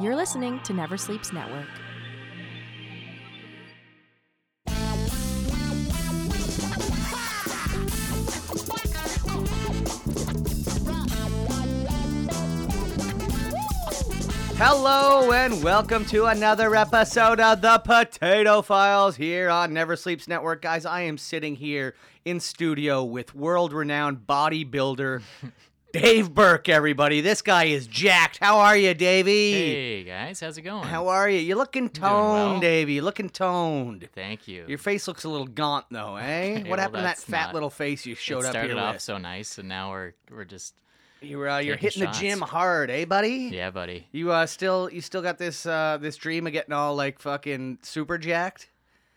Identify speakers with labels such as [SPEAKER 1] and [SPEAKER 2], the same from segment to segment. [SPEAKER 1] You're listening to Never Sleeps Network.
[SPEAKER 2] Hello and welcome to another episode of the Potato Files here on Never Sleeps Network. Guys, I am sitting here in studio with world-renowned bodybuilder Dave Burke, everybody. This guy is jacked. How are you, Davey?
[SPEAKER 3] Hey guys, how's it going?
[SPEAKER 2] How are you? You're looking
[SPEAKER 3] well.
[SPEAKER 2] toned, Davey. You're looking toned.
[SPEAKER 3] Thank you.
[SPEAKER 2] Your face looks a little gaunt, though, eh? what
[SPEAKER 3] well,
[SPEAKER 2] happened to that
[SPEAKER 3] that's
[SPEAKER 2] fat
[SPEAKER 3] not-
[SPEAKER 2] little face you showed
[SPEAKER 3] it
[SPEAKER 2] up
[SPEAKER 3] started
[SPEAKER 2] here
[SPEAKER 3] off
[SPEAKER 2] with?
[SPEAKER 3] so nice, and now we're we're just
[SPEAKER 2] you're uh, you're hitting
[SPEAKER 3] taking
[SPEAKER 2] the gym hard, eh, buddy?
[SPEAKER 3] yeah, buddy.
[SPEAKER 2] You uh, still you still got this uh, this dream of getting all like fucking super jacked?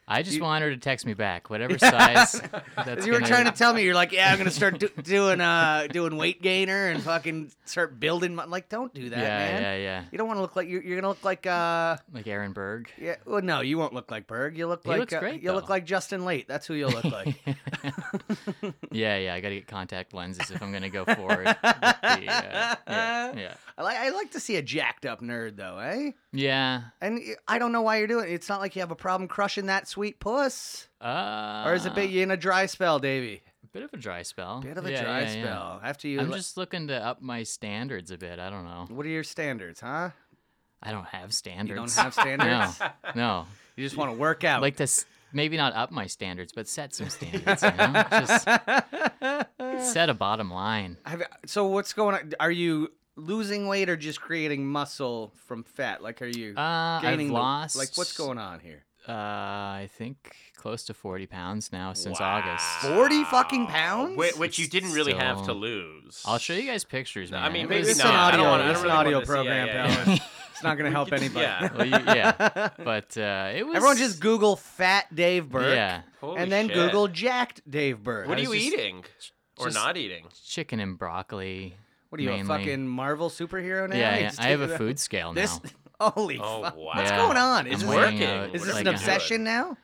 [SPEAKER 3] I just want her to text me back, whatever size. That's
[SPEAKER 2] You were
[SPEAKER 3] gonna-
[SPEAKER 2] trying to tell me you're like, yeah, I'm gonna start do- doing uh doing weight gainer and fucking start building. My-. Like, don't do that,
[SPEAKER 3] Yeah,
[SPEAKER 2] man.
[SPEAKER 3] yeah, yeah.
[SPEAKER 2] You don't want to look like you're, you're gonna look like uh
[SPEAKER 3] Like Aaron Berg.
[SPEAKER 2] yeah well no you won't look like Berg you look
[SPEAKER 3] He
[SPEAKER 2] like
[SPEAKER 3] looks
[SPEAKER 2] uh,
[SPEAKER 3] great,
[SPEAKER 2] you look
[SPEAKER 3] though.
[SPEAKER 2] like Justin Late that's who you'll look like
[SPEAKER 3] Yeah, yeah. I gotta get contact lenses if I'm gonna go forward. with the, uh, yeah, yeah,
[SPEAKER 2] I like I like to see a jacked up nerd though eh
[SPEAKER 3] yeah.
[SPEAKER 2] and y- I don't know why you're doing it it's not like you have a problem crushing that sweet puss
[SPEAKER 3] Uh,
[SPEAKER 2] or is it bit you in a dry spell Davey
[SPEAKER 3] bit of a dry spell?
[SPEAKER 2] bit of a
[SPEAKER 3] Yeah,
[SPEAKER 2] dry
[SPEAKER 3] yeah, yeah.
[SPEAKER 2] spell after you
[SPEAKER 3] I'm
[SPEAKER 2] like-
[SPEAKER 3] just looking to up my standards a bit. I don't know.
[SPEAKER 2] what are your standards huh
[SPEAKER 3] I don't have
[SPEAKER 2] you don't
[SPEAKER 3] standards.
[SPEAKER 2] have standards
[SPEAKER 3] no, no.
[SPEAKER 2] you just want to work out
[SPEAKER 3] like to s- maybe not up my standards, but set some standards. You know? Just set a bottom line.
[SPEAKER 2] Have, so what's going on? Are you losing weight or just creating muscle from fat? Like, are you
[SPEAKER 3] Uh, I've
[SPEAKER 2] gaining? the-
[SPEAKER 3] lost.
[SPEAKER 2] like, what's going on here?
[SPEAKER 3] Uh, I think close to forty pounds now since August.
[SPEAKER 2] Forty fucking pounds.
[SPEAKER 4] Whi- which you didn't really have to
[SPEAKER 3] Still-
[SPEAKER 4] lose.
[SPEAKER 3] I'll show you guys pictures, man.
[SPEAKER 4] I mean,
[SPEAKER 3] It
[SPEAKER 4] maybe
[SPEAKER 3] was-
[SPEAKER 2] it's
[SPEAKER 4] not.
[SPEAKER 2] an
[SPEAKER 4] I don't
[SPEAKER 2] audio.
[SPEAKER 4] wanna- I
[SPEAKER 2] it's an
[SPEAKER 4] don't really
[SPEAKER 2] audio
[SPEAKER 4] wanna see- yeah,
[SPEAKER 2] program,
[SPEAKER 4] yeah, yeah.
[SPEAKER 2] pal. It's not going to help anybody.
[SPEAKER 4] Yeah.
[SPEAKER 3] Well, you- yeah, but uh, it was.
[SPEAKER 2] Everyone just Google fat Dave Burke.
[SPEAKER 3] yeah,
[SPEAKER 4] Holy
[SPEAKER 2] and then
[SPEAKER 4] shit.
[SPEAKER 2] Google jacked Dave Burke.
[SPEAKER 4] What are
[SPEAKER 3] I
[SPEAKER 4] you
[SPEAKER 3] was just-
[SPEAKER 4] eating or
[SPEAKER 3] just-
[SPEAKER 4] not eating?
[SPEAKER 3] chicken and broccoli.
[SPEAKER 2] What are you
[SPEAKER 3] mainly.
[SPEAKER 2] a fucking Marvel superhero now?
[SPEAKER 3] Yeah,
[SPEAKER 2] You
[SPEAKER 3] yeah,
[SPEAKER 2] just
[SPEAKER 3] I have
[SPEAKER 2] take
[SPEAKER 3] a
[SPEAKER 2] it-
[SPEAKER 3] food scale now.
[SPEAKER 2] This holy
[SPEAKER 4] Oh,
[SPEAKER 2] fuck!
[SPEAKER 4] wow.
[SPEAKER 2] What's
[SPEAKER 3] Yeah.
[SPEAKER 2] going on? Is
[SPEAKER 3] I'm
[SPEAKER 2] this,
[SPEAKER 3] working.
[SPEAKER 2] is this
[SPEAKER 3] like
[SPEAKER 2] an
[SPEAKER 3] a-
[SPEAKER 2] obsession now?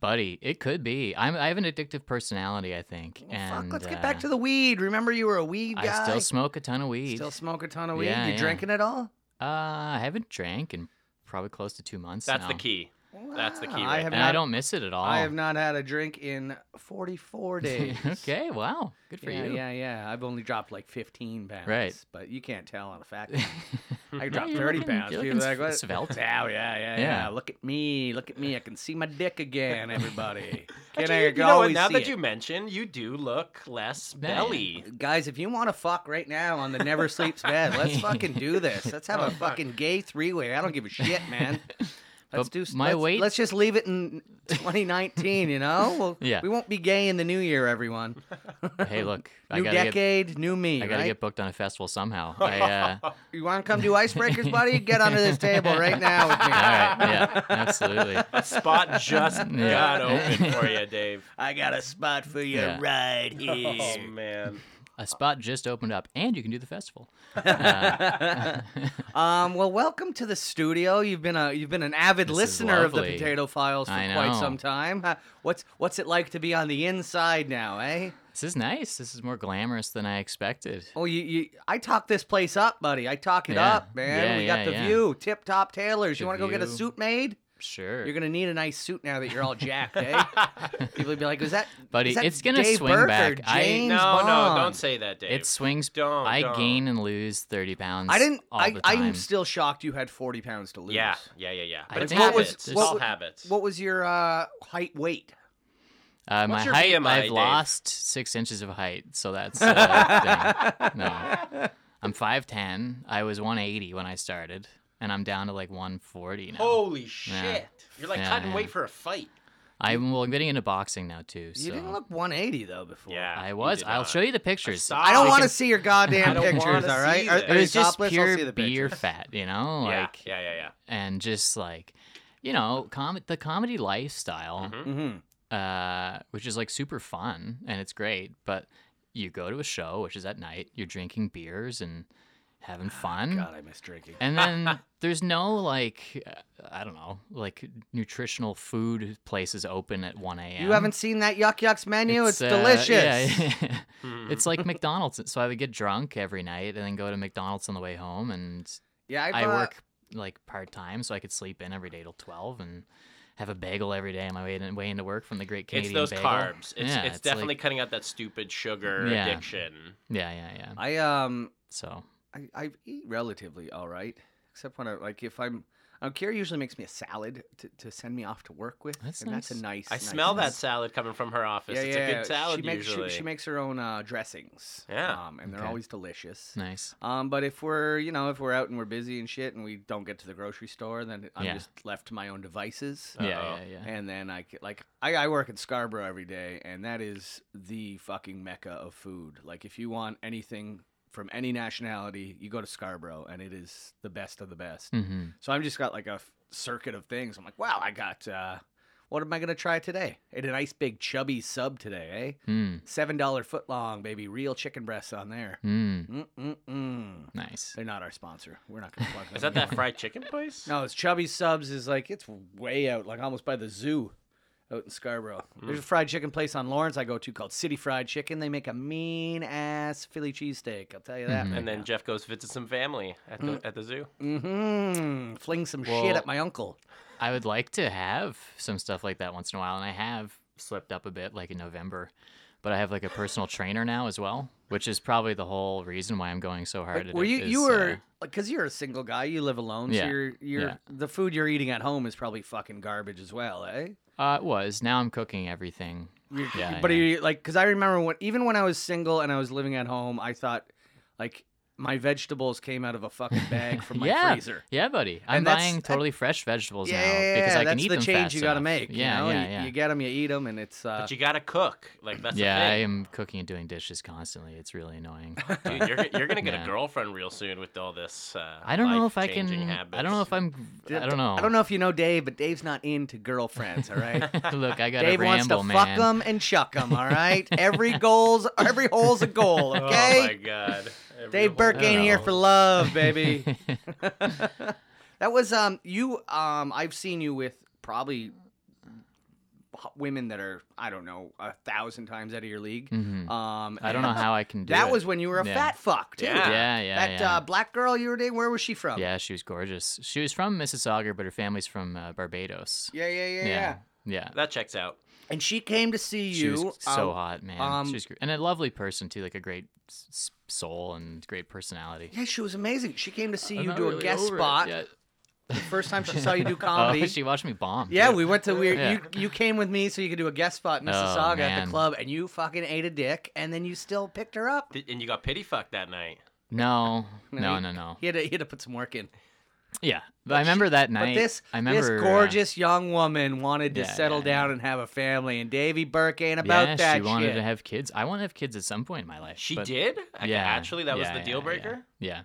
[SPEAKER 3] buddy. It could be. I'm, I have an addictive personality, I think.
[SPEAKER 2] Well,
[SPEAKER 3] and
[SPEAKER 2] fuck, let's get back
[SPEAKER 3] uh,
[SPEAKER 2] to the weed. Remember, you were a weed guy.
[SPEAKER 3] I still smoke a ton of weed.
[SPEAKER 2] Still smoke a ton of weed.
[SPEAKER 3] Yeah,
[SPEAKER 2] you
[SPEAKER 3] yeah.
[SPEAKER 2] drinking at all?
[SPEAKER 3] Uh, I haven't drank in probably close to two months.
[SPEAKER 4] That's the
[SPEAKER 3] now.
[SPEAKER 4] key. That's the key
[SPEAKER 2] Wow, I
[SPEAKER 4] right
[SPEAKER 2] have
[SPEAKER 3] and
[SPEAKER 2] not,
[SPEAKER 3] I don't miss it at all.
[SPEAKER 2] I have not had a drink in 44 days.
[SPEAKER 3] okay, wow, good for
[SPEAKER 2] yeah,
[SPEAKER 3] you.
[SPEAKER 2] yeah, yeah. I've only dropped like 15 pounds.
[SPEAKER 3] Right.
[SPEAKER 2] But you can't tell on a fact. I dropped
[SPEAKER 3] you're
[SPEAKER 2] 30
[SPEAKER 3] looking-
[SPEAKER 2] pounds.
[SPEAKER 3] you're
[SPEAKER 2] People
[SPEAKER 3] looking
[SPEAKER 2] are like, what?
[SPEAKER 3] svelte.
[SPEAKER 2] Oh, yeah, yeah, yeah,
[SPEAKER 3] Yeah.
[SPEAKER 2] Look at me. Look at me. I can see my dick again, everybody. Can I
[SPEAKER 4] you, you
[SPEAKER 2] can
[SPEAKER 4] know what?
[SPEAKER 2] always
[SPEAKER 4] Now
[SPEAKER 2] see
[SPEAKER 4] that
[SPEAKER 2] it.
[SPEAKER 4] you mention, you do look less
[SPEAKER 3] Man.
[SPEAKER 4] belly.
[SPEAKER 2] Guys, if you want to fuck right now on the Never Sleeps Bed, let's fucking do this. Let's have a fucking gay three way. I don't give a shit, man. Let's
[SPEAKER 3] But
[SPEAKER 2] do s-
[SPEAKER 3] my
[SPEAKER 2] let's,
[SPEAKER 3] weight-
[SPEAKER 2] Let's just leave it in 2019. You know, We'll-
[SPEAKER 3] Yeah.
[SPEAKER 2] we won't be gay in the new year, everyone.
[SPEAKER 3] Hey, look, I
[SPEAKER 2] New
[SPEAKER 3] gotta get
[SPEAKER 2] decade, new me.
[SPEAKER 3] I gotta
[SPEAKER 2] right?
[SPEAKER 3] get booked on a festival somehow. I, uh, all
[SPEAKER 2] You want to come do icebreakers, buddy? Get under this table right now with me.
[SPEAKER 3] right, yeah, absolutely.
[SPEAKER 4] That spot just got open for you, Dave.
[SPEAKER 2] I got a spot for you
[SPEAKER 3] Yeah.
[SPEAKER 2] right
[SPEAKER 4] Oh
[SPEAKER 2] here.
[SPEAKER 4] man.
[SPEAKER 3] A spot just opened up, and you can do the festival.
[SPEAKER 2] Um, well, welcome to the studio. You've been a you've been an avid
[SPEAKER 3] This is
[SPEAKER 2] listener of the
[SPEAKER 3] lovely.
[SPEAKER 2] Potato Files for
[SPEAKER 3] I
[SPEAKER 2] quite
[SPEAKER 3] know.
[SPEAKER 2] some time. Huh, What's what's it like to be on the inside now, eh?
[SPEAKER 3] This is nice. This is more glamorous than I expected.
[SPEAKER 2] Oh, you, you I talk this place up, buddy. I talk it
[SPEAKER 3] Yeah.
[SPEAKER 2] up, man.
[SPEAKER 3] Yeah,
[SPEAKER 2] we
[SPEAKER 3] yeah,
[SPEAKER 2] got the
[SPEAKER 3] yeah.
[SPEAKER 2] view, tip top tailors. you
[SPEAKER 3] The
[SPEAKER 2] want to go get a
[SPEAKER 3] view.
[SPEAKER 2] suit made?
[SPEAKER 3] Sure,
[SPEAKER 2] You're gonna need a nice suit now that you're all jacked, eh? People would be like, "Is that,
[SPEAKER 3] Buddy,
[SPEAKER 2] is that
[SPEAKER 3] it's gonna
[SPEAKER 2] Dave
[SPEAKER 3] swing
[SPEAKER 2] Burke or
[SPEAKER 3] back. I-
[SPEAKER 2] James
[SPEAKER 4] No, no,
[SPEAKER 2] Bond?
[SPEAKER 4] don't say that, Dave.
[SPEAKER 3] it swings.
[SPEAKER 4] Don't,
[SPEAKER 3] I
[SPEAKER 4] don't.
[SPEAKER 3] gain and lose thirty pounds.
[SPEAKER 2] I didn't.
[SPEAKER 3] All
[SPEAKER 2] I,
[SPEAKER 3] the time.
[SPEAKER 2] I'm still shocked you had 40 pounds to lose.
[SPEAKER 4] yeah, yeah, yeah, yeah.
[SPEAKER 3] I
[SPEAKER 4] But it's
[SPEAKER 3] think
[SPEAKER 4] habits.
[SPEAKER 3] it's
[SPEAKER 4] it's
[SPEAKER 3] just-
[SPEAKER 4] all habits.
[SPEAKER 2] What was your uh, height weight?
[SPEAKER 3] Uh, my
[SPEAKER 4] What's your
[SPEAKER 3] height,
[SPEAKER 4] BMI,
[SPEAKER 3] I've
[SPEAKER 4] Dave?
[SPEAKER 3] lost six inches of height, so that's uh, thing. no. I'm five ten. I was one eighty when I started, and I'm down to like one forty now.
[SPEAKER 4] Holy shit! You're like
[SPEAKER 3] Yeah,
[SPEAKER 4] cutting
[SPEAKER 3] yeah.
[SPEAKER 4] weight for a fight.
[SPEAKER 3] I'm well, I'm getting into boxing now too. So
[SPEAKER 2] You didn't look 180 though before.
[SPEAKER 4] Yeah,
[SPEAKER 3] I
[SPEAKER 4] you
[SPEAKER 3] was.
[SPEAKER 4] did
[SPEAKER 3] I'll
[SPEAKER 4] not.
[SPEAKER 3] show you the pictures.
[SPEAKER 4] saw
[SPEAKER 2] I don't
[SPEAKER 4] We
[SPEAKER 2] want to
[SPEAKER 4] can-
[SPEAKER 2] see your goddamn
[SPEAKER 4] I don't
[SPEAKER 2] pictures.
[SPEAKER 4] wanna
[SPEAKER 2] All right,
[SPEAKER 4] see
[SPEAKER 2] Are-
[SPEAKER 4] that.
[SPEAKER 2] are
[SPEAKER 3] It
[SPEAKER 2] you
[SPEAKER 3] was just
[SPEAKER 2] topless? I'll see
[SPEAKER 3] pure
[SPEAKER 2] the
[SPEAKER 3] beer
[SPEAKER 2] pictures.
[SPEAKER 3] fat, you know,
[SPEAKER 4] Yeah,
[SPEAKER 3] like
[SPEAKER 4] yeah, yeah, yeah.
[SPEAKER 3] and just like, you know, com- the comedy lifestyle,
[SPEAKER 4] Mm-hmm.
[SPEAKER 2] Mhm.
[SPEAKER 3] uh, which is like super fun and it's great, but you go to a show, which is at night, you're drinking beers and having fun.
[SPEAKER 2] Ah, God, I miss drinking.
[SPEAKER 3] And then there's no like, uh, I don't know, like nutritional food places open at 1 a.m.
[SPEAKER 2] You haven't seen that Yuck Yucks menu? It's,
[SPEAKER 3] uh,
[SPEAKER 2] delicious.
[SPEAKER 3] yeah, yeah.
[SPEAKER 4] Mm-hmm.
[SPEAKER 2] Mm-hmm.
[SPEAKER 3] it's like McDonald's. So I would get drunk every night and then go to McDonald's on the way home. And
[SPEAKER 2] Yeah, I've,
[SPEAKER 3] I
[SPEAKER 2] uh,
[SPEAKER 3] work like part time, so I could sleep in every day till twelve and have a bagel every day on my way to, way into work from the Great Canadian.
[SPEAKER 4] it's those
[SPEAKER 3] bagel.
[SPEAKER 4] carbs. It's,
[SPEAKER 3] yeah,
[SPEAKER 4] it's, definitely
[SPEAKER 3] like-
[SPEAKER 4] cutting out that stupid sugar
[SPEAKER 3] Yeah.
[SPEAKER 4] addiction.
[SPEAKER 3] yeah, yeah, yeah.
[SPEAKER 2] I um
[SPEAKER 3] So
[SPEAKER 2] I, I eat relatively all right, except when I like if I'm. Um, Kira usually makes me a salad to, to send me off to work with.
[SPEAKER 3] That's
[SPEAKER 2] and That's a nice.
[SPEAKER 4] I
[SPEAKER 2] nice-
[SPEAKER 4] smell that
[SPEAKER 2] nice-
[SPEAKER 4] salad coming from her office.
[SPEAKER 2] Yeah,
[SPEAKER 4] it's
[SPEAKER 2] yeah,
[SPEAKER 4] a good salad
[SPEAKER 2] she makes,
[SPEAKER 4] usually.
[SPEAKER 2] She, she makes her own uh, dressings.
[SPEAKER 4] Yeah.
[SPEAKER 2] Um, and they're
[SPEAKER 3] Okay.
[SPEAKER 2] always delicious.
[SPEAKER 3] nice.
[SPEAKER 2] Um, but if we're you know if we're out and we're busy and shit and we don't get to the grocery store, then I'm
[SPEAKER 3] Yeah.
[SPEAKER 2] just left to my own devices.
[SPEAKER 3] Yeah,
[SPEAKER 4] Uh-oh.
[SPEAKER 3] yeah, yeah.
[SPEAKER 2] And then I c- like I, I work at Scarborough every day, and that is the fucking mecca of food. Like if you want anything from any nationality, you go to Scarborough, and it is the best of the best.
[SPEAKER 3] Mm-hmm.
[SPEAKER 2] So I'm just got like a f- circuit of things. I'm like, wow, I got. Uh, what am I gonna try today? Ate a nice big chubby sub today, eh?
[SPEAKER 3] Mm.
[SPEAKER 2] Seven dollar foot long, baby, real chicken breasts on there.
[SPEAKER 3] Mm.
[SPEAKER 2] Mm mm mm.
[SPEAKER 3] Nice.
[SPEAKER 2] They're not our sponsor. We're not gonna plug them.
[SPEAKER 4] Is that that fried chicken place?
[SPEAKER 2] No, it's Chubby Subs is like it's way out, like almost by the zoo, out in Scarborough.
[SPEAKER 3] Hmm.
[SPEAKER 2] There's a fried chicken place on Lawrence I go to called City Fried Chicken. They make a mean ass Philly cheesesteak. I'll tell you
[SPEAKER 3] Mm-hmm.
[SPEAKER 2] that.
[SPEAKER 4] And then Jeff goes visit some family at the at the zoo.
[SPEAKER 2] Mm-hmm. Fling some shit
[SPEAKER 3] Well-
[SPEAKER 2] at my uncle.
[SPEAKER 3] I would like to have some stuff like that once in a while, and I have slipped up a bit, like in November. But I have like a personal trainer now as well, which is probably the whole reason why I'm going so hard.
[SPEAKER 2] Like,
[SPEAKER 3] at
[SPEAKER 2] were
[SPEAKER 3] it
[SPEAKER 2] you
[SPEAKER 3] is,
[SPEAKER 2] you
[SPEAKER 3] uh,
[SPEAKER 2] were because you're a single guy. You live alone, so
[SPEAKER 3] Yeah,
[SPEAKER 2] you're you're
[SPEAKER 3] yeah.
[SPEAKER 2] the food you're eating at home is probably fucking garbage as well, eh?
[SPEAKER 3] Uh, it was. Now I'm cooking everything. Yeah,
[SPEAKER 2] but
[SPEAKER 3] yeah.
[SPEAKER 2] you like because I remember when even when I was single and I was living at home, I thought like my vegetables came out of a fucking bag from my
[SPEAKER 3] yeah,
[SPEAKER 2] freezer.
[SPEAKER 3] yeah, buddy. I'm
[SPEAKER 2] And that's-
[SPEAKER 3] buying totally fresh vegetables
[SPEAKER 2] Yeah,
[SPEAKER 3] now
[SPEAKER 2] yeah, yeah,
[SPEAKER 3] because I
[SPEAKER 2] that's
[SPEAKER 3] can eat
[SPEAKER 2] the
[SPEAKER 3] them
[SPEAKER 2] change
[SPEAKER 3] fast
[SPEAKER 2] you gotta
[SPEAKER 3] enough.
[SPEAKER 2] make.
[SPEAKER 3] Yeah,
[SPEAKER 2] you know?
[SPEAKER 3] yeah,
[SPEAKER 2] you,
[SPEAKER 3] yeah.
[SPEAKER 2] you get them, you eat them, and it's uh,
[SPEAKER 4] But you gotta cook. Like that's
[SPEAKER 3] yeah, I
[SPEAKER 4] the
[SPEAKER 3] am cooking and doing dishes constantly. It's really annoying.
[SPEAKER 4] thing. Dude, you're, you're gonna get
[SPEAKER 3] Yeah.
[SPEAKER 4] a girlfriend real soon with all this. Uh,
[SPEAKER 3] I don't know if I can.
[SPEAKER 4] life-changing Habits.
[SPEAKER 3] I don't know if I'm. I don't know.
[SPEAKER 2] I don't know if you know Dave, but Dave's not into girlfriends. All right.
[SPEAKER 3] Look, I got to
[SPEAKER 2] Dave
[SPEAKER 3] ramble,
[SPEAKER 2] wants to fuck 'em
[SPEAKER 3] man.
[SPEAKER 2] fuck them and chuck them. All right. Every goal's every hole's a goal. Okay.
[SPEAKER 4] Oh my god. Every
[SPEAKER 2] Dave
[SPEAKER 4] whole-
[SPEAKER 2] Burke
[SPEAKER 3] I
[SPEAKER 2] ain't
[SPEAKER 3] don't
[SPEAKER 2] here
[SPEAKER 3] know.
[SPEAKER 2] for love, baby. that was um you um I've seen you with probably h- women that are I don't know a thousand times out of your league. Um,
[SPEAKER 3] Mm-hmm. I don't know
[SPEAKER 2] and
[SPEAKER 3] how I can do
[SPEAKER 2] That
[SPEAKER 3] it.
[SPEAKER 2] was when you were a
[SPEAKER 3] Yeah.
[SPEAKER 2] fat fuck too.
[SPEAKER 4] Yeah.
[SPEAKER 3] Yeah, yeah,
[SPEAKER 2] That
[SPEAKER 3] yeah.
[SPEAKER 2] Uh, black girl you were dating, where was she from?
[SPEAKER 3] Yeah, she was gorgeous. She was from Mississauga, but her family's from uh, Barbados.
[SPEAKER 2] yeah, yeah, yeah, yeah.
[SPEAKER 3] yeah, yeah.
[SPEAKER 4] That checks out.
[SPEAKER 2] And she came to see
[SPEAKER 3] She
[SPEAKER 2] you.
[SPEAKER 3] was so
[SPEAKER 2] um,
[SPEAKER 3] hot, man.
[SPEAKER 2] um,
[SPEAKER 3] she was gr- and a lovely person too, like a great s- s- soul and great personality.
[SPEAKER 2] Yeah, she was amazing. She came to see
[SPEAKER 3] I'm
[SPEAKER 2] you
[SPEAKER 3] not
[SPEAKER 2] do a
[SPEAKER 3] really
[SPEAKER 2] guest
[SPEAKER 3] over it
[SPEAKER 2] spot.
[SPEAKER 3] yet.
[SPEAKER 2] The first time she saw you do comedy,
[SPEAKER 3] Oh, she watched me bomb.
[SPEAKER 2] Yeah,
[SPEAKER 3] too.
[SPEAKER 2] we went to we
[SPEAKER 3] Yeah. Oh,
[SPEAKER 2] you you came with me so you could do a guest spot in Mississauga at the
[SPEAKER 3] man.
[SPEAKER 2] club and you fucking ate a dick and then you still picked her up.
[SPEAKER 4] Th- And you got pity fucked that night.
[SPEAKER 3] No,
[SPEAKER 2] No,
[SPEAKER 3] no, no, no.
[SPEAKER 2] He had to, he had to put some work in.
[SPEAKER 3] Yeah, but I remember that night.
[SPEAKER 2] but this
[SPEAKER 3] I remember
[SPEAKER 2] this
[SPEAKER 3] uh,
[SPEAKER 2] gorgeous young woman wanted to
[SPEAKER 3] yeah,
[SPEAKER 2] settle
[SPEAKER 3] yeah,
[SPEAKER 2] down and have a family and Davy Burke ain't about
[SPEAKER 3] yeah,
[SPEAKER 2] that
[SPEAKER 3] she wanted
[SPEAKER 2] shit.
[SPEAKER 3] to have kids. I want to have kids at some point in my life.
[SPEAKER 4] She
[SPEAKER 3] but-
[SPEAKER 4] did. Ac-
[SPEAKER 3] Yeah,
[SPEAKER 4] Actually, that was
[SPEAKER 3] yeah,
[SPEAKER 4] the
[SPEAKER 3] yeah,
[SPEAKER 4] deal
[SPEAKER 3] yeah,
[SPEAKER 4] breaker.
[SPEAKER 3] Yeah,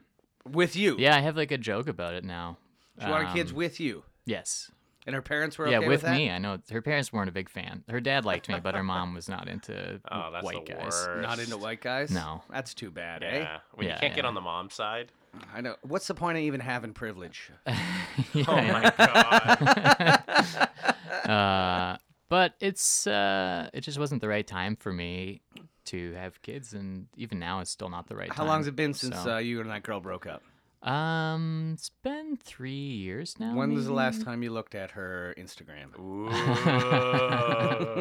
[SPEAKER 2] with you.
[SPEAKER 3] yeah. I have like a joke about it now.
[SPEAKER 2] She wanted kids
[SPEAKER 3] Um,
[SPEAKER 2] with you.
[SPEAKER 3] Yes.
[SPEAKER 2] And her parents were
[SPEAKER 3] yeah,
[SPEAKER 2] okay
[SPEAKER 3] with,
[SPEAKER 2] that?
[SPEAKER 3] me. I know her parents weren't a big fan. Her dad liked me, but her mom was not into
[SPEAKER 4] Oh, that's
[SPEAKER 3] white
[SPEAKER 4] the
[SPEAKER 3] guys.
[SPEAKER 4] worst.
[SPEAKER 2] Not into white guys?
[SPEAKER 3] No.
[SPEAKER 2] That's too bad,
[SPEAKER 4] Yeah. When
[SPEAKER 3] Yeah,
[SPEAKER 4] you can't get
[SPEAKER 3] yeah.
[SPEAKER 4] on the mom's side.
[SPEAKER 2] eh? I know. What's the point of even having privilege?
[SPEAKER 3] Yeah,
[SPEAKER 4] Oh
[SPEAKER 3] yeah.
[SPEAKER 4] my god.
[SPEAKER 3] Uh, but it's uh, it just wasn't the right time for me to have kids, and even now it's still not the right
[SPEAKER 2] How
[SPEAKER 3] time.
[SPEAKER 2] long's it been since
[SPEAKER 3] so-
[SPEAKER 2] uh, you and that girl broke up?
[SPEAKER 3] um, it's been three years now.
[SPEAKER 2] When was the
[SPEAKER 3] maybe?
[SPEAKER 2] last time you looked at her Instagram?
[SPEAKER 4] Ooh,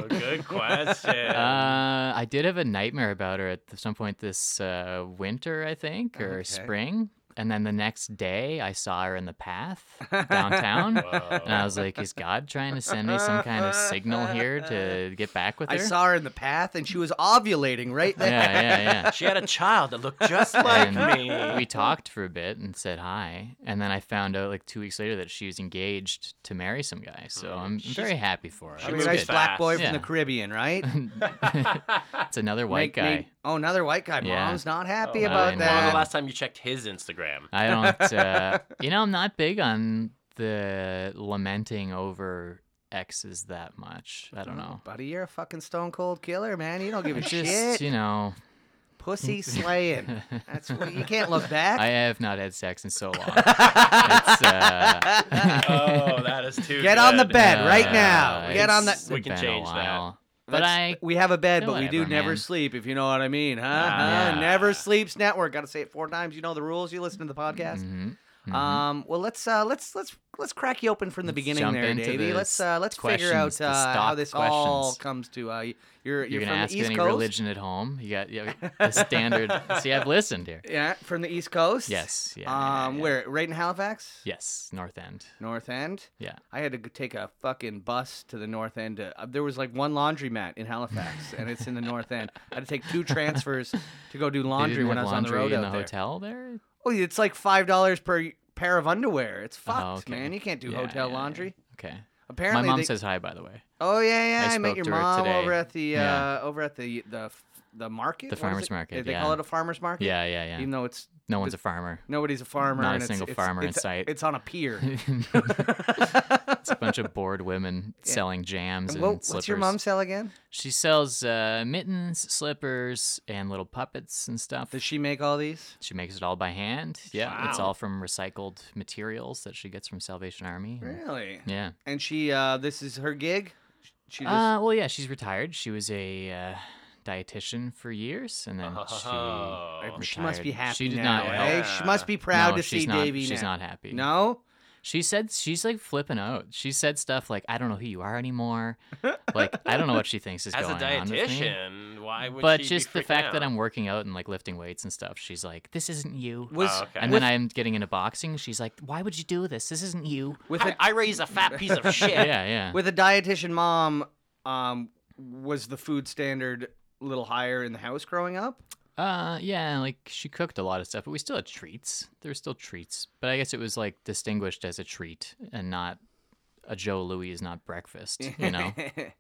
[SPEAKER 4] good question.
[SPEAKER 3] Uh, I did have a nightmare about her at th- some point this uh, winter, I think, or
[SPEAKER 2] Okay.
[SPEAKER 3] spring. And then the next day, I saw her in the path downtown, and I was like, "Is God trying to send me some kind of signal here to get back with her?"
[SPEAKER 2] I saw her in the path, and she was ovulating right there.
[SPEAKER 3] Yeah, yeah, yeah.
[SPEAKER 4] she had a child that looked just like me.
[SPEAKER 3] and we talked for a bit and said hi, and then I found out like two weeks later that she was engaged to marry some guy. So I'm I'm very happy for her.
[SPEAKER 4] Oh, she
[SPEAKER 2] I mean,
[SPEAKER 3] It's
[SPEAKER 4] moves
[SPEAKER 2] nice
[SPEAKER 3] good.
[SPEAKER 2] black
[SPEAKER 4] fast.
[SPEAKER 2] boy from the
[SPEAKER 3] Yeah.
[SPEAKER 2] Caribbean, right?
[SPEAKER 3] It's another
[SPEAKER 2] Make-
[SPEAKER 3] white guy.
[SPEAKER 2] make- oh, another white guy.
[SPEAKER 3] Yeah.
[SPEAKER 2] Mom's not happy
[SPEAKER 3] Oh,
[SPEAKER 2] about
[SPEAKER 3] I know.
[SPEAKER 4] When was the
[SPEAKER 2] that.
[SPEAKER 4] last time you checked his Instagram?
[SPEAKER 3] I don't. Uh, you know, I'm not big on the lamenting over exes that much. I don't know.
[SPEAKER 2] Buddy, you're a fucking stone cold killer, man. You don't give a
[SPEAKER 3] Just
[SPEAKER 2] shit.
[SPEAKER 3] you know,
[SPEAKER 2] Pussy slaying. That's what, you can't look back.
[SPEAKER 3] I have not had sex in so long. it's, uh,
[SPEAKER 4] oh, that is too.
[SPEAKER 2] Get on the
[SPEAKER 4] good.
[SPEAKER 2] bed right
[SPEAKER 3] uh,
[SPEAKER 2] now. Get on
[SPEAKER 3] it's
[SPEAKER 2] the.
[SPEAKER 4] We can
[SPEAKER 3] been a
[SPEAKER 4] change that.
[SPEAKER 3] while. But
[SPEAKER 2] That's-
[SPEAKER 3] I,
[SPEAKER 2] we have a bed, but we do
[SPEAKER 3] whatever,
[SPEAKER 2] never
[SPEAKER 3] man.
[SPEAKER 2] sleep, if you know what I mean, huh?
[SPEAKER 3] Ah. Mm-hmm.
[SPEAKER 2] Huh? Never sleeps network. Got to say it four times. You know the rules. You listen to the podcast. Um, well, let's uh, let's let's let's crack you open from the beginning
[SPEAKER 3] jump
[SPEAKER 2] there,
[SPEAKER 3] into
[SPEAKER 2] Davey.
[SPEAKER 3] the
[SPEAKER 2] Let's uh, let's figure
[SPEAKER 3] questions,
[SPEAKER 2] out
[SPEAKER 3] the
[SPEAKER 2] uh, how
[SPEAKER 3] stock
[SPEAKER 2] this all
[SPEAKER 3] questions.
[SPEAKER 2] comes to. Uh, you're
[SPEAKER 3] mm-hmm. You're
[SPEAKER 2] you're
[SPEAKER 3] gonna
[SPEAKER 2] from
[SPEAKER 3] ask
[SPEAKER 2] the East
[SPEAKER 3] any
[SPEAKER 2] Coast.
[SPEAKER 3] religion at home. You got yeah, the standard. See, I've listened here.
[SPEAKER 2] Yeah, from the East Coast.
[SPEAKER 3] Yes. Yeah. yeah,
[SPEAKER 2] Um,
[SPEAKER 3] yeah.
[SPEAKER 2] where right in Halifax,
[SPEAKER 3] Yes, North End.
[SPEAKER 2] North End.
[SPEAKER 3] Yeah.
[SPEAKER 2] I had to g- take a fucking bus to the North End. To, uh, there was like one laundromat in Halifax, and it's in the North End. I had to take two transfers to go do
[SPEAKER 3] They
[SPEAKER 2] laundry
[SPEAKER 3] didn't
[SPEAKER 2] when I
[SPEAKER 3] have
[SPEAKER 2] was on the
[SPEAKER 3] laundry
[SPEAKER 2] road
[SPEAKER 3] in
[SPEAKER 2] out
[SPEAKER 3] the
[SPEAKER 2] there.
[SPEAKER 3] hotel there.
[SPEAKER 2] Oh, it's like five dollars per y- pair of underwear. It's fucked,
[SPEAKER 3] Oh, okay.
[SPEAKER 2] man. You can't do
[SPEAKER 3] Yeah,
[SPEAKER 2] hotel
[SPEAKER 3] yeah, yeah.
[SPEAKER 2] laundry.
[SPEAKER 3] Okay.
[SPEAKER 2] Apparently,
[SPEAKER 3] My mom
[SPEAKER 2] they-
[SPEAKER 3] says hi, by the way.
[SPEAKER 2] "Oh yeah, yeah."
[SPEAKER 3] I
[SPEAKER 2] I, met
[SPEAKER 3] spoke
[SPEAKER 2] your
[SPEAKER 3] to her
[SPEAKER 2] mom
[SPEAKER 3] today.
[SPEAKER 2] over at the
[SPEAKER 3] Yeah.
[SPEAKER 2] uh, over at the the f- the market, What
[SPEAKER 3] The
[SPEAKER 2] is
[SPEAKER 3] farmer's
[SPEAKER 2] it?
[SPEAKER 3] market,
[SPEAKER 2] They call
[SPEAKER 3] yeah.
[SPEAKER 2] it a farmer's market.
[SPEAKER 3] Yeah, yeah,
[SPEAKER 2] Even
[SPEAKER 3] yeah.
[SPEAKER 2] though it's
[SPEAKER 3] No one's a farmer.
[SPEAKER 2] nobody's a farmer,
[SPEAKER 3] Not a
[SPEAKER 2] and it's-
[SPEAKER 3] single
[SPEAKER 2] it's-
[SPEAKER 3] farmer in
[SPEAKER 2] it's-
[SPEAKER 3] sight.
[SPEAKER 2] It's on a pier.
[SPEAKER 3] It's a bunch of bored women selling jams and
[SPEAKER 2] Wha-
[SPEAKER 3] slippers.
[SPEAKER 2] what's your mom sell again?
[SPEAKER 3] She sells uh, mittens, slippers, and little puppets and stuff.
[SPEAKER 2] Does she make all these?
[SPEAKER 3] She makes it all by hand. Yeah, it's
[SPEAKER 4] Wow.
[SPEAKER 3] all from recycled materials that she gets from Salvation Army. and-
[SPEAKER 2] Really?
[SPEAKER 3] Yeah.
[SPEAKER 2] And she, uh, this is her gig. She just
[SPEAKER 3] Uh, well, yeah, she's retired. She was a uh, dietitian for years, and then
[SPEAKER 4] Oh.
[SPEAKER 3] she
[SPEAKER 2] she must be
[SPEAKER 3] retired.
[SPEAKER 2] happy
[SPEAKER 3] She did
[SPEAKER 2] now.
[SPEAKER 3] not.
[SPEAKER 2] eh?
[SPEAKER 4] help.
[SPEAKER 2] She must be proud
[SPEAKER 3] no,
[SPEAKER 2] to
[SPEAKER 3] she's
[SPEAKER 2] see
[SPEAKER 3] not,
[SPEAKER 2] Davey
[SPEAKER 3] She's
[SPEAKER 2] now.
[SPEAKER 3] not happy.
[SPEAKER 2] No,
[SPEAKER 3] She said she's like flipping out. She said stuff like, "I don't know who you are anymore." like I don't know what she thinks is
[SPEAKER 4] As a
[SPEAKER 3] going on with me.
[SPEAKER 4] dietitian, why would
[SPEAKER 3] But
[SPEAKER 4] she
[SPEAKER 3] just
[SPEAKER 4] be
[SPEAKER 3] the fact
[SPEAKER 4] freaking
[SPEAKER 3] that
[SPEAKER 4] out?
[SPEAKER 3] I'm working out and like lifting weights and stuff, she's like, "This isn't you."
[SPEAKER 2] was
[SPEAKER 4] Oh, okay.
[SPEAKER 3] And
[SPEAKER 2] with,
[SPEAKER 3] then I'm getting into boxing. She's like, "Why would you do this? This isn't you."
[SPEAKER 2] with
[SPEAKER 4] I,
[SPEAKER 2] a
[SPEAKER 4] I raise a fat piece of shit.
[SPEAKER 3] Yeah, yeah.
[SPEAKER 2] with a dietitian mom. Um, was the food standard a little higher in the house growing up?
[SPEAKER 3] Uh, yeah, like she cooked a lot of stuff, but we still had treats. There were still treats, but I guess it was like distinguished as a treat and not a Joe Louis is not breakfast, you know.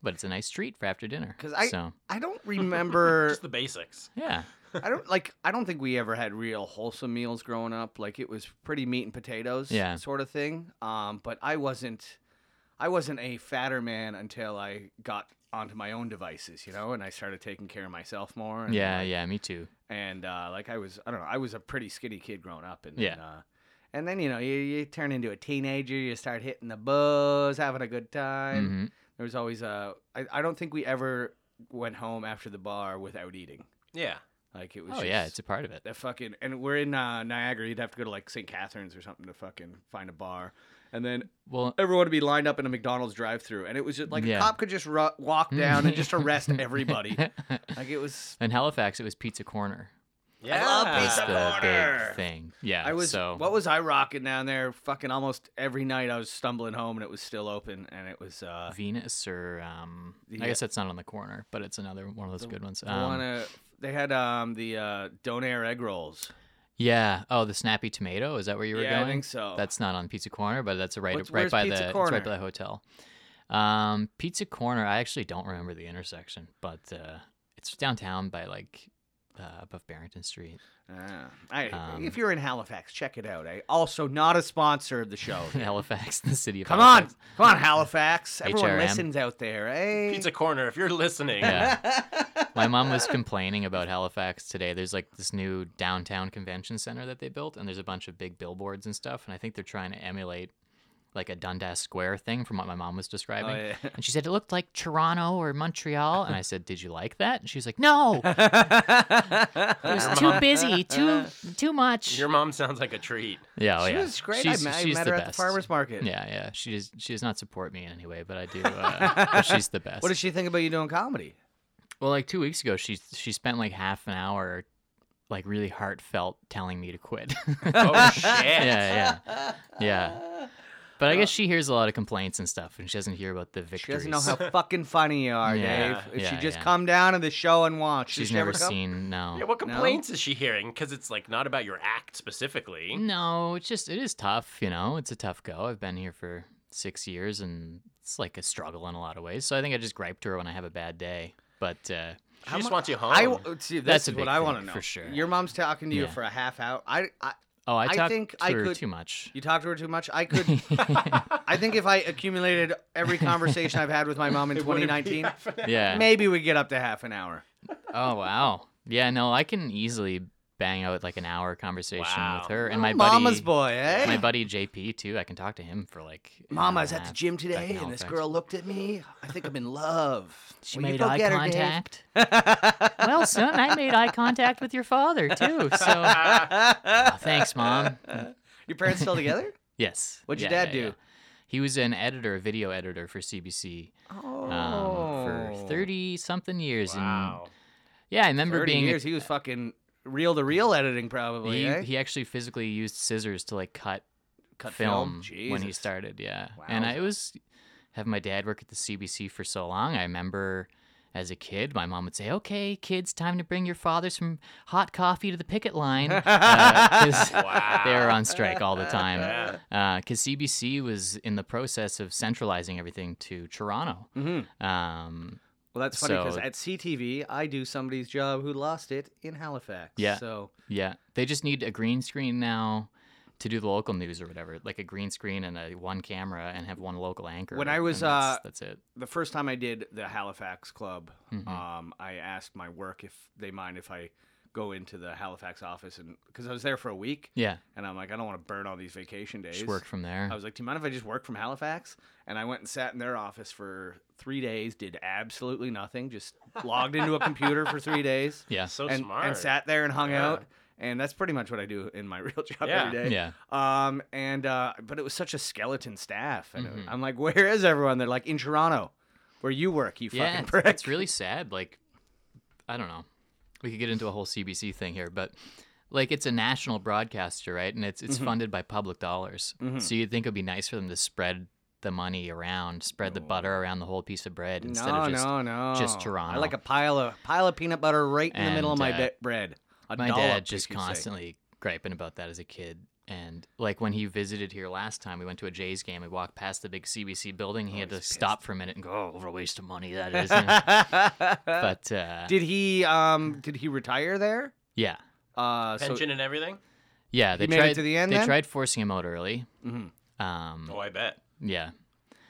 [SPEAKER 3] but it's a nice treat for after dinner.
[SPEAKER 2] 'Cause I-
[SPEAKER 3] so
[SPEAKER 2] I don't remember.
[SPEAKER 4] Just the basics.
[SPEAKER 3] yeah,
[SPEAKER 2] I don't like. I don't think we ever had real wholesome meals growing up. Like it was pretty meat and potatoes,
[SPEAKER 3] Yeah.
[SPEAKER 2] sort of thing. Um, but I wasn't, I wasn't a fatter man until I got onto my own devices, you know, and I started taking care of myself more. And,
[SPEAKER 3] yeah, yeah. Me too.
[SPEAKER 2] And uh, like I was, I don't know, I was a pretty skinny kid growing up, and then,
[SPEAKER 3] Yeah.
[SPEAKER 2] uh, and then you know you, you turn into a teenager, you start hitting the buzz, having a good time.
[SPEAKER 3] Mhm.
[SPEAKER 2] There was always a. I, I don't think we ever went home after the bar without eating.
[SPEAKER 4] Yeah.
[SPEAKER 2] Like it was.
[SPEAKER 3] Oh
[SPEAKER 2] just,
[SPEAKER 3] yeah, it's a part of it.
[SPEAKER 2] that fucking and we're in uh, Niagara. You'd have to go to like St. Catharines or something to fucking find a bar, and then
[SPEAKER 3] Well,
[SPEAKER 2] everyone would be lined up in a McDonald's drive-through, and it was just like
[SPEAKER 3] Yeah.
[SPEAKER 2] a cop could just ru- walk down and just arrest everybody. Like it was.
[SPEAKER 3] in Halifax, it was Pizza Corner.
[SPEAKER 4] Yeah.
[SPEAKER 2] love
[SPEAKER 3] It's
[SPEAKER 2] pizza
[SPEAKER 3] the
[SPEAKER 2] Corner!
[SPEAKER 3] big thing. Yeah.
[SPEAKER 2] I was
[SPEAKER 3] so
[SPEAKER 2] what was I rocking down there? Fucking almost every night I was stumbling home and it was still open and it was uh
[SPEAKER 3] Venus or um,
[SPEAKER 2] Yeah.
[SPEAKER 3] I guess that's not on the corner, but it's another one of those good ones.
[SPEAKER 2] I
[SPEAKER 3] Um,
[SPEAKER 2] wanna, they had um the uh donair egg rolls.
[SPEAKER 3] Yeah. Oh, the snappy tomato. Is that where you were
[SPEAKER 2] yeah,
[SPEAKER 3] going?
[SPEAKER 2] I think so.
[SPEAKER 3] That's not on Pizza Corner, but that's right
[SPEAKER 2] What's-
[SPEAKER 3] right
[SPEAKER 2] where's
[SPEAKER 3] by
[SPEAKER 2] Pizza
[SPEAKER 3] the it's
[SPEAKER 2] Corner?
[SPEAKER 3] right by the hotel. Um, Pizza Corner. I actually don't remember the intersection, but uh, it's downtown by like uh, above Barrington Street.
[SPEAKER 2] Ah. I,
[SPEAKER 3] Um,
[SPEAKER 2] if you're in Halifax, check it out. I also not a sponsor of the show.
[SPEAKER 3] Halifax, the city
[SPEAKER 2] Oh,
[SPEAKER 3] of
[SPEAKER 2] Come on,
[SPEAKER 3] Halifax.
[SPEAKER 2] come on, Halifax! Everyone
[SPEAKER 3] HRM.
[SPEAKER 2] listens out there, eh?
[SPEAKER 4] Pizza Corner, if you're listening.
[SPEAKER 3] Yeah. My mom was complaining about Halifax today. There's like this new downtown convention center that they built, and there's a bunch of big billboards and stuff. And I think they're trying to emulate like a Dundas Square thing from what my mom was describing.
[SPEAKER 2] Oh, yeah.
[SPEAKER 3] And she said it looked like Toronto or Montreal. And I said, Did you like that? And she was like, No, it
[SPEAKER 2] Oh,
[SPEAKER 3] was too busy, too too much.
[SPEAKER 4] Your mom sounds like a treat.
[SPEAKER 3] Yeah, oh,
[SPEAKER 2] she
[SPEAKER 3] yeah.
[SPEAKER 2] was great.
[SPEAKER 3] She's,
[SPEAKER 2] I met, I
[SPEAKER 3] she's
[SPEAKER 2] met
[SPEAKER 3] the
[SPEAKER 2] her
[SPEAKER 3] best.
[SPEAKER 2] at the farmers market.
[SPEAKER 3] Yeah, yeah. She does. She does not support me in any way, but I do. Uh, but she's the best.
[SPEAKER 2] What does she think about you doing comedy?
[SPEAKER 3] Well, like two weeks ago, she she spent like half an hour, like really heartfelt, telling me to quit.
[SPEAKER 4] Oh, shit.
[SPEAKER 3] yeah, yeah, yeah. But I guess she hears a lot of complaints and stuff, and she doesn't hear about the victories.
[SPEAKER 2] She doesn't know how fucking funny you are,
[SPEAKER 3] Yeah,
[SPEAKER 2] Dave. If she
[SPEAKER 3] yeah,
[SPEAKER 2] just
[SPEAKER 3] yeah.
[SPEAKER 2] come down to the show and watch, Does
[SPEAKER 3] She's
[SPEAKER 2] she
[SPEAKER 3] never
[SPEAKER 2] ever come?
[SPEAKER 3] seen. No.
[SPEAKER 4] Yeah, what complaints is she hearing? Because it's like not about your act specifically.
[SPEAKER 3] No, it's just it is tough, you know. It's a tough go. I've been here for six years, and it's like a struggle in a lot of ways. So I think I just gripe to her when I have a bad day. But uh,
[SPEAKER 4] She just wants you home.
[SPEAKER 2] I w- see. This
[SPEAKER 3] Oh. That's
[SPEAKER 2] is
[SPEAKER 3] a
[SPEAKER 2] what
[SPEAKER 3] big
[SPEAKER 2] I want to
[SPEAKER 3] thing,
[SPEAKER 2] know
[SPEAKER 3] for sure.
[SPEAKER 2] Your mom's talking to you
[SPEAKER 3] Yeah.
[SPEAKER 2] for a half hour. I, I,
[SPEAKER 3] oh, I
[SPEAKER 2] I
[SPEAKER 3] talk
[SPEAKER 2] think
[SPEAKER 3] to
[SPEAKER 2] I
[SPEAKER 3] her
[SPEAKER 2] could-
[SPEAKER 3] too much.
[SPEAKER 2] you talk to her too much. I could. I think if I accumulated every conversation I've had with my mom in 2019,
[SPEAKER 3] yeah.
[SPEAKER 2] maybe we get up to half an hour.
[SPEAKER 3] Oh wow. Yeah. No, I can easily bang out like an hour conversation
[SPEAKER 4] Wow.
[SPEAKER 3] with her and my buddy.
[SPEAKER 2] Oh, Mama's boy, eh?
[SPEAKER 3] My buddy JP too. I can talk to him for like. an hour
[SPEAKER 2] Mom, I
[SPEAKER 3] and
[SPEAKER 2] was
[SPEAKER 3] a
[SPEAKER 2] at the
[SPEAKER 3] half
[SPEAKER 2] gym
[SPEAKER 3] back in
[SPEAKER 2] today, and this
[SPEAKER 3] Halifax.
[SPEAKER 2] girl looked at me. I think I'm in love.
[SPEAKER 3] She
[SPEAKER 2] Will you
[SPEAKER 3] made
[SPEAKER 2] go
[SPEAKER 3] eye
[SPEAKER 2] get her, Dave?
[SPEAKER 3] contact. well, son, I made eye contact with your father too. So, Oh, thanks, Ah, mom.
[SPEAKER 2] Your parents still together?
[SPEAKER 3] Yes.
[SPEAKER 2] What'd your
[SPEAKER 3] Yeah,
[SPEAKER 2] dad
[SPEAKER 3] yeah,
[SPEAKER 2] do?
[SPEAKER 3] yeah. He was an editor, a video editor for CBC
[SPEAKER 2] Oh,
[SPEAKER 3] um, for 30 something years.
[SPEAKER 4] Wow.
[SPEAKER 3] And yeah, I remember
[SPEAKER 2] 30
[SPEAKER 3] being.
[SPEAKER 2] years. He was fucking reel to reel editing, probably.
[SPEAKER 3] he,
[SPEAKER 2] eh?
[SPEAKER 3] he actually physically used scissors to like cut,
[SPEAKER 2] Cut
[SPEAKER 3] film, when he
[SPEAKER 2] Jesus.
[SPEAKER 3] started. Yeah. And I
[SPEAKER 2] Wowza.
[SPEAKER 3] was have my dad work at the CBC for so long. I remember as a kid, my mom would say, "Okay, kids, time to bring your father some hot coffee to the picket line." Uh, 'cause They were on strike all the time. Uh,
[SPEAKER 4] Yeah.
[SPEAKER 3] Because CBC was in the process of centralizing everything to Toronto.
[SPEAKER 2] Mhm.
[SPEAKER 3] Um,
[SPEAKER 2] Well, that's funny because
[SPEAKER 3] So-
[SPEAKER 2] at CTV, I do somebody's job who lost it in Halifax.
[SPEAKER 3] Yeah.
[SPEAKER 2] So
[SPEAKER 3] yeah, they just need a green screen now to do the local news or whatever, like a green screen and a one camera and have one local anchor.
[SPEAKER 2] When I was,
[SPEAKER 3] and that's,
[SPEAKER 2] uh,
[SPEAKER 3] that's it.
[SPEAKER 2] the first time I did the Halifax Club,
[SPEAKER 3] Mhm.
[SPEAKER 2] um, I asked my work if they mind if I go into the Halifax office and because I was there for a week
[SPEAKER 3] Yeah,
[SPEAKER 2] and I'm like, I don't want to burn all these vacation days.
[SPEAKER 3] just work from there.
[SPEAKER 2] I was like, do you mind if I just work from Halifax? And I went and sat in their office for three days, did absolutely nothing, just logged into a computer for three days.
[SPEAKER 3] yeah,
[SPEAKER 4] So
[SPEAKER 2] and,
[SPEAKER 4] smart.
[SPEAKER 2] and sat there and hung
[SPEAKER 4] Yeah.
[SPEAKER 2] out. And that's pretty much what I do in my real job
[SPEAKER 4] Yeah.
[SPEAKER 2] every day.
[SPEAKER 3] yeah.
[SPEAKER 2] Um, and uh, but it was such a skeleton staff, and it-
[SPEAKER 3] Mhm.
[SPEAKER 2] I'm like, where is everyone? They're like in Toronto, where you work, you
[SPEAKER 3] yeah,
[SPEAKER 2] fucking
[SPEAKER 3] it's-
[SPEAKER 2] prick.
[SPEAKER 3] It's really sad. Like, I don't know. We could get into a whole CBC thing here, but like it's a national broadcaster, right? And it's
[SPEAKER 2] Mm-hmm.
[SPEAKER 3] it's funded by public dollars. So you'd think it'd be nice for them to spread the money around, spread the butter around the whole piece of bread instead
[SPEAKER 2] no,
[SPEAKER 3] of just
[SPEAKER 2] no, no,
[SPEAKER 3] just
[SPEAKER 2] I
[SPEAKER 3] Toronto.
[SPEAKER 2] like a pile of pile of peanut butter right in the middle of
[SPEAKER 3] And,
[SPEAKER 2] my
[SPEAKER 3] uh,
[SPEAKER 2] be- bread. A
[SPEAKER 3] my
[SPEAKER 2] dollop,
[SPEAKER 3] dad
[SPEAKER 2] if
[SPEAKER 3] just
[SPEAKER 2] you say.
[SPEAKER 3] constantly griping about that as a kid. And like when he visited here last time, we went to a Jays game. We walked past the big CBC building.
[SPEAKER 2] Oh,
[SPEAKER 3] He had to stop for a minute and go, "Oh, what a waste of money that is." but uh, mm-hmm.
[SPEAKER 2] Did he um did he retire there?
[SPEAKER 3] yeah,
[SPEAKER 2] Uh, so
[SPEAKER 4] Pension and everything?
[SPEAKER 3] Yeah, they
[SPEAKER 2] made it
[SPEAKER 3] tried
[SPEAKER 2] to the end
[SPEAKER 3] They
[SPEAKER 2] then?
[SPEAKER 3] tried forcing him out early.
[SPEAKER 2] Mhm.
[SPEAKER 3] Um,
[SPEAKER 4] Oh, I bet.
[SPEAKER 3] yeah,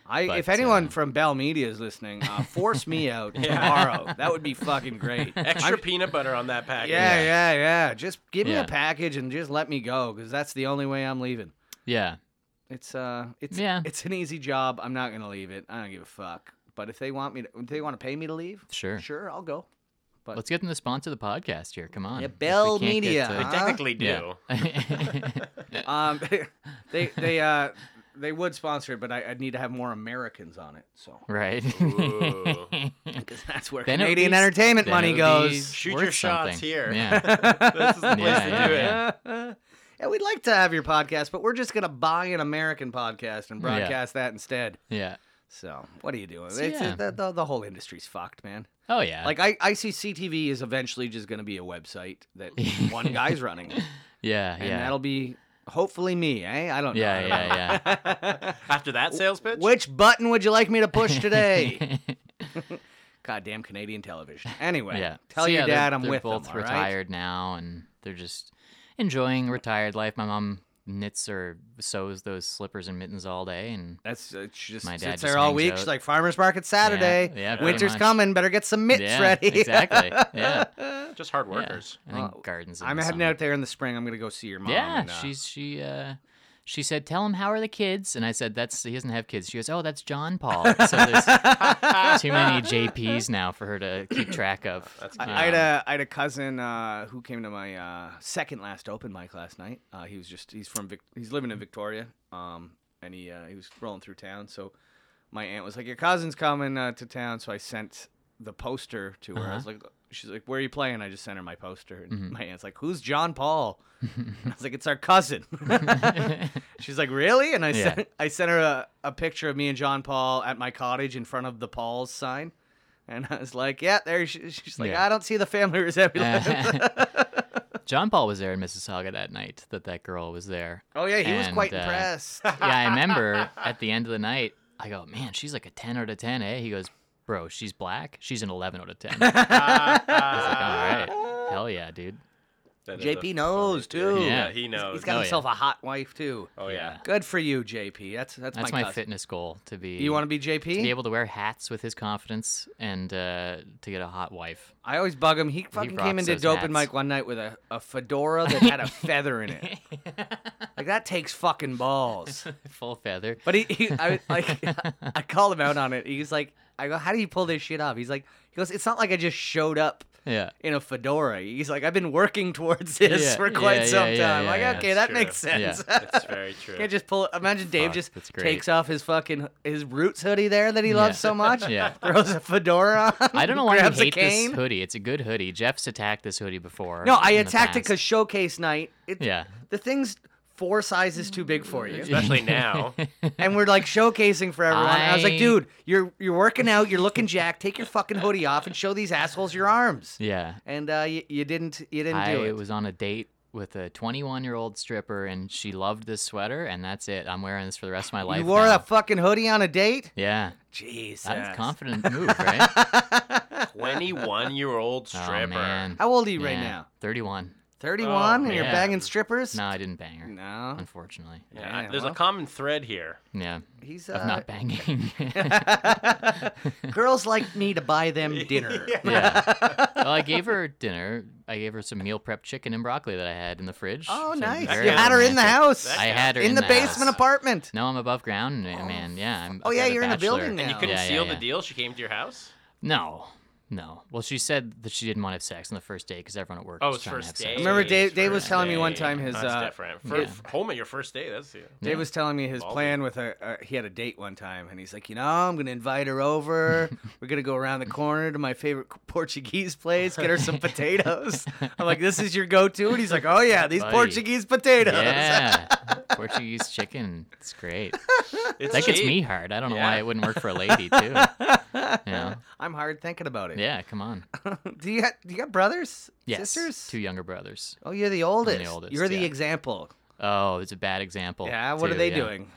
[SPEAKER 2] I, if
[SPEAKER 3] but,
[SPEAKER 2] anyone
[SPEAKER 3] uh,
[SPEAKER 2] from Bell Media is listening, uh, force me out tomorrow. That would be fucking great.
[SPEAKER 4] Extra
[SPEAKER 2] I'm-
[SPEAKER 4] peanut butter on that package.
[SPEAKER 2] Yeah, yeah, yeah. Just give me
[SPEAKER 3] Yeah.
[SPEAKER 2] a package and just let me go because that's the only way I'm leaving.
[SPEAKER 3] yeah,
[SPEAKER 2] It's uh, it's
[SPEAKER 3] Yeah.
[SPEAKER 2] it's an easy job. I'm not gonna leave it. I don't give a fuck. But if they want me to, if they want to pay me to leave,
[SPEAKER 3] sure.
[SPEAKER 2] sure, I'll go. But-
[SPEAKER 3] Let's get them to sponsor the podcast here. Come on,
[SPEAKER 2] Yeah,
[SPEAKER 3] If we
[SPEAKER 2] Bell
[SPEAKER 3] can't get
[SPEAKER 4] They
[SPEAKER 2] Media,
[SPEAKER 4] technically do.
[SPEAKER 3] yeah.
[SPEAKER 2] Um, they they uh they would sponsor it, but I, I'd need to have more Americans on it. So
[SPEAKER 3] right.
[SPEAKER 4] Ooh.
[SPEAKER 2] because that's where
[SPEAKER 3] Then it would
[SPEAKER 2] Canadian
[SPEAKER 3] be-
[SPEAKER 2] entertainment
[SPEAKER 3] then
[SPEAKER 2] money
[SPEAKER 3] it would be
[SPEAKER 2] goes.
[SPEAKER 4] Shoot
[SPEAKER 3] worth
[SPEAKER 4] your shots
[SPEAKER 3] something.
[SPEAKER 4] here.
[SPEAKER 3] Yeah,
[SPEAKER 4] this is the place
[SPEAKER 3] Yeah,
[SPEAKER 4] to
[SPEAKER 3] yeah,
[SPEAKER 4] do it.
[SPEAKER 3] yeah.
[SPEAKER 2] yeah, we'd like to have your podcast, but we're just gonna buy an American podcast and
[SPEAKER 3] Yeah.
[SPEAKER 2] broadcast that instead.
[SPEAKER 3] yeah.
[SPEAKER 2] So what are you doing?
[SPEAKER 3] So,
[SPEAKER 2] it's,
[SPEAKER 3] yeah.
[SPEAKER 2] the, the, the whole industry's fucked, man.
[SPEAKER 3] Oh yeah.
[SPEAKER 2] Like I, I see CTV is eventually just going to be a website that one guy's running, it.
[SPEAKER 3] yeah,
[SPEAKER 2] and
[SPEAKER 3] yeah,
[SPEAKER 2] that'll be hopefully me. Eh? I don't know.
[SPEAKER 3] yeah, yeah, yeah.
[SPEAKER 4] After that sales pitch?
[SPEAKER 2] Which button would you like me to push today? Goddamn Canadian television. Anyway,
[SPEAKER 3] yeah.
[SPEAKER 2] tell
[SPEAKER 3] So,
[SPEAKER 2] your
[SPEAKER 3] yeah, they're-
[SPEAKER 2] dad I'm
[SPEAKER 3] they're
[SPEAKER 2] with
[SPEAKER 3] both
[SPEAKER 2] him. all right?
[SPEAKER 3] retired now, and they're just enjoying retired life. My mom knits or sews those slippers and mittens all day, and
[SPEAKER 2] That's uh, she just
[SPEAKER 3] My dad
[SPEAKER 2] sits
[SPEAKER 3] just
[SPEAKER 2] there all
[SPEAKER 3] hangs
[SPEAKER 2] week.
[SPEAKER 3] out.
[SPEAKER 2] She's like farmers market Saturday.
[SPEAKER 3] yeah, pretty
[SPEAKER 2] winter's
[SPEAKER 3] much.
[SPEAKER 2] coming. Better get some mitts
[SPEAKER 3] yeah,
[SPEAKER 2] ready.
[SPEAKER 3] exactly. Yeah.
[SPEAKER 4] Just hard
[SPEAKER 3] Yeah,
[SPEAKER 4] workers.
[SPEAKER 3] I think
[SPEAKER 2] Well,
[SPEAKER 3] gardens. in
[SPEAKER 2] I'm
[SPEAKER 3] the
[SPEAKER 2] heading
[SPEAKER 3] summer.
[SPEAKER 2] out there in the spring. I'm gonna go see your mom.
[SPEAKER 3] Yeah,
[SPEAKER 2] and, uh,
[SPEAKER 3] she's she uh, she said, "Tell him how are the kids?" And I said, "That's he doesn't have kids." She goes, "Oh, that's John Paul." So there's too many JPs now for her to keep track of.
[SPEAKER 4] That's
[SPEAKER 2] I, I had a I had a cousin uh, who came to my uh, second last open mic last night. Uh, he was just he's from Vic- he's living in Victoria, um, and he uh, he was rolling through town. So my aunt was like, "Your cousin's coming uh, to town," so I sent the poster to her. I was like, "She's like, where are you playing?" I just sent her my poster, and my aunt's like, "Who's John Paul?" And I was like, "It's our cousin." She's like, "Really?" And I
[SPEAKER 3] Yeah.
[SPEAKER 2] sent I sent her a, a picture of me and John Paul at my cottage in front of the Paul's sign. And I was like, yeah, there she, she's like,
[SPEAKER 3] Yeah. Uh-huh.
[SPEAKER 2] I don't see the family resemblance.
[SPEAKER 3] Eh. John Paul was there in Mississauga that night that that girl was there.
[SPEAKER 2] oh yeah, he was
[SPEAKER 3] And,
[SPEAKER 2] quite
[SPEAKER 3] uh,
[SPEAKER 2] impressed.
[SPEAKER 3] Yeah, I remember at the end of the night, I go, "Man, she's like a ten out of ten, eh?" He goes, "Bro, she's black. She's an eleven out of 10. I was like, "All right, hell yeah, dude."
[SPEAKER 4] That is
[SPEAKER 2] JP
[SPEAKER 4] a funny
[SPEAKER 2] knows,
[SPEAKER 4] theory.
[SPEAKER 2] too.
[SPEAKER 4] Yeah,
[SPEAKER 3] Yeah.
[SPEAKER 4] he knows.
[SPEAKER 2] He's got
[SPEAKER 3] Oh, yeah.
[SPEAKER 2] himself a hot wife too.
[SPEAKER 4] oh yeah.
[SPEAKER 2] Good for you, JP. That's that's,
[SPEAKER 3] That's
[SPEAKER 2] my,
[SPEAKER 3] my,
[SPEAKER 2] cousin.
[SPEAKER 3] fitness goal to be.
[SPEAKER 2] You want to be JP?
[SPEAKER 3] to be able to wear hats with his confidence and uh, to get a hot wife.
[SPEAKER 2] I always bug him. He fucking came
[SPEAKER 3] rocks
[SPEAKER 2] into
[SPEAKER 3] those
[SPEAKER 2] Dope and
[SPEAKER 3] hats.
[SPEAKER 2] Mike one night with a, a fedora that had a feather in it. Like that takes fucking balls.
[SPEAKER 3] Full feather.
[SPEAKER 2] But he, he I was like, I called him out on it. He's like, I go, how do you pull this shit off? He's like, he goes, it's not like I just showed up
[SPEAKER 3] Yeah.
[SPEAKER 2] in a fedora. He's like, I've been working towards this
[SPEAKER 3] Yeah,
[SPEAKER 2] for quite
[SPEAKER 3] yeah, yeah,
[SPEAKER 2] some
[SPEAKER 3] yeah,
[SPEAKER 2] time.
[SPEAKER 3] yeah,
[SPEAKER 2] like,
[SPEAKER 3] yeah,
[SPEAKER 2] okay,
[SPEAKER 4] that's
[SPEAKER 2] that
[SPEAKER 4] true.
[SPEAKER 2] makes sense.
[SPEAKER 4] It's very true.
[SPEAKER 2] Can't just pull. Imagine Dave
[SPEAKER 3] Fuck,
[SPEAKER 2] just
[SPEAKER 3] that's great.
[SPEAKER 2] takes off his fucking his roots hoodie there that he loves so much.
[SPEAKER 3] Yeah.
[SPEAKER 2] throws a fedora. On,
[SPEAKER 3] I don't know why you
[SPEAKER 2] grabs a
[SPEAKER 3] hate this
[SPEAKER 2] cane.
[SPEAKER 3] hoodie. It's a good hoodie. Jeff's attacked this hoodie before.
[SPEAKER 2] No, I
[SPEAKER 3] in the
[SPEAKER 2] attacked it
[SPEAKER 3] past.
[SPEAKER 2] because showcase night. It,
[SPEAKER 3] Yeah.
[SPEAKER 2] the thing's four sizes too big for you.
[SPEAKER 4] Especially now.
[SPEAKER 2] and we're like showcasing for everyone. I, was like,
[SPEAKER 3] I-
[SPEAKER 2] dude, you're you're working out, you're looking jacked. Take your fucking hoodie off and show these assholes your arms.
[SPEAKER 3] Yeah.
[SPEAKER 2] And uh, you, you didn't you didn't
[SPEAKER 3] I
[SPEAKER 2] do it.
[SPEAKER 3] was on a date with a 21 year old stripper and she loved this sweater and that's it. I'm wearing this for the rest of my life.
[SPEAKER 2] you wore
[SPEAKER 3] now.
[SPEAKER 2] a fucking hoodie on a date.
[SPEAKER 3] Yeah.
[SPEAKER 2] Jesus.
[SPEAKER 3] That's a confident move, right?
[SPEAKER 4] 21 year old stripper.
[SPEAKER 3] Oh, man.
[SPEAKER 2] How old are you right
[SPEAKER 3] Yeah.
[SPEAKER 2] now?
[SPEAKER 3] 31.
[SPEAKER 2] Thirty-one, and you're
[SPEAKER 3] man.
[SPEAKER 2] banging strippers.
[SPEAKER 3] No, I didn't bang her.
[SPEAKER 2] No.
[SPEAKER 3] Unfortunately.
[SPEAKER 4] Yeah,
[SPEAKER 2] Yeah,
[SPEAKER 4] there's
[SPEAKER 2] well.
[SPEAKER 4] a common thread here.
[SPEAKER 3] Yeah.
[SPEAKER 2] He's uh,
[SPEAKER 3] Of not banging.
[SPEAKER 2] Girls like me to buy them dinner.
[SPEAKER 3] yeah. Well, I gave her dinner. I gave her some meal prep chicken and broccoli that I had in the fridge.
[SPEAKER 2] Oh,
[SPEAKER 3] so
[SPEAKER 2] nice!
[SPEAKER 3] very
[SPEAKER 2] You had her in the
[SPEAKER 3] romantic.
[SPEAKER 2] house.
[SPEAKER 4] That
[SPEAKER 3] I
[SPEAKER 4] counts.
[SPEAKER 3] had her
[SPEAKER 2] in, the, basement
[SPEAKER 3] house.
[SPEAKER 2] apartment.
[SPEAKER 3] No, I'm above ground, man. man. Yeah, I'm.
[SPEAKER 2] Oh,
[SPEAKER 3] up
[SPEAKER 2] yeah,
[SPEAKER 3] there, the
[SPEAKER 2] you're in a
[SPEAKER 3] bachelor.
[SPEAKER 2] building
[SPEAKER 4] And you
[SPEAKER 2] now.
[SPEAKER 4] couldn't
[SPEAKER 3] Yeah, yeah,
[SPEAKER 4] seal
[SPEAKER 3] yeah.
[SPEAKER 4] the deal. She came to your house.
[SPEAKER 3] No, no. Well, she said that she didn't want to have sex on the first date because everyone at work
[SPEAKER 4] Oh,
[SPEAKER 3] was
[SPEAKER 4] it's
[SPEAKER 3] trying to
[SPEAKER 4] first
[SPEAKER 3] have
[SPEAKER 4] date.
[SPEAKER 3] sex.
[SPEAKER 2] Remember Dave- Dave was
[SPEAKER 4] First
[SPEAKER 2] telling me one
[SPEAKER 4] date.
[SPEAKER 2] time his,
[SPEAKER 4] That's
[SPEAKER 2] uh,
[SPEAKER 4] different. For,
[SPEAKER 3] yeah.
[SPEAKER 4] for home at your first date. That's yeah.
[SPEAKER 2] Dave was telling me his
[SPEAKER 4] Ballsy.
[SPEAKER 2] plan with a. Uh, he had a date one time, and he's like, you know, I'm gonna invite her over. We're gonna go around the corner to my favorite Portuguese place, get her some potatoes. I'm like, this is your go-to, and he's like, oh yeah, these
[SPEAKER 3] Buddy.
[SPEAKER 2] Portuguese potatoes.
[SPEAKER 3] Yeah, Portuguese chicken. It's great.
[SPEAKER 4] It's
[SPEAKER 3] That gets
[SPEAKER 4] cheap.
[SPEAKER 3] me hard. I don't know why
[SPEAKER 4] Yeah.
[SPEAKER 3] it wouldn't work for a lady too. You know?
[SPEAKER 2] I'm hard thinking about it.
[SPEAKER 3] Yeah, come on.
[SPEAKER 2] do you ha- do you got brothers?
[SPEAKER 3] Yes,
[SPEAKER 2] Sisters?
[SPEAKER 3] two younger brothers.
[SPEAKER 2] Oh, you're the oldest.
[SPEAKER 3] oldest,
[SPEAKER 2] you're the
[SPEAKER 3] yeah.
[SPEAKER 2] example.
[SPEAKER 3] Oh, it's a bad example.
[SPEAKER 2] Yeah. What are
[SPEAKER 3] too,
[SPEAKER 2] they
[SPEAKER 3] yeah.
[SPEAKER 2] doing?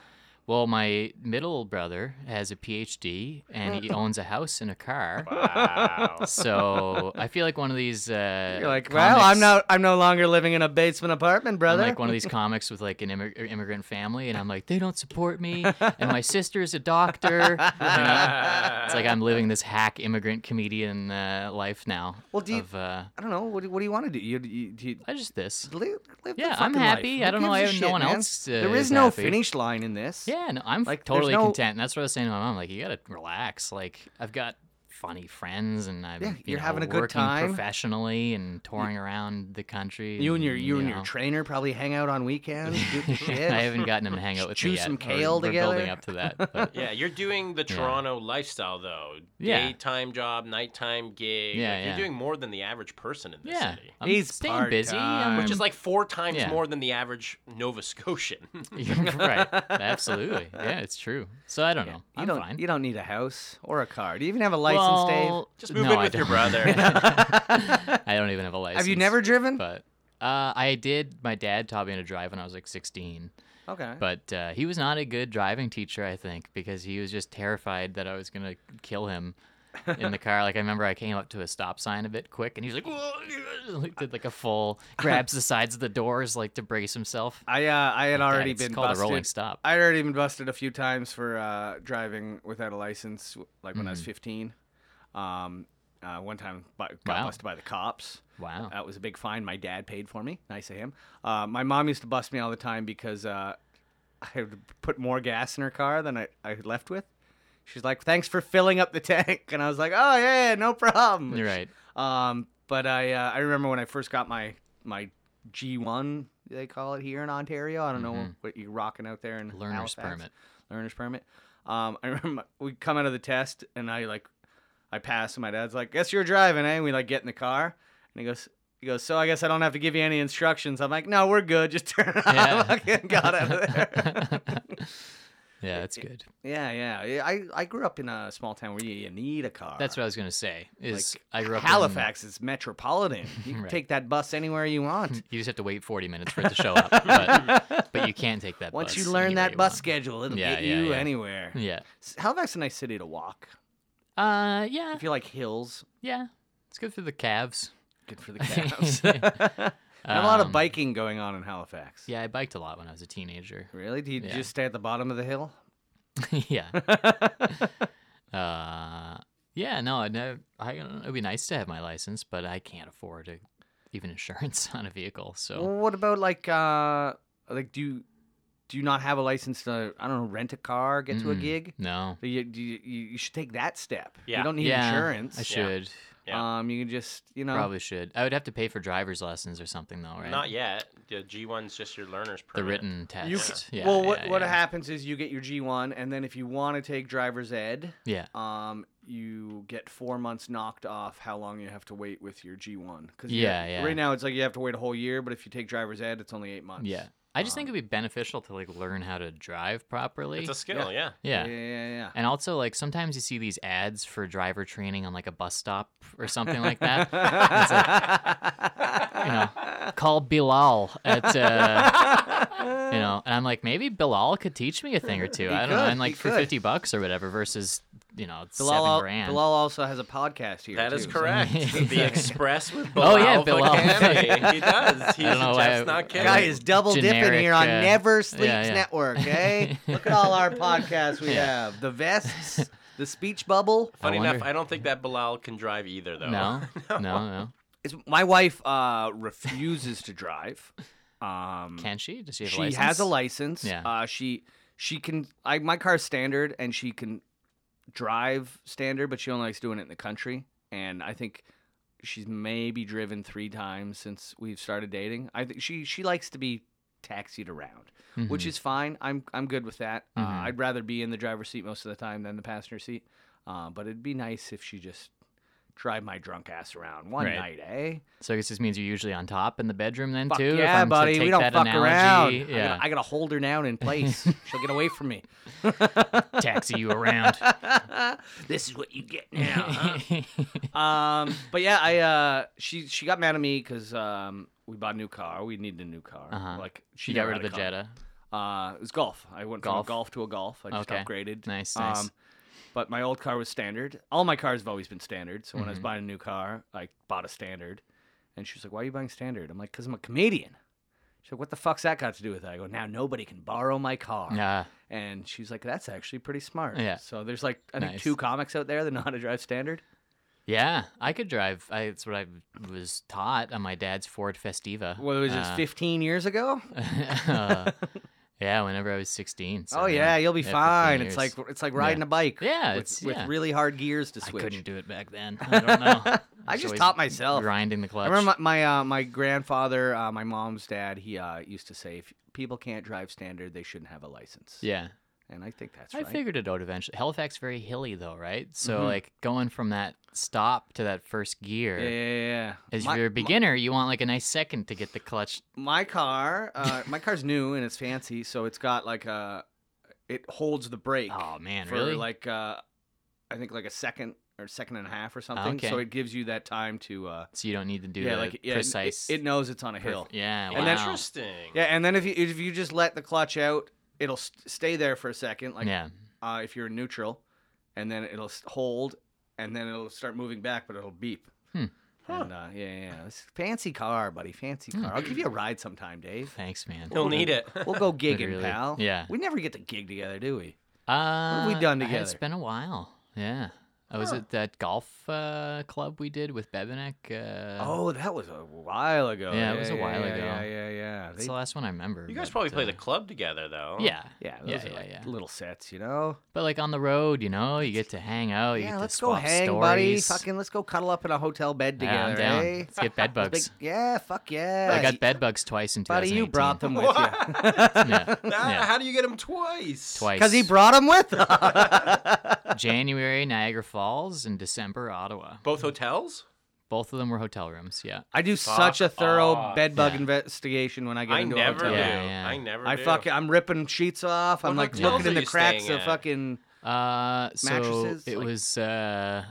[SPEAKER 3] Well, my middle brother has a PhD and he owns a house and a car.
[SPEAKER 4] Wow.
[SPEAKER 3] So I feel like one of these. Uh,
[SPEAKER 2] You're like, well, I'm
[SPEAKER 3] comics-
[SPEAKER 2] no, I'm no longer living in a basement apartment,
[SPEAKER 3] I'm
[SPEAKER 2] brother.
[SPEAKER 3] like one of these comics with like an immig- immigrant family, and I'm like, they don't support me, and my sister's a doctor. you know? It's like I'm living this hack immigrant comedian uh, life now.
[SPEAKER 2] Well, do you-
[SPEAKER 3] of, uh,
[SPEAKER 2] I don't know. What do, what do you want to do? You, you, do you
[SPEAKER 3] I just this.
[SPEAKER 2] live, live the
[SPEAKER 3] Yeah, I'm
[SPEAKER 2] fucking life.
[SPEAKER 3] happy.
[SPEAKER 2] Who
[SPEAKER 3] I don't know
[SPEAKER 2] gives
[SPEAKER 3] why
[SPEAKER 2] a
[SPEAKER 3] no
[SPEAKER 2] shit,
[SPEAKER 3] one
[SPEAKER 2] man?
[SPEAKER 3] else, uh,
[SPEAKER 2] there
[SPEAKER 3] is
[SPEAKER 2] is no
[SPEAKER 3] happy.
[SPEAKER 2] finish line in this.
[SPEAKER 3] Yeah, no, I'm
[SPEAKER 2] Like, there's
[SPEAKER 3] totally
[SPEAKER 2] no-
[SPEAKER 3] content. And that's what I was saying to my mom. Like, you gotta relax. Like, I've got funny friends, and I'm
[SPEAKER 2] Yeah,
[SPEAKER 3] you
[SPEAKER 2] you're
[SPEAKER 3] know,
[SPEAKER 2] having a good
[SPEAKER 3] working
[SPEAKER 2] time.
[SPEAKER 3] professionally and touring around the country.
[SPEAKER 2] You and your you, and your
[SPEAKER 3] know.
[SPEAKER 2] trainer probably hang out on weekends. shoot the shit.
[SPEAKER 3] I haven't gotten him to hang out with
[SPEAKER 2] Chew
[SPEAKER 3] me yet.
[SPEAKER 2] some
[SPEAKER 3] We're-
[SPEAKER 2] kale
[SPEAKER 3] we're building
[SPEAKER 2] together.
[SPEAKER 3] up to that. But
[SPEAKER 4] Yeah, you're doing the Toronto lifestyle though.
[SPEAKER 3] Yeah.
[SPEAKER 4] Daytime job, nighttime gig.
[SPEAKER 3] Yeah,
[SPEAKER 4] Like,
[SPEAKER 3] yeah.
[SPEAKER 4] You're doing more than the average person in this
[SPEAKER 3] yeah,
[SPEAKER 4] city.
[SPEAKER 3] I'm
[SPEAKER 2] He's
[SPEAKER 3] staying busy. I'm-
[SPEAKER 4] Which is like four times
[SPEAKER 3] Yeah.
[SPEAKER 4] more than the average Nova Scotian.
[SPEAKER 3] Yeah, right. Absolutely. Yeah, it's true. So I don't know.
[SPEAKER 2] You
[SPEAKER 3] I'm
[SPEAKER 2] don't
[SPEAKER 3] fine.
[SPEAKER 2] you don't need a house or a car. Do you even have a license, Dave?
[SPEAKER 3] Well,
[SPEAKER 4] Just move
[SPEAKER 3] no,
[SPEAKER 4] in
[SPEAKER 3] I
[SPEAKER 4] with your
[SPEAKER 3] don't.
[SPEAKER 4] brother.
[SPEAKER 3] I don't even have a license.
[SPEAKER 2] Have you never driven?
[SPEAKER 3] But uh, I did. My dad taught me how to drive when I was like 16.
[SPEAKER 2] okay.
[SPEAKER 3] But uh, he was not a good driving teacher, I think, because he was just terrified that I was gonna kill him in the car. Like I remember, I came up to a stop sign a bit quick, and he was like, "Whoa," like, did like a full grabs the sides of the doors like to brace himself.
[SPEAKER 2] I uh, I had
[SPEAKER 3] Dad,
[SPEAKER 2] already
[SPEAKER 3] it's
[SPEAKER 2] been
[SPEAKER 3] called
[SPEAKER 2] busted.
[SPEAKER 3] a rolling stop.
[SPEAKER 2] I'd already been busted a few times for uh, driving without a license, w- like when I
[SPEAKER 3] Mm.
[SPEAKER 2] was 15. Um, uh, one time, bu- got
[SPEAKER 3] Wow.
[SPEAKER 2] busted by the cops.
[SPEAKER 3] Wow.
[SPEAKER 2] That was a big fine. My dad paid for me. Nice of him. Uh, my mom used to bust me all the time because uh, I had put more gas in her car than I, I had left with. She's like, "Thanks for filling up the tank," and I was like, "Oh yeah, no problem."
[SPEAKER 3] You're right.
[SPEAKER 2] Um, but I uh, I remember when I first got my my G1 they call it here in Ontario. I don't know what you're rocking out there in
[SPEAKER 3] Mm-hmm. Learner's
[SPEAKER 2] Halifax.
[SPEAKER 3] permit.
[SPEAKER 2] Learner's permit. Um, I remember we come out of the test and I like I pass and my dad's like, "Guess you're driving, eh?" And we like get in the car and he goes. He goes, so I guess I don't have to give you any instructions. I'm like, no, we're good. Just turn it
[SPEAKER 3] Yeah.
[SPEAKER 2] off. Fucking got out of there.
[SPEAKER 3] Yeah, that's good.
[SPEAKER 2] yeah, yeah, yeah. I, I grew up in a small town where you, you need a car.
[SPEAKER 3] That's what I was gonna say. Is I grew up in-
[SPEAKER 2] Halifax is metropolitan. You can
[SPEAKER 3] Right.
[SPEAKER 2] take that bus anywhere you want.
[SPEAKER 3] You just have to wait 40 minutes for it to show up. But, but you can take that
[SPEAKER 2] Once
[SPEAKER 3] bus.
[SPEAKER 2] you learn
[SPEAKER 3] anywhere
[SPEAKER 2] that
[SPEAKER 3] you
[SPEAKER 2] bus
[SPEAKER 3] want.
[SPEAKER 2] schedule, it'll
[SPEAKER 3] Yeah,
[SPEAKER 2] get
[SPEAKER 3] yeah,
[SPEAKER 2] you
[SPEAKER 3] yeah.
[SPEAKER 2] anywhere.
[SPEAKER 3] Yeah.
[SPEAKER 2] S- Halifax is a nice city to walk.
[SPEAKER 3] Uh, yeah.
[SPEAKER 2] If you like hills,
[SPEAKER 3] Yeah. It's good for the calves.
[SPEAKER 2] good for the calves. Not a lot of biking going on in Halifax.
[SPEAKER 3] Um, Yeah, I biked a lot when I was a teenager.
[SPEAKER 2] Really? Do you
[SPEAKER 3] Yeah.
[SPEAKER 2] just stay at the bottom of the hill?
[SPEAKER 3] yeah. uh, yeah, no, I know. I don't know. It'd be nice to have my license, but I can't afford a,
[SPEAKER 2] Mm.
[SPEAKER 3] even insurance on a vehicle. So
[SPEAKER 2] Well, what about like uh like do you do you not have a license to I don't know rent a car, get to a
[SPEAKER 3] Mm-mm.
[SPEAKER 2] gig?
[SPEAKER 3] No.
[SPEAKER 2] So you, you you you should take that step.
[SPEAKER 4] Yeah.
[SPEAKER 2] You don't need
[SPEAKER 3] yeah,
[SPEAKER 2] insurance.
[SPEAKER 3] I should.
[SPEAKER 4] Yeah.
[SPEAKER 2] Um, you can just you know
[SPEAKER 3] Probably should. I would have to pay for driver's lessons or something though, right?
[SPEAKER 4] Not yet. The G one's just your learner's
[SPEAKER 3] the
[SPEAKER 4] permit.
[SPEAKER 3] written test.
[SPEAKER 2] You
[SPEAKER 3] yeah.
[SPEAKER 2] well, what
[SPEAKER 3] yeah,
[SPEAKER 2] what
[SPEAKER 3] yeah.
[SPEAKER 2] happens is you get your G one, and then if you want to take driver's ed,
[SPEAKER 3] Yeah.
[SPEAKER 2] um, you get four months knocked off how long you have to wait with your G one.
[SPEAKER 3] Yeah, yeah.
[SPEAKER 2] Right now it's like you have to wait a whole year, but if you take driver's ed, it's only eight months.
[SPEAKER 3] Yeah. I just
[SPEAKER 2] um,
[SPEAKER 3] think it'd be beneficial to like learn how to drive properly.
[SPEAKER 4] It's a skill, yeah.
[SPEAKER 3] E? yeah.
[SPEAKER 2] Yeah, yeah, yeah.
[SPEAKER 3] And also, like sometimes you see these ads for driver training on like a bus stop or something like that. It's like, you know, call Bilal at, uh, you know, and I'm like, maybe Bilal could teach me a thing or two. I don't know,
[SPEAKER 2] could,
[SPEAKER 3] and like
[SPEAKER 2] he
[SPEAKER 3] for
[SPEAKER 2] could.
[SPEAKER 3] fifty bucks or whatever versus, you know,
[SPEAKER 2] Bilal,
[SPEAKER 3] seven
[SPEAKER 2] al-
[SPEAKER 3] grand.
[SPEAKER 2] Bilal also has a podcast here.
[SPEAKER 4] That is
[SPEAKER 2] too, so-
[SPEAKER 4] correct. the Express with Bilal.
[SPEAKER 3] Oh, yeah, Bilal.
[SPEAKER 4] Fakami. he does. He's
[SPEAKER 3] know why I-
[SPEAKER 4] just not kidding.
[SPEAKER 2] Guy is double dipping
[SPEAKER 3] Generic,
[SPEAKER 2] here on
[SPEAKER 3] uh,
[SPEAKER 2] Never Sleeps
[SPEAKER 3] yeah.
[SPEAKER 2] Network. Hey, look at all our podcasts we have: the vests, the speech bubble.
[SPEAKER 4] Funny
[SPEAKER 3] I wonder-
[SPEAKER 4] enough, I don't think that Bilal can drive either, though.
[SPEAKER 3] no, no, no.
[SPEAKER 2] It's, my wife uh, refuses to drive. Um,
[SPEAKER 3] Can she? Does she have
[SPEAKER 2] she
[SPEAKER 3] a license?
[SPEAKER 2] has a license.
[SPEAKER 3] Yeah.
[SPEAKER 2] Uh, she she can. I my car's standard, and she can drive standard, but she only likes doing it in the country. And I think she's maybe driven three times since we've started dating. I think she she likes to be taxied around,
[SPEAKER 3] Mm-hmm.
[SPEAKER 2] which is fine. I'm I'm good with that. Uh,
[SPEAKER 3] Mhm.
[SPEAKER 2] I'd rather be in the driver's seat most of the time than the passenger seat. Uh, but it'd be nice if she just drive my drunk ass around one
[SPEAKER 3] Right.
[SPEAKER 2] night, eh?
[SPEAKER 3] So I guess this means you're usually on top in the bedroom then
[SPEAKER 2] Fuck
[SPEAKER 3] too. if
[SPEAKER 2] yeah,
[SPEAKER 3] I'm to
[SPEAKER 2] buddy.
[SPEAKER 3] take
[SPEAKER 2] We don't
[SPEAKER 3] that
[SPEAKER 2] fuck around.
[SPEAKER 3] analogy.
[SPEAKER 2] I gotta-
[SPEAKER 3] Yeah.
[SPEAKER 2] I gotta hold her down in place. She'll get away from me.
[SPEAKER 3] taxi you around.
[SPEAKER 2] this is what you get now. huh? um, but yeah, I uh, she she got mad at me because um, we bought a new car. We needed a new car.
[SPEAKER 3] Uh-huh.
[SPEAKER 2] Like she
[SPEAKER 3] she got
[SPEAKER 2] never
[SPEAKER 3] rid
[SPEAKER 2] had
[SPEAKER 3] of the
[SPEAKER 2] a car.
[SPEAKER 3] Jetta.
[SPEAKER 2] Uh, it was golf. I went
[SPEAKER 3] Golf?
[SPEAKER 2] from a golf to a golf. I just
[SPEAKER 3] Okay.
[SPEAKER 2] upgraded. Um,
[SPEAKER 3] Nice, nice.
[SPEAKER 2] but my old car was standard. All my cars have always been standard. So when
[SPEAKER 3] Mm-hmm.
[SPEAKER 2] I was buying a new car, I bought a standard. And she was like, "Why are you buying standard?" I'm like, "Cause I'm a comedian." She's like, "What the fuck's that got to do with it?" I go, "Now nobody can borrow my car."
[SPEAKER 3] Yeah.
[SPEAKER 2] And she's like, "That's actually pretty smart."
[SPEAKER 3] Yeah.
[SPEAKER 2] So there's like I think
[SPEAKER 3] Nice.
[SPEAKER 2] two comics out there that know how to drive standard.
[SPEAKER 3] Yeah, I could drive. I, it's what I was taught on my dad's Ford Festiva.
[SPEAKER 2] What was this?
[SPEAKER 3] Uh,
[SPEAKER 2] 15 years ago?
[SPEAKER 3] uh, yeah, whenever I was 16. so
[SPEAKER 2] oh yeah, you'll be
[SPEAKER 3] 15
[SPEAKER 2] fine. It's
[SPEAKER 3] years.
[SPEAKER 2] like it's like riding a bike.
[SPEAKER 3] Yeah,
[SPEAKER 2] with,
[SPEAKER 3] it's-
[SPEAKER 2] with
[SPEAKER 3] yeah.
[SPEAKER 2] really hard gears to
[SPEAKER 3] I
[SPEAKER 2] switch.
[SPEAKER 3] couldn't do it back then. I don't know.
[SPEAKER 2] I
[SPEAKER 3] was
[SPEAKER 2] just
[SPEAKER 3] always
[SPEAKER 2] taught myself.
[SPEAKER 3] grinding the clutch.
[SPEAKER 2] I remember my my, uh, my grandfather, uh, my mom's dad. He uh, used to say, if people can't drive standard, they shouldn't have a license.
[SPEAKER 3] yeah.
[SPEAKER 2] and I think that's
[SPEAKER 3] I
[SPEAKER 2] right. Mm-hmm.
[SPEAKER 3] figured it out eventually. Halifax very hilly though, right? So like going from that stop to that first gear.
[SPEAKER 2] yeah, yeah, yeah, yeah.
[SPEAKER 3] As
[SPEAKER 2] my,
[SPEAKER 3] you're a beginner, you want like a nice second to get the clutch.
[SPEAKER 2] my car, uh, my car's new and it's fancy, so it's got like a, it holds the brake.
[SPEAKER 3] Oh man,
[SPEAKER 2] for
[SPEAKER 3] really?
[SPEAKER 2] like uh, I think like a second or second and a half or something.
[SPEAKER 3] Ah, Okay.
[SPEAKER 2] So it gives you that time to uh,
[SPEAKER 3] so you don't need to do
[SPEAKER 2] yeah,
[SPEAKER 3] the
[SPEAKER 2] like yeah, it-
[SPEAKER 3] precise.
[SPEAKER 2] It, it knows it's on a
[SPEAKER 3] perf-
[SPEAKER 2] hill.
[SPEAKER 3] Yeah.
[SPEAKER 2] And then-
[SPEAKER 3] wow.
[SPEAKER 4] Interesting.
[SPEAKER 2] Yeah, and then if you if you just let the clutch out, it'll st- stay there for a second, like
[SPEAKER 3] yeah.
[SPEAKER 2] uh, if you're in neutral, and then it'll s- hold, and then it'll start moving back, but it'll beep.
[SPEAKER 3] Hmm.
[SPEAKER 2] And, uh, yeah, yeah, yeah. It's fancy car, buddy. Fancy
[SPEAKER 3] Hmm.
[SPEAKER 2] car. I'll give you a ride sometime, Dave.
[SPEAKER 3] Thanks, man.
[SPEAKER 4] You'll need it.
[SPEAKER 2] We'll go gigging,
[SPEAKER 3] Literally.
[SPEAKER 2] pal.
[SPEAKER 3] Yeah.
[SPEAKER 2] We never get to gig together, do we?
[SPEAKER 3] Uh,
[SPEAKER 2] we done
[SPEAKER 3] I- It's
[SPEAKER 2] together?
[SPEAKER 3] been a while. Yeah. I was at that golf uh, club we did with Bebenek. Uh,
[SPEAKER 2] oh, that was a while ago.
[SPEAKER 3] Yeah, it was a while
[SPEAKER 2] yeah,
[SPEAKER 3] ago.
[SPEAKER 2] Yeah, yeah, yeah.
[SPEAKER 3] that's
[SPEAKER 2] They-
[SPEAKER 3] the last one I remember.
[SPEAKER 4] You guys
[SPEAKER 3] but,
[SPEAKER 4] probably play
[SPEAKER 3] uh,
[SPEAKER 4] the club together, though.
[SPEAKER 3] Yeah.
[SPEAKER 2] yeah, those
[SPEAKER 3] Yeah.
[SPEAKER 2] are
[SPEAKER 3] yeah,
[SPEAKER 2] like
[SPEAKER 3] yeah.
[SPEAKER 2] little sets, you know.
[SPEAKER 3] But like on the road, you know, you get to hang out. You get
[SPEAKER 2] yeah,
[SPEAKER 3] to
[SPEAKER 2] let's go
[SPEAKER 3] swap
[SPEAKER 2] hang,
[SPEAKER 3] stories.
[SPEAKER 2] buddy. Fucking, let's go cuddle up in a hotel bed
[SPEAKER 3] Yeah, I'm
[SPEAKER 2] together.
[SPEAKER 3] down.
[SPEAKER 2] eh?
[SPEAKER 3] Let's get bed
[SPEAKER 2] Big-
[SPEAKER 3] bugs.
[SPEAKER 2] yeah, fuck yeah.
[SPEAKER 3] I got bed bugs twice in 2018.
[SPEAKER 2] buddy. You brought them with you.
[SPEAKER 3] yeah,
[SPEAKER 4] Ah,
[SPEAKER 3] yeah,
[SPEAKER 4] How do you get him twice?
[SPEAKER 3] twice.
[SPEAKER 2] Because he brought him with him.
[SPEAKER 3] January Niagara Falls and December Ottawa.
[SPEAKER 4] Both hotels?
[SPEAKER 3] Both of them were hotel rooms. Yeah.
[SPEAKER 2] I do such a thorough
[SPEAKER 4] off.
[SPEAKER 2] bed bug
[SPEAKER 3] Yeah.
[SPEAKER 2] investigation when I get
[SPEAKER 4] I
[SPEAKER 2] into
[SPEAKER 4] never
[SPEAKER 2] a
[SPEAKER 4] do.
[SPEAKER 2] hotel.
[SPEAKER 3] Yeah, yeah.
[SPEAKER 4] I never
[SPEAKER 2] I
[SPEAKER 4] do.
[SPEAKER 2] fuck. I'm ripping sheets off. I'm
[SPEAKER 4] What
[SPEAKER 2] like
[SPEAKER 4] hotels
[SPEAKER 2] looking in
[SPEAKER 4] are
[SPEAKER 2] the
[SPEAKER 4] you
[SPEAKER 2] cracks
[SPEAKER 4] staying
[SPEAKER 2] of
[SPEAKER 4] at?
[SPEAKER 2] fucking.
[SPEAKER 3] Uh, so
[SPEAKER 2] Mattresses,
[SPEAKER 3] it
[SPEAKER 2] like-
[SPEAKER 3] was uh,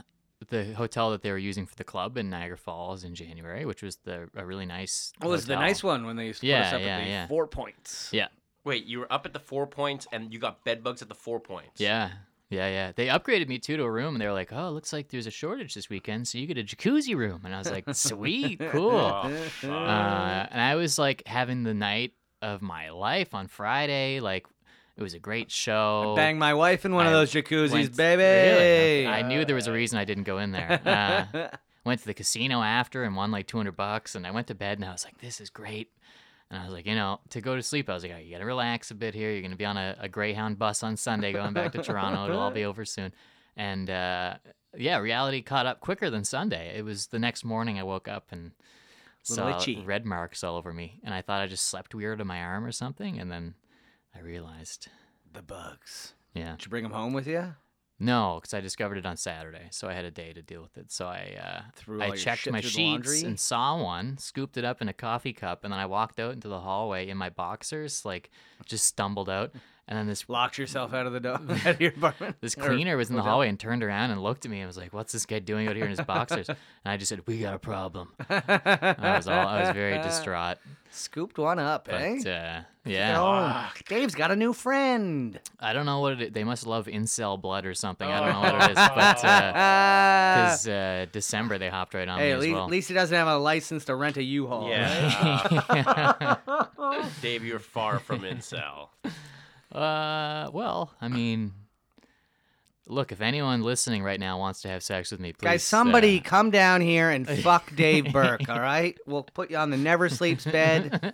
[SPEAKER 3] the hotel that they were using for the club in Niagara Falls in January, which was the a really nice.
[SPEAKER 2] What was the
[SPEAKER 3] hotel.
[SPEAKER 2] nice one when they used to put us
[SPEAKER 3] Yeah,
[SPEAKER 2] up at
[SPEAKER 3] yeah,
[SPEAKER 2] the
[SPEAKER 3] yeah.
[SPEAKER 2] four points?
[SPEAKER 3] Yeah,
[SPEAKER 4] Wait, you were up at the four points and you got bed bugs at the four points.
[SPEAKER 3] yeah, yeah, yeah. They upgraded me too to a room, and they were like, "Oh, looks like there's a shortage this weekend, so you get a jacuzzi room." And I was like, "Sweet, cool."
[SPEAKER 4] Oh, fuck.
[SPEAKER 3] uh, and I was like having the night of my life on Friday. Like, it was a great show.
[SPEAKER 2] Bang my wife in one of
[SPEAKER 3] I
[SPEAKER 2] those jacuzzis,
[SPEAKER 3] went-
[SPEAKER 2] baby.
[SPEAKER 3] Really? Okay. I
[SPEAKER 4] Uh,
[SPEAKER 3] knew there was a reason I didn't go in there. Uh, went to the casino after and won like 200 bucks, and I went to bed and I was like, "This is great." And I was like, you know, to go to sleep, I was like, "All right, you got to relax a bit here. You're going to be on a, a Greyhound bus on Sunday going back to Toronto. It'll all be over soon. And uh, yeah, reality caught up quicker than Sunday. It was the next morning I woke up and
[SPEAKER 2] Little
[SPEAKER 3] saw
[SPEAKER 2] itchy.
[SPEAKER 3] red marks all over me. And I thought I just slept weird on my arm or something. And then I realized,
[SPEAKER 2] The bugs.
[SPEAKER 3] yeah.
[SPEAKER 2] Did you bring them home with you?
[SPEAKER 3] No, because I discovered it on Saturday, so I had a day to deal with it. So I uh,
[SPEAKER 2] Threw all
[SPEAKER 3] I
[SPEAKER 2] your
[SPEAKER 3] checked
[SPEAKER 2] shit
[SPEAKER 3] my
[SPEAKER 2] through the
[SPEAKER 3] sheets
[SPEAKER 2] laundry?
[SPEAKER 3] and saw one, scooped it up in a coffee cup, and then I walked out into the hallway in my boxers, like just stumbled out. And then this
[SPEAKER 2] Locked yourself out of the door, out of your apartment.
[SPEAKER 3] this
[SPEAKER 2] Or-
[SPEAKER 3] cleaner was in the hallway and turned around and looked at me and was like, "What's this guy doing out here in his boxers?" and I just said, "We got a problem." And I was all I was very distraught,
[SPEAKER 2] Scooped one up,
[SPEAKER 3] but
[SPEAKER 2] eh?
[SPEAKER 3] uh, yeah,
[SPEAKER 2] Oh, Dave's got a new friend.
[SPEAKER 3] I don't know what it. They must love incel blood or something. I don't know what it is, but. Uh,
[SPEAKER 2] Uh,
[SPEAKER 3] because uh, December they hopped right on
[SPEAKER 2] Oh. hey,
[SPEAKER 3] me
[SPEAKER 2] at
[SPEAKER 3] as
[SPEAKER 2] least,
[SPEAKER 3] well.
[SPEAKER 2] at least he doesn't have a license to rent a U-Haul.
[SPEAKER 4] Yeah. uh, Dave, you're far from incel.
[SPEAKER 3] Uh, well, I mean, look, if anyone listening right now wants to have sex with me, please.
[SPEAKER 2] Guys, somebody
[SPEAKER 3] uh,
[SPEAKER 2] come down here and fuck Dave Burke, all right? We'll put you on the never sleeps bed.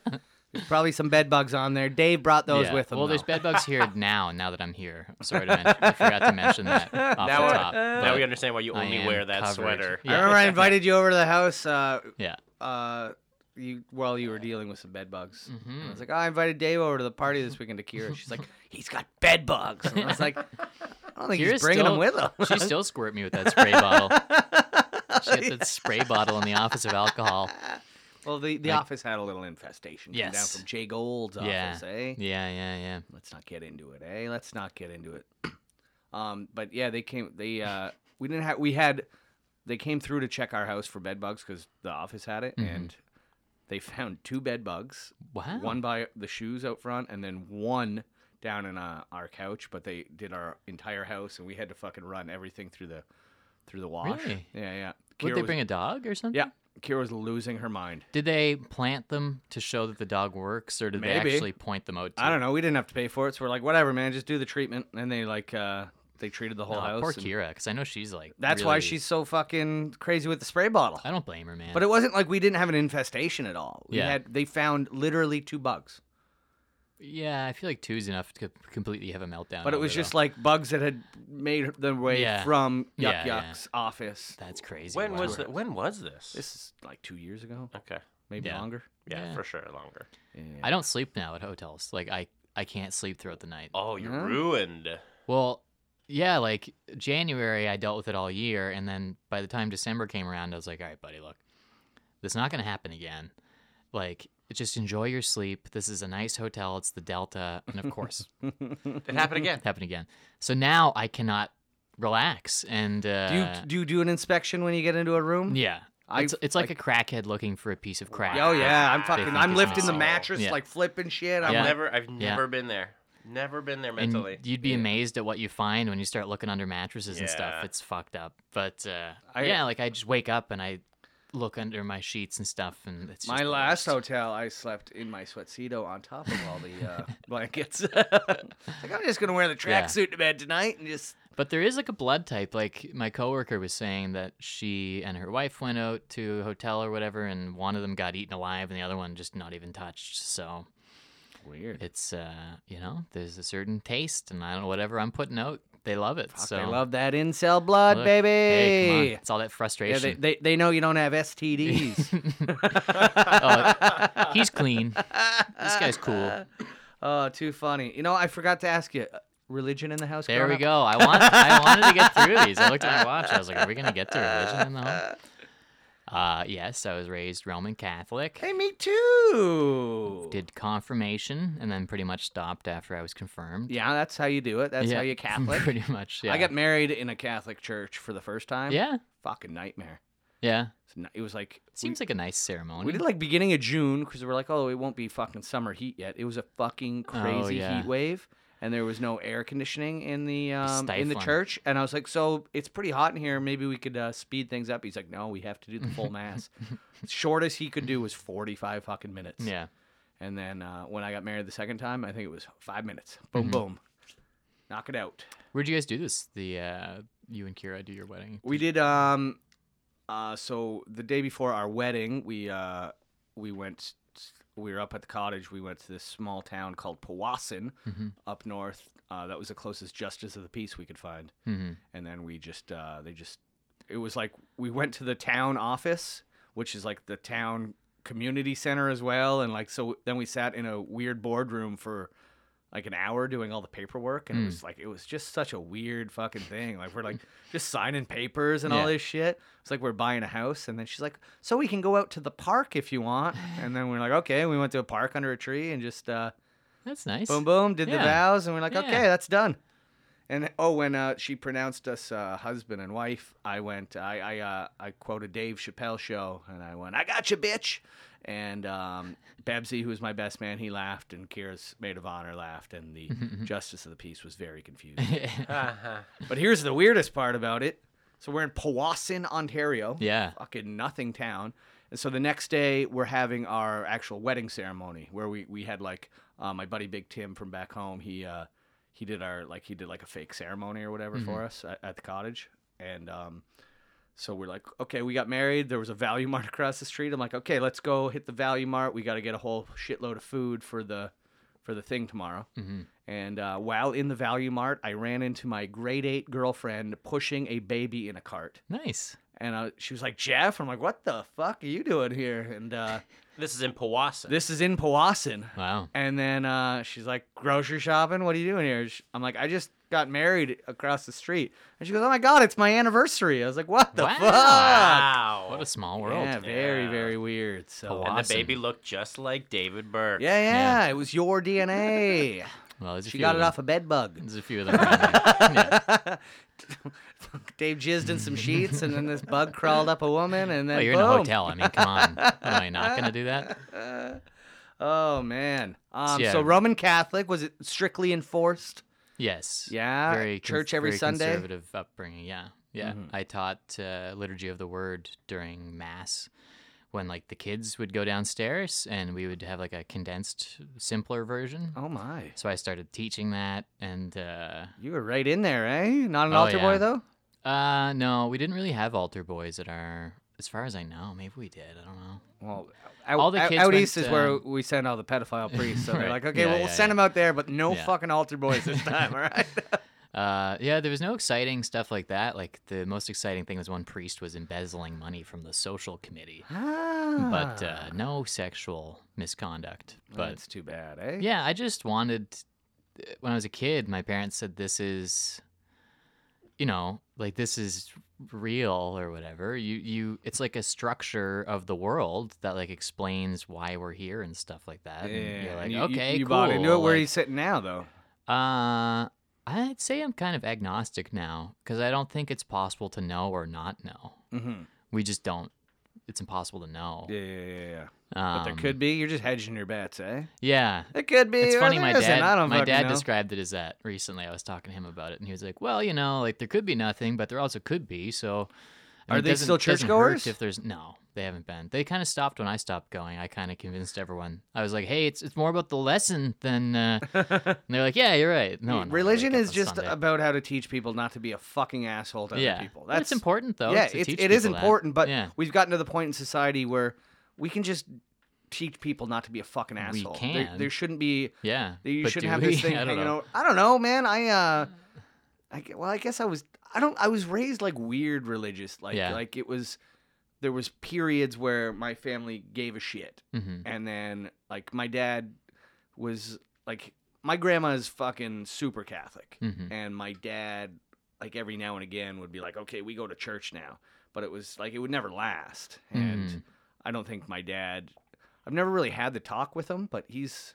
[SPEAKER 2] There's probably some bed bugs on there. Dave brought those
[SPEAKER 3] yeah.
[SPEAKER 2] with him.
[SPEAKER 3] Well, there's
[SPEAKER 2] though.
[SPEAKER 3] bed bugs here now. Now that I'm here, sorry to mention, I forgot to mention that off
[SPEAKER 4] Now,
[SPEAKER 3] the
[SPEAKER 4] I-
[SPEAKER 3] top.
[SPEAKER 4] now
[SPEAKER 3] but
[SPEAKER 4] we understand why you
[SPEAKER 3] I
[SPEAKER 4] only
[SPEAKER 3] am
[SPEAKER 4] wear that
[SPEAKER 3] covered.
[SPEAKER 4] sweater. Uh,
[SPEAKER 2] I
[SPEAKER 3] Yeah.
[SPEAKER 2] remember I invited you over to the house. Uh,
[SPEAKER 3] Yeah.
[SPEAKER 2] uh, you well, you were dealing with some bed bugs. And I
[SPEAKER 3] Mhm.
[SPEAKER 2] was like, oh, I invited Dave over to the party this weekend to Kira. She's like, he's got bed bugs. And I was like, I don't think he's
[SPEAKER 3] Kira's
[SPEAKER 2] bringing them
[SPEAKER 3] still-
[SPEAKER 2] with him.
[SPEAKER 3] She still squirt me with that spray bottle. She had that spray bottle in the office of alcohol.
[SPEAKER 2] Well, the, the
[SPEAKER 3] Like-
[SPEAKER 2] office had a little infestation. Came down
[SPEAKER 3] Yes.
[SPEAKER 2] from Jay Gold's
[SPEAKER 3] Yeah.
[SPEAKER 2] office, eh?
[SPEAKER 3] Yeah, yeah, yeah.
[SPEAKER 2] Let's not get into it, eh? Let's not get into it. Um, but yeah, they came. They uh, we didn't have. We had. They came through to check our house for bed bugs because the office had it, and they found two bed bugs.
[SPEAKER 3] Mm-hmm. Wow.
[SPEAKER 2] One by the shoes out front, and then one down in uh, our couch. But they did our entire house, and we had to fucking run everything through the through the wash.
[SPEAKER 3] Really?
[SPEAKER 2] Yeah, yeah.
[SPEAKER 3] Would
[SPEAKER 2] Kira
[SPEAKER 3] they
[SPEAKER 2] was-
[SPEAKER 3] bring a dog or something?
[SPEAKER 2] Yeah, Kira was losing her mind.
[SPEAKER 3] Did they plant them to show that the dog works, or did
[SPEAKER 2] Maybe.
[SPEAKER 3] they actually point them out? To
[SPEAKER 2] I don't know. We didn't have to pay for it, so we're like, whatever, man. Just do the treatment, and they like uh, they treated the whole
[SPEAKER 3] Oh,
[SPEAKER 2] house.
[SPEAKER 3] poor
[SPEAKER 2] and-
[SPEAKER 3] Kira, because I know she's like.
[SPEAKER 2] That's why
[SPEAKER 3] really-
[SPEAKER 2] she's so fucking crazy with the spray bottle.
[SPEAKER 3] I don't blame her, man.
[SPEAKER 2] But it wasn't like we didn't have an infestation at all. We
[SPEAKER 3] Yeah.
[SPEAKER 2] had they found literally two bugs.
[SPEAKER 3] yeah, I feel like two's enough to co- completely have a meltdown.
[SPEAKER 2] But it
[SPEAKER 3] over,
[SPEAKER 2] was just
[SPEAKER 3] though.
[SPEAKER 2] like bugs that had made their way
[SPEAKER 3] Yeah.
[SPEAKER 2] from Yuck
[SPEAKER 3] Yeah, yeah.
[SPEAKER 2] Yuck's office.
[SPEAKER 3] that's crazy.
[SPEAKER 4] When
[SPEAKER 3] wow.
[SPEAKER 4] was that? When was this?
[SPEAKER 2] This is like two years ago,
[SPEAKER 4] okay.
[SPEAKER 2] maybe
[SPEAKER 3] Yeah.
[SPEAKER 2] longer.
[SPEAKER 4] Yeah,
[SPEAKER 3] Yeah.
[SPEAKER 4] for sure, longer.
[SPEAKER 3] I don't sleep now at hotels. Like I, I can't sleep throughout the night.
[SPEAKER 4] Oh, you're
[SPEAKER 2] Huh?
[SPEAKER 4] ruined.
[SPEAKER 3] Well, yeah, like January, I dealt with it all year, and then by the time December came around, I was like, all right, buddy, look, this is not gonna happen again. Like, just enjoy your sleep. This is a nice hotel. It's the Delta, and of course,
[SPEAKER 4] It happened again.
[SPEAKER 3] happened again. So now I cannot relax and. Uh,
[SPEAKER 2] Do you do you do an inspection when you get into a room?
[SPEAKER 3] Yeah.
[SPEAKER 2] I-
[SPEAKER 3] it's, it's like, a crackhead looking for a piece of crack.
[SPEAKER 2] Oh yeah, I'm
[SPEAKER 3] They
[SPEAKER 2] fucking.
[SPEAKER 3] think
[SPEAKER 2] I'm
[SPEAKER 3] it's
[SPEAKER 2] lifting the
[SPEAKER 3] nice.
[SPEAKER 2] mattress,
[SPEAKER 3] Yeah.
[SPEAKER 2] like flipping shit. I'm
[SPEAKER 3] Yeah.
[SPEAKER 2] like,
[SPEAKER 4] Never. I've never been there. Never been there
[SPEAKER 3] And
[SPEAKER 4] mentally.
[SPEAKER 3] you'd be amazed at what you find when you start looking under mattresses and
[SPEAKER 4] Yeah.
[SPEAKER 3] stuff. It's fucked up. But uh,
[SPEAKER 2] I-
[SPEAKER 3] yeah, like I just wake up and I look under my sheets and stuff, and it's just
[SPEAKER 2] My
[SPEAKER 3] the
[SPEAKER 2] last
[SPEAKER 3] worst.
[SPEAKER 2] hotel, I slept in my sweatsedo on top of all the uh, blankets. like I'm just gonna wear the
[SPEAKER 3] Yeah.
[SPEAKER 2] tracksuit to bed tonight and just.
[SPEAKER 3] But there is like a blood type. Like my coworker was saying that she and her wife went out to a hotel or whatever, and one of them got eaten alive, and the other one just not even touched. So
[SPEAKER 2] Weird.
[SPEAKER 3] it's uh, you know, there's a certain taste, and I don't know whatever I'm putting out, they love it. so
[SPEAKER 2] I love that incel blood,
[SPEAKER 3] Look,
[SPEAKER 2] baby.
[SPEAKER 3] hey, come on. It's all that
[SPEAKER 2] Yeah,
[SPEAKER 3] frustration.
[SPEAKER 2] they, they they know you don't have STDs.
[SPEAKER 3] Oh, he's clean. This guy's cool.
[SPEAKER 2] oh, too funny. You know, I forgot to ask you. uh, Religion in the house.
[SPEAKER 3] There
[SPEAKER 2] growing
[SPEAKER 3] we
[SPEAKER 2] up?
[SPEAKER 3] go. I want. I wanted to get through these. I looked at my watch. I was like, "Are we gonna get to religion in the home?" Uh, yes, I was raised Roman Catholic.
[SPEAKER 2] Hey, me too.
[SPEAKER 3] Did confirmation and then pretty much stopped after I was confirmed.
[SPEAKER 2] yeah, that's how you do it. That's how you Catholic.
[SPEAKER 3] pretty much. Yeah.
[SPEAKER 2] I got married in a Catholic church for the first time.
[SPEAKER 3] Yeah.
[SPEAKER 2] Fucking nightmare.
[SPEAKER 3] Yeah.
[SPEAKER 2] It's n- It was like
[SPEAKER 3] Seems like a nice ceremony.
[SPEAKER 2] We did like beginning of June because we were like, oh, it won't be fucking summer heat yet. It was a fucking crazy
[SPEAKER 3] Oh, yeah.
[SPEAKER 2] heat wave, and there was no air conditioning in the um, in the
[SPEAKER 3] stifling.
[SPEAKER 2] church. And I was like, so it's pretty hot in here. Maybe we could uh, speed things up. He's like, no, we have to do the full mass. Shortest he could do was forty five fucking minutes.
[SPEAKER 3] yeah.
[SPEAKER 2] And then uh, when I got married the second time, I think it was five minutes. Boom,
[SPEAKER 3] Mm-hmm.
[SPEAKER 2] boom, knock it out.
[SPEAKER 3] Where'd you guys do this? The uh, you and Kira do your wedding.
[SPEAKER 2] We did um uh so the day before our wedding, we uh we went we were up at the cottage. We went to this small town called Powassan up north. Uh, that was the closest justice of the peace we could find.
[SPEAKER 3] Mm-hmm.
[SPEAKER 2] And then we just, uh, they just, it was like we went to the town office, which is like the town community center as well. And like, so then we sat in a weird boardroom for like an hour doing all the paperwork. And it was like, it was just such a weird fucking thing. Like, we're like just signing papers and all
[SPEAKER 3] Yeah.
[SPEAKER 2] this shit. It's like we're buying a house, and then she's like, "So we can go out to the park if you want." And then we're like, "Okay." And we went to a park under a tree and just uh,
[SPEAKER 3] That's nice.
[SPEAKER 2] boom, boom, did the
[SPEAKER 3] Yeah.
[SPEAKER 2] vows, and we're like,
[SPEAKER 3] Yeah.
[SPEAKER 2] "Okay, that's done." And oh, when uh, she pronounced us uh, husband and wife, I went, I I, uh, I quoted Dave Chappelle show, and I went, "I got you, bitch." And um, Bebsy, who was my best man, he laughed, and Kira's maid of honor laughed, and the justice of the peace was very confused. But here's the weirdest part about it. So we're in Powassan, Ontario.
[SPEAKER 3] Yeah.
[SPEAKER 2] Fucking nothing town. And so the next day we're having our actual wedding ceremony where we, we had like uh, my buddy Big Tim from back home. He uh, he did our like he did like a fake ceremony or whatever for us at, at the cottage. And um, so we're like, okay, we got married. There was a value mart across the street. I'm like, okay, let's go hit the value mart. We got to get a whole shitload of food for the for the thing tomorrow.
[SPEAKER 3] Mm-hmm.
[SPEAKER 2] And uh, while in the value mart, I ran into my grade eight girlfriend pushing a baby in a cart.
[SPEAKER 3] nice.
[SPEAKER 2] And uh, she was like, Jeff. I'm like, what the fuck are you doing here? And uh,
[SPEAKER 4] This is in Powassan.
[SPEAKER 2] this is in Powassan.
[SPEAKER 3] Wow.
[SPEAKER 2] And then uh, she's like, grocery shopping? What are you doing here? Sh- I'm like, I just got married across the street. And she goes, oh my God, it's my anniversary. I was like, what the
[SPEAKER 3] Wow. Oh,
[SPEAKER 2] fuck?
[SPEAKER 4] wow.
[SPEAKER 3] What a small world.
[SPEAKER 2] Yeah, very,
[SPEAKER 4] Yeah.
[SPEAKER 2] very weird. So,
[SPEAKER 3] Powassan.
[SPEAKER 4] and the
[SPEAKER 3] awesome.
[SPEAKER 4] baby looked just like David Burke.
[SPEAKER 2] yeah, yeah, it was your DNA.
[SPEAKER 3] Well, there's a
[SPEAKER 2] she
[SPEAKER 3] few
[SPEAKER 2] got it
[SPEAKER 3] of them.
[SPEAKER 2] off a bed bug.
[SPEAKER 3] There's a few of them. around there. yeah.
[SPEAKER 2] Dave jizzed in some sheets, and then this bug crawled up a woman, and then
[SPEAKER 3] Well, Oh, you're
[SPEAKER 2] boom.
[SPEAKER 3] in a hotel. I mean, come on. What, am I not gonna do that?
[SPEAKER 2] Oh man. Um,
[SPEAKER 3] yeah.
[SPEAKER 2] So Roman Catholic was it strictly enforced?
[SPEAKER 3] Yes.
[SPEAKER 2] Yeah,
[SPEAKER 3] Very con-
[SPEAKER 2] church every
[SPEAKER 3] very
[SPEAKER 2] Sunday? Mm-hmm.
[SPEAKER 3] Conservative upbringing. Yeah. Yeah. I taught uh, liturgy of the word during mass when like the kids would go downstairs and we would have like a condensed, simpler version.
[SPEAKER 2] Oh my.
[SPEAKER 3] So I started teaching that, and uh,
[SPEAKER 2] You were right in there, eh? Not an
[SPEAKER 3] Oh,
[SPEAKER 2] altar boy
[SPEAKER 3] yeah.
[SPEAKER 2] though.
[SPEAKER 3] uh, no, we didn't really have altar boys at our. As far as I know, maybe we did. I don't know.
[SPEAKER 2] Well, out,
[SPEAKER 3] All the
[SPEAKER 2] out-
[SPEAKER 3] kids
[SPEAKER 2] out
[SPEAKER 3] went,
[SPEAKER 2] east is where
[SPEAKER 3] um,
[SPEAKER 2] we send all the pedophile priests. So they're
[SPEAKER 3] Right.
[SPEAKER 2] like, okay,
[SPEAKER 3] Yeah,
[SPEAKER 2] well, we'll
[SPEAKER 3] yeah,
[SPEAKER 2] send
[SPEAKER 3] yeah.
[SPEAKER 2] them out there, but no
[SPEAKER 3] Yeah.
[SPEAKER 2] fucking altar boys this time, all right?
[SPEAKER 3] Uh, yeah, there was no exciting stuff like that. Like the most exciting thing was one priest was embezzling money from the social committee, but uh, no sexual misconduct. But
[SPEAKER 2] Ah, that's too bad, eh?
[SPEAKER 3] yeah, I just wanted. When I was a kid, my parents said this is, you know, like this is real or whatever. You you, it's like a structure of the world that like explains why we're here and stuff like that. And
[SPEAKER 2] Yeah,
[SPEAKER 3] you're like,
[SPEAKER 2] and you, you-
[SPEAKER 3] okay,
[SPEAKER 2] you,
[SPEAKER 3] cool.
[SPEAKER 2] bought into it. Where
[SPEAKER 3] like-
[SPEAKER 2] he's sitting now, though.
[SPEAKER 3] uh, I'd say I'm kind of agnostic now because I don't think it's possible to know or not know.
[SPEAKER 2] Mm-hmm.
[SPEAKER 3] We just don't. It's impossible to know.
[SPEAKER 2] Yeah, yeah, yeah, yeah.
[SPEAKER 3] Um,
[SPEAKER 2] But there could be. You're just hedging your bets, eh?
[SPEAKER 3] Yeah.
[SPEAKER 2] It could be.
[SPEAKER 3] It's
[SPEAKER 2] or
[SPEAKER 3] funny,
[SPEAKER 2] there
[SPEAKER 3] my
[SPEAKER 2] isn't.
[SPEAKER 3] dad.
[SPEAKER 2] I don't
[SPEAKER 3] my
[SPEAKER 2] fucking
[SPEAKER 3] dad
[SPEAKER 2] know.
[SPEAKER 3] described it as that recently. I was talking to him about it, and he was like, "Well, you know, like there could be nothing, but there also could be." So, I
[SPEAKER 2] Are
[SPEAKER 3] mean, it
[SPEAKER 2] they
[SPEAKER 3] doesn't-
[SPEAKER 2] still
[SPEAKER 3] doesn't hurt
[SPEAKER 2] churchgoers?
[SPEAKER 3] If there's no, they haven't been. They kind of stopped when I stopped going. I kind of convinced everyone. I was like, "Hey, it's it's more about the lesson than." Uh, and they're like, "Yeah, you're right. No, no, I
[SPEAKER 2] Religion
[SPEAKER 3] wake up
[SPEAKER 2] is
[SPEAKER 3] on
[SPEAKER 2] just
[SPEAKER 3] Sunday."
[SPEAKER 2] about how to teach people not to be a fucking asshole to
[SPEAKER 3] yeah.
[SPEAKER 2] other people.
[SPEAKER 3] But
[SPEAKER 2] That's
[SPEAKER 3] it's important though.
[SPEAKER 2] Yeah,
[SPEAKER 3] to
[SPEAKER 2] it's,
[SPEAKER 3] teach
[SPEAKER 2] it is
[SPEAKER 3] people that.
[SPEAKER 2] important, but
[SPEAKER 3] yeah,
[SPEAKER 2] we've gotten to the point in society where we can just teach people not to be a fucking asshole. There,
[SPEAKER 3] can.
[SPEAKER 2] there shouldn't be.
[SPEAKER 3] yeah.
[SPEAKER 2] You
[SPEAKER 3] but do
[SPEAKER 2] shouldn't have
[SPEAKER 3] we?
[SPEAKER 2] this thing
[SPEAKER 3] I don't
[SPEAKER 2] hanging
[SPEAKER 3] know.
[SPEAKER 2] out. I don't know, man. I uh, I gue- well, I guess I was. I don't. I was raised like weird religious. Like
[SPEAKER 3] Yeah.
[SPEAKER 2] like it was. There was periods where my family gave a shit,
[SPEAKER 3] Mhm.
[SPEAKER 2] and then like my dad was like my grandma is fucking super Catholic,
[SPEAKER 3] Mhm.
[SPEAKER 2] and my dad like every now and again would be like, okay, we go to church now, but it was like it would never last, and
[SPEAKER 3] Mhm.
[SPEAKER 2] I don't think my dad. I've never really had the talk with him, but he's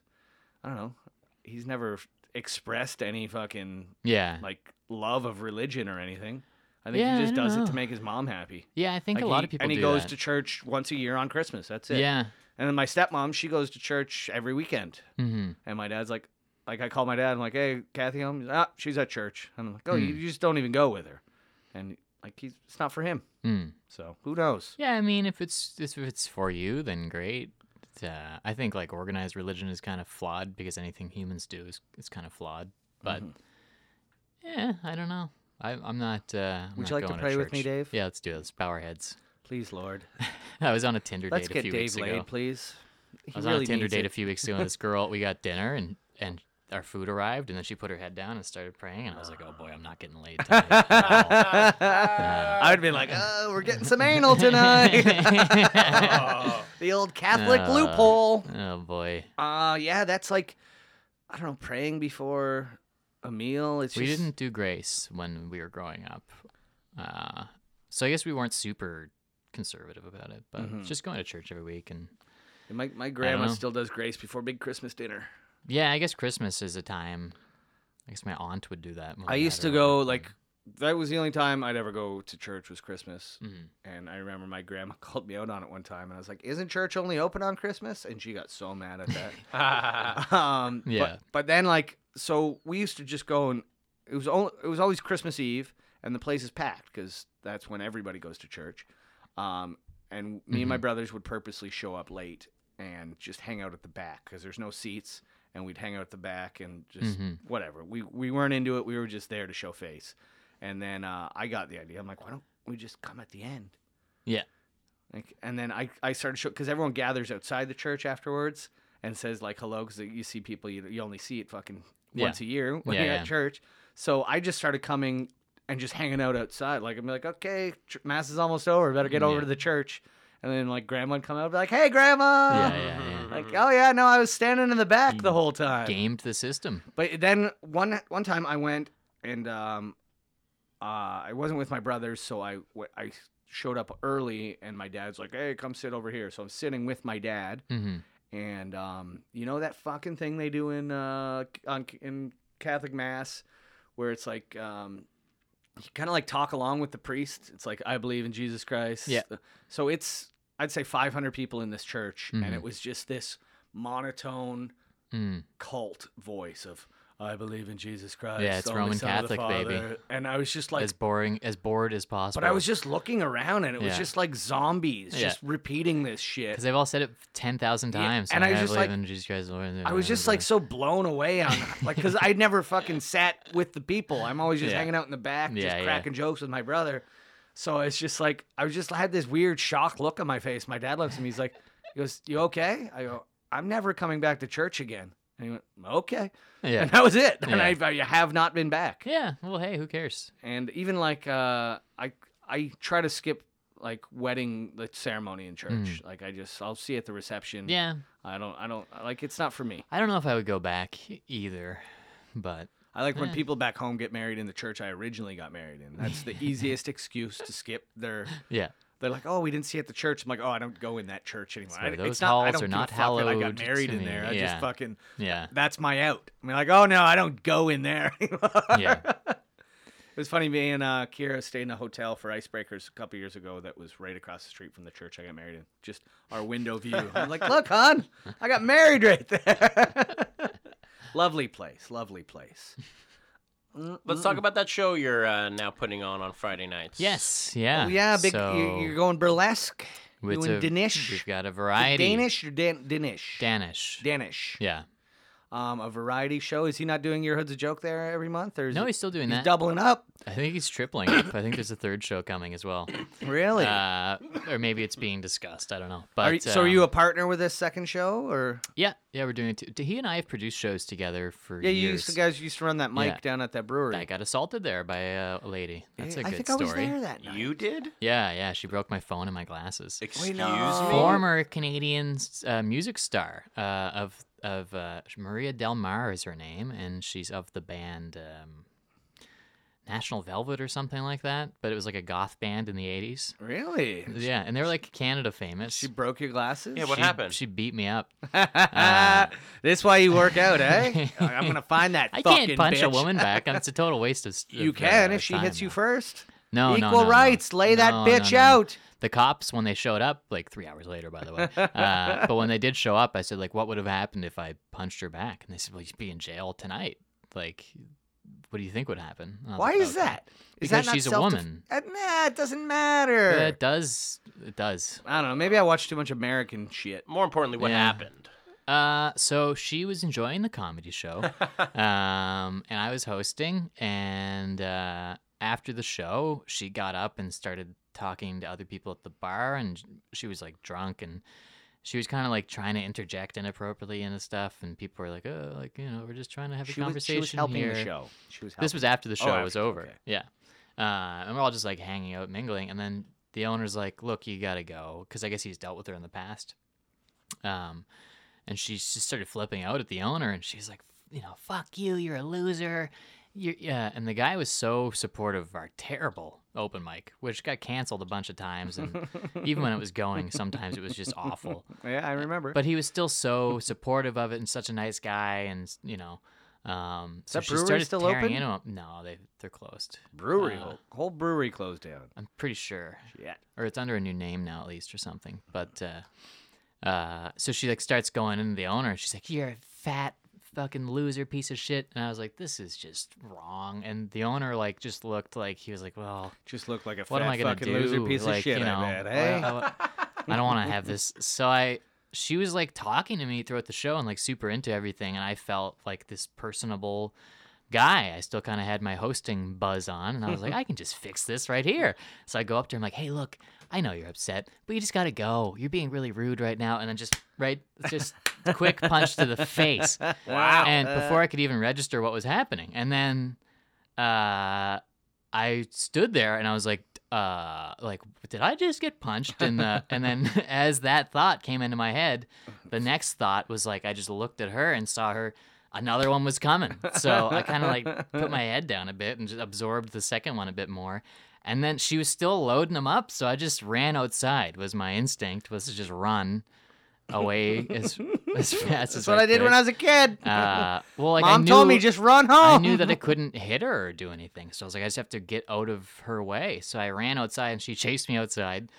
[SPEAKER 2] I don't know, he's never expressed any fucking
[SPEAKER 3] Yeah.
[SPEAKER 2] like love of religion or anything. I think
[SPEAKER 3] Yeah, I
[SPEAKER 2] he just
[SPEAKER 3] don't
[SPEAKER 2] does it
[SPEAKER 3] know.
[SPEAKER 2] to make his mom happy.
[SPEAKER 3] yeah, I think
[SPEAKER 2] Like
[SPEAKER 3] a lot
[SPEAKER 2] he-
[SPEAKER 3] of people
[SPEAKER 2] and he
[SPEAKER 3] do
[SPEAKER 2] goes
[SPEAKER 3] that.
[SPEAKER 2] to church once a year on Christmas. That's it.
[SPEAKER 3] Yeah.
[SPEAKER 2] And then my stepmom, she goes to church every weekend.
[SPEAKER 3] Mhm.
[SPEAKER 2] And my dad's like, like I call my dad. I'm like, hey, Kathy, home? He's, Ah, she's at church. And I'm like, oh, you you just don't even go with her. And like, he's it's not for him.
[SPEAKER 3] Mm.
[SPEAKER 2] So who knows?
[SPEAKER 3] Yeah, I mean, if it's if it's for you, then great. Uh, I think like organized religion is kind of flawed because anything humans do is is kind of flawed. But yeah, I don't know. I, I'm not. Uh, I'm
[SPEAKER 2] Mm-hmm. Would you
[SPEAKER 3] not
[SPEAKER 2] like to
[SPEAKER 3] going
[SPEAKER 2] pray with me,
[SPEAKER 3] church.
[SPEAKER 2] Dave?
[SPEAKER 3] Yeah, let's do it. Let's bow our heads.
[SPEAKER 2] Please, Lord,
[SPEAKER 3] I was on a Tinder
[SPEAKER 2] let's
[SPEAKER 3] date a
[SPEAKER 2] get
[SPEAKER 3] few
[SPEAKER 2] Dave
[SPEAKER 3] weeks
[SPEAKER 2] laid,
[SPEAKER 3] ago.
[SPEAKER 2] please. He
[SPEAKER 3] I was on
[SPEAKER 2] really
[SPEAKER 3] a Tinder
[SPEAKER 2] needs
[SPEAKER 3] date
[SPEAKER 2] it.
[SPEAKER 3] a few weeks ago, and this girl, we got dinner, and and our food arrived, and then she put her head down and started praying, and I was like, oh boy, I'm not getting laid tonight. at all." Ah.
[SPEAKER 2] I would have been like, oh, we're getting some anal tonight. the old Catholic
[SPEAKER 3] Uh,
[SPEAKER 2] loophole.
[SPEAKER 3] oh boy,
[SPEAKER 2] Uh, yeah, that's like, I don't know, praying before a meal. It's
[SPEAKER 3] we
[SPEAKER 2] just,
[SPEAKER 3] didn't do grace when we were growing up, uh, so I guess we weren't super conservative about it, but
[SPEAKER 2] Mhm.
[SPEAKER 3] just going to church every week, and
[SPEAKER 2] My, my grandma
[SPEAKER 3] know.
[SPEAKER 2] still does grace before big Christmas dinner.
[SPEAKER 3] yeah, I guess Christmas is a time. I guess my aunt would do that. more
[SPEAKER 2] I
[SPEAKER 3] than
[SPEAKER 2] used to
[SPEAKER 3] don't
[SPEAKER 2] go
[SPEAKER 3] know.
[SPEAKER 2] like that was the only time I'd ever go to church was Christmas.
[SPEAKER 3] Mhm.
[SPEAKER 2] And I remember my grandma called me out on it one time and I was like, "Isn't church only open on Christmas?" and she got so mad at that. um but-
[SPEAKER 3] Yeah.
[SPEAKER 2] but, then like so we used to just go and it was only, it was always Christmas Eve and the place is packed cuz that's when everybody goes to church. Um and me and my brothers would purposely show up late and just hang out at the back cuz there's no seats and we'd hang out at the back and just
[SPEAKER 3] Mhm.
[SPEAKER 2] whatever. We we weren't into it. We were just there to show face. And then uh, I got the idea. I'm like, why don't we just come at the end?
[SPEAKER 3] yeah.
[SPEAKER 2] Like, and then I I started show because everyone gathers outside the church afterwards and says like hello because you see people you you only see it fucking
[SPEAKER 3] Yeah.
[SPEAKER 2] once a year when
[SPEAKER 3] Yeah,
[SPEAKER 2] you're
[SPEAKER 3] yeah.
[SPEAKER 2] at church. So I just started coming and just hanging out outside. Like I'm like, okay, ch- mass is almost over. Better get over to
[SPEAKER 3] Yeah.
[SPEAKER 2] the church. And then like grandma would come out and be like, hey grandma.
[SPEAKER 3] yeah, Mm. yeah, yeah.
[SPEAKER 2] Like oh yeah, no, I was standing in the back the whole time.
[SPEAKER 3] Gamed the system.
[SPEAKER 2] But then one one time I went and um, uh, I wasn't with my brothers, so I w- I showed up early, and my dad's like, "Hey, come sit over here." So I'm sitting with my dad,
[SPEAKER 3] hmm
[SPEAKER 2] and um, you know that fucking thing they do in uh on, in Catholic mass, where it's like um. You kind of like talk along with the priest. It's like I believe in Jesus Christ.
[SPEAKER 3] Yeah.
[SPEAKER 2] So it's I'd say 500 people in this church, and it
[SPEAKER 3] Mhm.
[SPEAKER 2] was just this monotone
[SPEAKER 3] Mm.
[SPEAKER 2] cult voice of I believe in Jesus Christ.
[SPEAKER 3] Yeah, it's
[SPEAKER 2] only
[SPEAKER 3] Roman
[SPEAKER 2] Son of the
[SPEAKER 3] Catholic, baby.
[SPEAKER 2] Father." And I was just like,
[SPEAKER 3] as boring, as bored as possible.
[SPEAKER 2] but I was just looking around, and it was
[SPEAKER 3] Yeah.
[SPEAKER 2] just like zombies
[SPEAKER 3] Yeah.
[SPEAKER 2] just repeating this shit.
[SPEAKER 3] because they've all said it ten thousand
[SPEAKER 2] Yeah,
[SPEAKER 3] times.
[SPEAKER 2] and I was
[SPEAKER 3] "Yeah,
[SPEAKER 2] just
[SPEAKER 3] believe
[SPEAKER 2] like-
[SPEAKER 3] in Jesus Christ, Lord,"
[SPEAKER 2] I was just like so blown away on like because I never fucking sat with the people. I'm always just
[SPEAKER 3] Yeah.
[SPEAKER 2] hanging out in the back,
[SPEAKER 3] Yeah,
[SPEAKER 2] just
[SPEAKER 3] yeah.
[SPEAKER 2] cracking jokes with my brother. So it's just like I was just had this weird shock look on my face. My dad looks at me, he's like, he goes, "You okay?" I go, "I'm never coming back to church again." And he went, "Okay,"
[SPEAKER 3] yeah,
[SPEAKER 2] and that was it. And
[SPEAKER 3] Yeah.
[SPEAKER 2] I, I have not been back.
[SPEAKER 3] yeah. Well, hey, who cares?
[SPEAKER 2] and even like uh, I I try to skip like wedding the ceremony in church.
[SPEAKER 3] Hmm.
[SPEAKER 2] Like I just I'll see at the reception.
[SPEAKER 3] Yeah,
[SPEAKER 2] I don't I don't like it's not for me.
[SPEAKER 3] I don't know if I would go back either, but
[SPEAKER 2] I like when
[SPEAKER 3] Eh.
[SPEAKER 2] people back home get married in the church I originally got married in. That's the easiest excuse to skip their.
[SPEAKER 3] yeah,
[SPEAKER 2] They're like, oh, we didn't see it at the church. I'm like, oh, I don't go in that church anymore.
[SPEAKER 3] So
[SPEAKER 2] I-
[SPEAKER 3] those
[SPEAKER 2] it's not, I
[SPEAKER 3] halls
[SPEAKER 2] don't
[SPEAKER 3] are
[SPEAKER 2] give a
[SPEAKER 3] not
[SPEAKER 2] fuck that I
[SPEAKER 3] hallowed
[SPEAKER 2] got married
[SPEAKER 3] to
[SPEAKER 2] in
[SPEAKER 3] me.
[SPEAKER 2] there. I
[SPEAKER 3] Yeah.
[SPEAKER 2] just fucking.
[SPEAKER 3] yeah,
[SPEAKER 2] That's my out. I'm like, oh no, I don't go in there.
[SPEAKER 3] yeah.
[SPEAKER 2] It was funny. Me and uh, Kira stayed in a hotel for Icebreakers a couple years ago that was right across the street from the church I got married in. Just our window view. I'm like, look, hon, I got married right there. lovely place. Lovely place.
[SPEAKER 4] Let's talk about that show you're uh, now putting on on Friday nights.
[SPEAKER 3] Yes, yeah,
[SPEAKER 2] Oh, yeah, big.
[SPEAKER 3] So
[SPEAKER 2] you, you're going burlesque.
[SPEAKER 3] it's
[SPEAKER 2] doing
[SPEAKER 3] a- We've
[SPEAKER 2] Danish.
[SPEAKER 3] got a variety.
[SPEAKER 2] Danish or Dan- Danish?
[SPEAKER 3] Danish.
[SPEAKER 2] Danish.
[SPEAKER 3] yeah.
[SPEAKER 2] Um, a variety show. Is he not doing your hood's a joke there every month? Or is
[SPEAKER 3] No,
[SPEAKER 2] he-
[SPEAKER 3] he's still doing that.
[SPEAKER 2] doubling up.
[SPEAKER 3] I think he's tripling up. I think there's a third show coming as well,
[SPEAKER 2] Really?
[SPEAKER 3] uh, or maybe it's being discussed. I don't know. But
[SPEAKER 2] are you, so are you
[SPEAKER 3] um,
[SPEAKER 2] a partner with this second show or?
[SPEAKER 3] Yeah, yeah, we're doing it. Too. He and I have produced shows together for
[SPEAKER 2] Yeah,
[SPEAKER 3] years.
[SPEAKER 2] you used to guys used to run that mic
[SPEAKER 3] Yeah.
[SPEAKER 2] down at that brewery.
[SPEAKER 3] I got assaulted there by a lady. That's a
[SPEAKER 2] Eh, I
[SPEAKER 3] good
[SPEAKER 2] think
[SPEAKER 3] story.
[SPEAKER 2] I was there that night.
[SPEAKER 4] You did?
[SPEAKER 3] Yeah, yeah. She broke my phone and my glasses.
[SPEAKER 4] Excuse me.
[SPEAKER 2] no.
[SPEAKER 3] Former Canadian uh, music star uh, of of uh, Maria Del Mar is her name, and she's of the band um, National Velvet or something like that. But it was like a goth band in the '80s.
[SPEAKER 2] Really?
[SPEAKER 3] Yeah, and they were like Canada famous.
[SPEAKER 2] She broke your glasses?
[SPEAKER 4] Yeah, what
[SPEAKER 3] She-
[SPEAKER 4] happened?
[SPEAKER 3] She beat me up.
[SPEAKER 2] That's why you work out, eh? I'm gonna find that
[SPEAKER 3] I
[SPEAKER 2] fucking
[SPEAKER 3] can't punch a
[SPEAKER 2] bitch.
[SPEAKER 3] woman back. It's a total waste of. s-
[SPEAKER 2] You
[SPEAKER 3] of,
[SPEAKER 2] can
[SPEAKER 3] uh,
[SPEAKER 2] if she hits
[SPEAKER 3] time.
[SPEAKER 2] you first.
[SPEAKER 3] No, no,
[SPEAKER 2] Equal
[SPEAKER 3] no, no.
[SPEAKER 2] rights. Lay that
[SPEAKER 3] No, no,
[SPEAKER 2] bitch
[SPEAKER 3] no, no.
[SPEAKER 2] out.
[SPEAKER 3] The cops, when they showed up, like three hours later, by the way, uh, but when they did show up, I said, like, what would have happened if I punched her back? And they said, well, you'd be in jail tonight. Like, what do you think would happen? And I was
[SPEAKER 2] Why
[SPEAKER 3] like,
[SPEAKER 2] is
[SPEAKER 3] "Okay."
[SPEAKER 2] that? Is
[SPEAKER 3] Because
[SPEAKER 2] that not
[SPEAKER 3] she's a
[SPEAKER 2] self-def-
[SPEAKER 3] woman.
[SPEAKER 2] Uh, nah, it doesn't
[SPEAKER 3] But
[SPEAKER 2] matter.
[SPEAKER 3] It does. It does.
[SPEAKER 2] I don't know. Maybe I watch too much American shit.
[SPEAKER 4] More importantly, what
[SPEAKER 3] Yeah.
[SPEAKER 4] happened?
[SPEAKER 3] Uh, so she was enjoying the comedy show, um, and I was hosting. And uh, after the show, she got up and started talking to other people at the bar, and she was like drunk and she was kind of like trying to interject inappropriately into stuff, and people were like, "Oh, like you know, we're just trying to have
[SPEAKER 2] She
[SPEAKER 3] a
[SPEAKER 2] was, she
[SPEAKER 3] conversation
[SPEAKER 2] was helping
[SPEAKER 3] here."
[SPEAKER 2] the show. She was helping.
[SPEAKER 3] This was after the
[SPEAKER 2] Oh,
[SPEAKER 3] show
[SPEAKER 2] after,
[SPEAKER 3] was over.
[SPEAKER 2] okay.
[SPEAKER 3] Yeah. Uh, and we're all just like hanging out, mingling. And then the owner's like, look, you got to go. Because I guess he's dealt with her in the past. Um, and she just started flipping out at the owner. And she's like, you know, fuck you. You're a loser. You're, yeah. And the guy was so supportive of our terrible open mic, which got canceled a bunch of times. And even when it was going, sometimes it was just awful.
[SPEAKER 2] yeah, I remember.
[SPEAKER 3] But he was still so supportive of it and such a nice guy, and you know. Um, so
[SPEAKER 2] that
[SPEAKER 3] she
[SPEAKER 2] brewery
[SPEAKER 3] started
[SPEAKER 2] still
[SPEAKER 3] tearing
[SPEAKER 2] open?
[SPEAKER 3] into him. No, they they're closed.
[SPEAKER 2] brewery,
[SPEAKER 3] uh,
[SPEAKER 2] whole, whole brewery closed down.
[SPEAKER 3] I'm pretty sure,
[SPEAKER 2] Yeah.
[SPEAKER 3] or it's under a new name now, at least, or something. But uh, uh, so she like starts going into the owner. and She's like, "You're a fat fucking loser, piece of shit." And I was like, "This is just wrong." And the owner like just looked like he was like, "Well,
[SPEAKER 2] Just looked like a
[SPEAKER 3] what
[SPEAKER 2] fat
[SPEAKER 3] am I gonna
[SPEAKER 2] fucking
[SPEAKER 3] do?
[SPEAKER 2] loser piece
[SPEAKER 3] like,
[SPEAKER 2] of shit.
[SPEAKER 3] you know,
[SPEAKER 2] I bet. eh? Hey.
[SPEAKER 3] well, I don't want to have this. So I, she was like talking to me throughout the show and like super into everything, and I felt like this personable guy. I still kind of had my hosting buzz on, and I was like, I can just fix this right here. So I go up to him like, Hey, look, I know you're upset, but you just gotta go. You're being really rude right now, and then just right, just quick punch to the face.
[SPEAKER 4] Wow.
[SPEAKER 3] And
[SPEAKER 2] Uh,
[SPEAKER 3] before I could even register what was happening, and then uh, I stood there and I was like, uh, like did I just get punched in the? and then as that thought came into my head, the next thought was like I just looked at her and saw her. Another one was coming, so I kind of like put my head down a bit and just absorbed the second one a bit more. And then she was still loading them up, so I just ran outside. Was my instinct was to just run away as as fast as
[SPEAKER 2] That's what I did when I was a kid.
[SPEAKER 3] uh, well, like
[SPEAKER 2] Mom
[SPEAKER 3] I knew,
[SPEAKER 2] told me just oh. run home.
[SPEAKER 3] I knew that I couldn't hit her or do anything, so I was like, I just have to get out of her way. So I ran outside, and she chased me outside.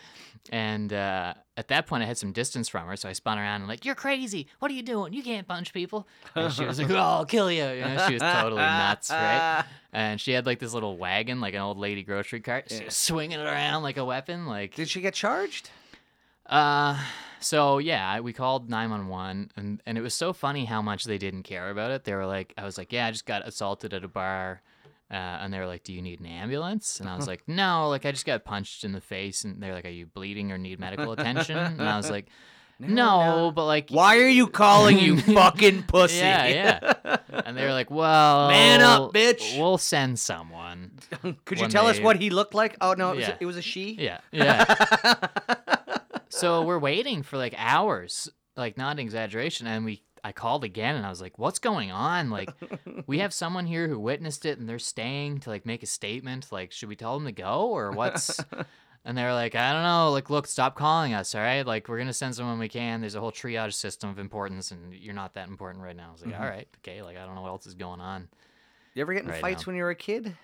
[SPEAKER 3] And uh, at that point, I had some distance from her, so I spun around and like, "You're crazy! What are you doing? You can't punch people!" And she was like, "Oh, I'll kill you!" you know, she was totally nuts, right? And she had like this little wagon, like an old lady grocery cart. She was swinging it around like a weapon, like
[SPEAKER 2] Did she get charged?
[SPEAKER 3] uh, so yeah, I- we called 911 and and it was so funny how much they didn't care about it. They were like I was like, "Yeah, I just got assaulted at a bar." Uh, and they were like, "Do you need an ambulance?" And I was like, "No, like I just got punched in the face." And they're like, "Are you bleeding or need medical attention?" And I was like, "No, but like
[SPEAKER 2] Why are you calling you fucking pussy?
[SPEAKER 3] Yeah, yeah. And they were like, "Well,
[SPEAKER 2] Man up, bitch."
[SPEAKER 3] We'll send someone."
[SPEAKER 2] Could you
[SPEAKER 3] When
[SPEAKER 2] tell us
[SPEAKER 3] they-
[SPEAKER 2] what he looked like? Oh no, it was,
[SPEAKER 3] Yeah.
[SPEAKER 2] it was a she.
[SPEAKER 3] Yeah, yeah. so we're waiting for like hours, like not an exaggeration, and we I called again and I was like, "What's going on? Like, we have someone here who witnessed it and they're staying to like make a statement. Like, should we tell them to go or what's?" And they were like, I don't know. Like, look, stop calling us. All right. Like, we're going to send someone we can. There's a whole triage system of importance, and you're not that important right now. I was
[SPEAKER 2] Mm-hmm.
[SPEAKER 3] like, "All right. Okay. Like, I don't know what else is going on.
[SPEAKER 2] You ever get in
[SPEAKER 3] Right
[SPEAKER 2] fights
[SPEAKER 3] now.
[SPEAKER 2] when you were a kid?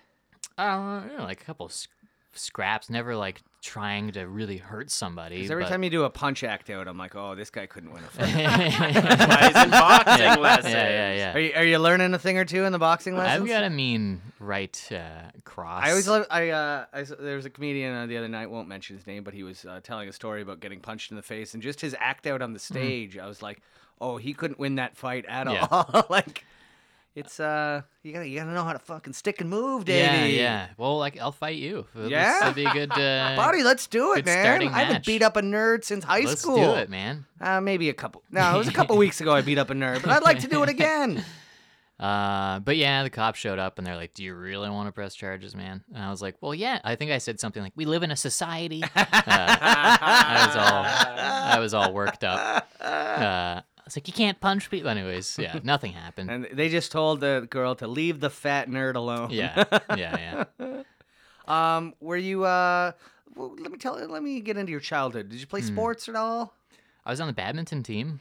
[SPEAKER 3] Uh, you know, like a couple of sc- scraps, never like trying to really hurt somebody.
[SPEAKER 2] Because every
[SPEAKER 3] but-
[SPEAKER 2] time you do a punch act out, I'm like, oh, this guy couldn't win a fight.
[SPEAKER 3] yeah,
[SPEAKER 4] Why is in boxing
[SPEAKER 3] yeah,
[SPEAKER 4] lessons?
[SPEAKER 3] yeah.
[SPEAKER 2] are, you, are you learning a thing or two in the boxing lessons?
[SPEAKER 3] I've got a mean right uh, cross.
[SPEAKER 2] I always love. I, uh, I s- there was a comedian uh, the other night. Won't mention his name, but he was uh, telling a story about getting punched in the face and just his act out on the stage. I was like, oh, he couldn't win that fight at
[SPEAKER 3] Hmm. Yeah.
[SPEAKER 2] all. like, it's uh, you gotta you gotta know how to fucking stick and move,
[SPEAKER 3] Yeah,
[SPEAKER 2] Davey.
[SPEAKER 3] yeah. Well, like I'll fight you. This-
[SPEAKER 2] Yeah?
[SPEAKER 3] this'll be a good. Uh,
[SPEAKER 2] Buddy, let's do it,
[SPEAKER 3] Good
[SPEAKER 2] man.
[SPEAKER 3] starting
[SPEAKER 2] I haven't
[SPEAKER 3] match.
[SPEAKER 2] beat up a nerd since high
[SPEAKER 3] let's
[SPEAKER 2] school.
[SPEAKER 3] do it, man.
[SPEAKER 2] Uh, maybe a couple. No, it was a couple weeks ago I beat up a nerd, but I'd like to do it again.
[SPEAKER 3] Uh, but yeah, the cops showed up and they're like, "Do you really want to press charges, man?" And I was like, "Well, yeah." I think I said something like, "We live in a society." Uh, I was all, I was all worked up. Uh, I was like, "You can't punch people." Anyways, yeah, nothing happened.
[SPEAKER 2] And they just told the girl to leave the fat nerd alone.
[SPEAKER 3] yeah, yeah, yeah.
[SPEAKER 2] Um, were you? Uh, well, let me tell. Let me get into your childhood. Did you
[SPEAKER 3] Hmm.
[SPEAKER 2] play sports at all?
[SPEAKER 3] I was on the badminton team.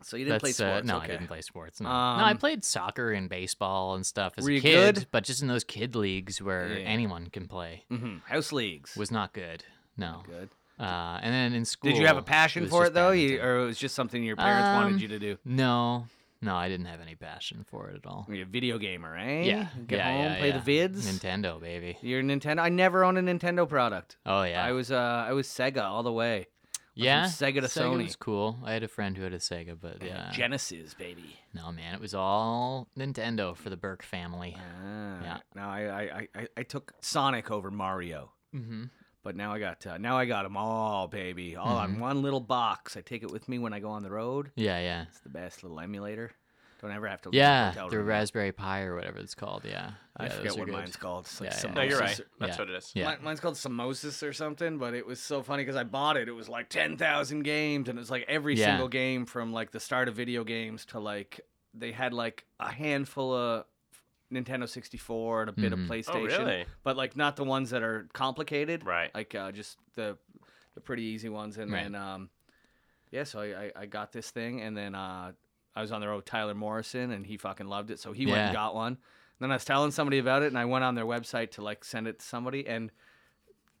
[SPEAKER 2] So you didn't play
[SPEAKER 3] That's, uh,
[SPEAKER 2] sports.
[SPEAKER 3] no,
[SPEAKER 2] okay.
[SPEAKER 3] I didn't play sports. No. no, I
[SPEAKER 2] Um,
[SPEAKER 3] played soccer and baseball and stuff as
[SPEAKER 2] Were you
[SPEAKER 3] a kid,
[SPEAKER 2] good?
[SPEAKER 3] but just in those kid leagues where
[SPEAKER 2] Yeah.
[SPEAKER 3] anyone can play
[SPEAKER 2] Mhm. House leagues.
[SPEAKER 3] was not good. No.
[SPEAKER 2] good.
[SPEAKER 3] Uh, and then in school,
[SPEAKER 2] Did you have a
[SPEAKER 3] it
[SPEAKER 2] passion
[SPEAKER 3] was
[SPEAKER 2] for
[SPEAKER 3] just
[SPEAKER 2] it though, you,
[SPEAKER 3] badminton.
[SPEAKER 2] or it was just something your parents wanted
[SPEAKER 3] Um,
[SPEAKER 2] you to do?
[SPEAKER 3] no, no, I didn't have any passion for it at all.
[SPEAKER 2] Were you a video gamer, eh?
[SPEAKER 3] Yeah,
[SPEAKER 2] Get
[SPEAKER 3] yeah,
[SPEAKER 2] home,
[SPEAKER 3] yeah,
[SPEAKER 2] play
[SPEAKER 3] yeah.
[SPEAKER 2] the vids.
[SPEAKER 3] Nintendo, baby.
[SPEAKER 2] You're a Nintendo. I never owned a Nintendo product.
[SPEAKER 3] Oh yeah,
[SPEAKER 2] I was uh, I was Sega all the way.
[SPEAKER 3] yeah.
[SPEAKER 2] Sega to Sony.
[SPEAKER 3] was cool. I had a friend who had a Sega, but yeah,
[SPEAKER 2] Genesis, baby.
[SPEAKER 3] no man, it was all Nintendo for the Burke family.
[SPEAKER 2] Ah,
[SPEAKER 3] Yeah.
[SPEAKER 2] No, I, I, I, I took Sonic over Mario,
[SPEAKER 3] hmm
[SPEAKER 2] But now I got uh, now I got them all, baby, all
[SPEAKER 3] Mm-hmm.
[SPEAKER 2] on one little box. I take it with me when I go on the road.
[SPEAKER 3] Yeah, yeah.
[SPEAKER 2] It's the best little emulator. Don't ever have to. leave the
[SPEAKER 3] Yeah,
[SPEAKER 2] hotel
[SPEAKER 3] the
[SPEAKER 2] room.
[SPEAKER 3] Raspberry Pi or whatever it's called. Yeah.
[SPEAKER 2] I
[SPEAKER 3] Yeah, those
[SPEAKER 2] forget
[SPEAKER 3] are
[SPEAKER 2] what
[SPEAKER 3] good.
[SPEAKER 2] mine's called. It's like
[SPEAKER 3] Yeah, yeah.
[SPEAKER 4] No, you're right.
[SPEAKER 2] Samosas or-
[SPEAKER 4] That's
[SPEAKER 3] Yeah.
[SPEAKER 4] what it is.
[SPEAKER 3] Yeah.
[SPEAKER 2] Mine- mine's called Samosis or something, but it was so funny because I bought it. It was like 10,000 games, and it was like every
[SPEAKER 3] Yeah.
[SPEAKER 2] single game from like the start of video games to like they had like a handful of Nintendo 64 and a bit
[SPEAKER 3] Mhm.
[SPEAKER 2] of PlayStation.
[SPEAKER 4] Oh, really?
[SPEAKER 2] But like not the ones that are complicated.
[SPEAKER 4] Right.
[SPEAKER 2] Like uh, just the the pretty easy ones. And
[SPEAKER 3] Right.
[SPEAKER 2] then, um, yeah, so I, I, I got this thing, and then uh, I was on the road with Tyler Morrison, and he fucking loved it, so he went
[SPEAKER 3] Yeah.
[SPEAKER 2] and got one. Then I was telling somebody about it, and I went on their website to like send it to somebody, and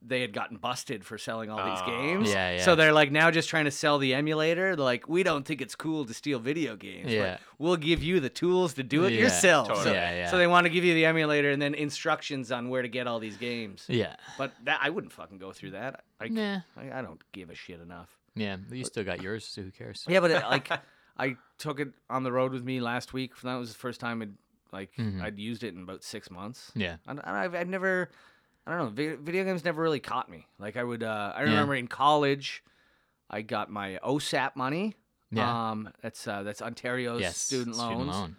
[SPEAKER 2] they had gotten busted for selling all these
[SPEAKER 4] Oh.
[SPEAKER 2] games.
[SPEAKER 3] Yeah, yeah.
[SPEAKER 2] So they're like now just trying to sell the emulator. They're like, we don't think it's cool to steal video games.
[SPEAKER 3] Yeah.
[SPEAKER 2] But we'll give you the tools to do it
[SPEAKER 3] Yeah,
[SPEAKER 2] yourself. So,
[SPEAKER 4] totally.
[SPEAKER 3] Yeah, yeah.
[SPEAKER 2] so they want to give you the emulator and then instructions on where to get all these games.
[SPEAKER 3] Yeah.
[SPEAKER 2] But that I wouldn't fucking go through that. Like,
[SPEAKER 3] Nah.
[SPEAKER 2] I, I don't give a shit enough.
[SPEAKER 3] Yeah. You still got yours, so who cares?
[SPEAKER 2] Yeah, but it, like I took it on the road with me last week. That was the first time it, like
[SPEAKER 3] Mhm.
[SPEAKER 2] I'd used it in about six months.
[SPEAKER 3] Yeah.
[SPEAKER 2] I, don't- I've, I've never, I don't know. vi- Video games never really caught me. Like I would, uh, I
[SPEAKER 3] Yeah.
[SPEAKER 2] remember in college, I got my OSAP money.
[SPEAKER 3] Yeah.
[SPEAKER 2] Um, that's uh, that's Ontario's
[SPEAKER 3] yes.
[SPEAKER 2] student loans.
[SPEAKER 3] loan.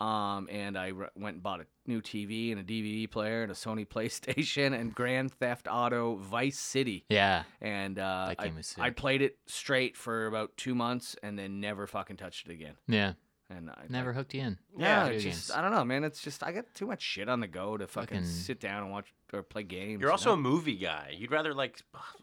[SPEAKER 2] Um, and I re- went and bought a new TV and a DVD player and a Sony PlayStation and Grand Theft Auto Vice City.
[SPEAKER 3] Yeah.
[SPEAKER 2] And uh,
[SPEAKER 3] That
[SPEAKER 2] I-
[SPEAKER 3] game was
[SPEAKER 2] I
[SPEAKER 3] sick.
[SPEAKER 2] played it straight for about two months and then never fucking touched it again.
[SPEAKER 3] Yeah.
[SPEAKER 2] And I I-
[SPEAKER 3] Never hooked you in.
[SPEAKER 2] yeah,
[SPEAKER 4] Yeah,
[SPEAKER 2] it's
[SPEAKER 3] video
[SPEAKER 2] just
[SPEAKER 3] games.
[SPEAKER 2] I don't know, man. It's just I got too much shit on the go to fucking,
[SPEAKER 3] Fucking-
[SPEAKER 2] sit down and watch or play games.
[SPEAKER 4] You're
[SPEAKER 2] you
[SPEAKER 4] also a
[SPEAKER 2] know?
[SPEAKER 4] movie guy. You'd rather like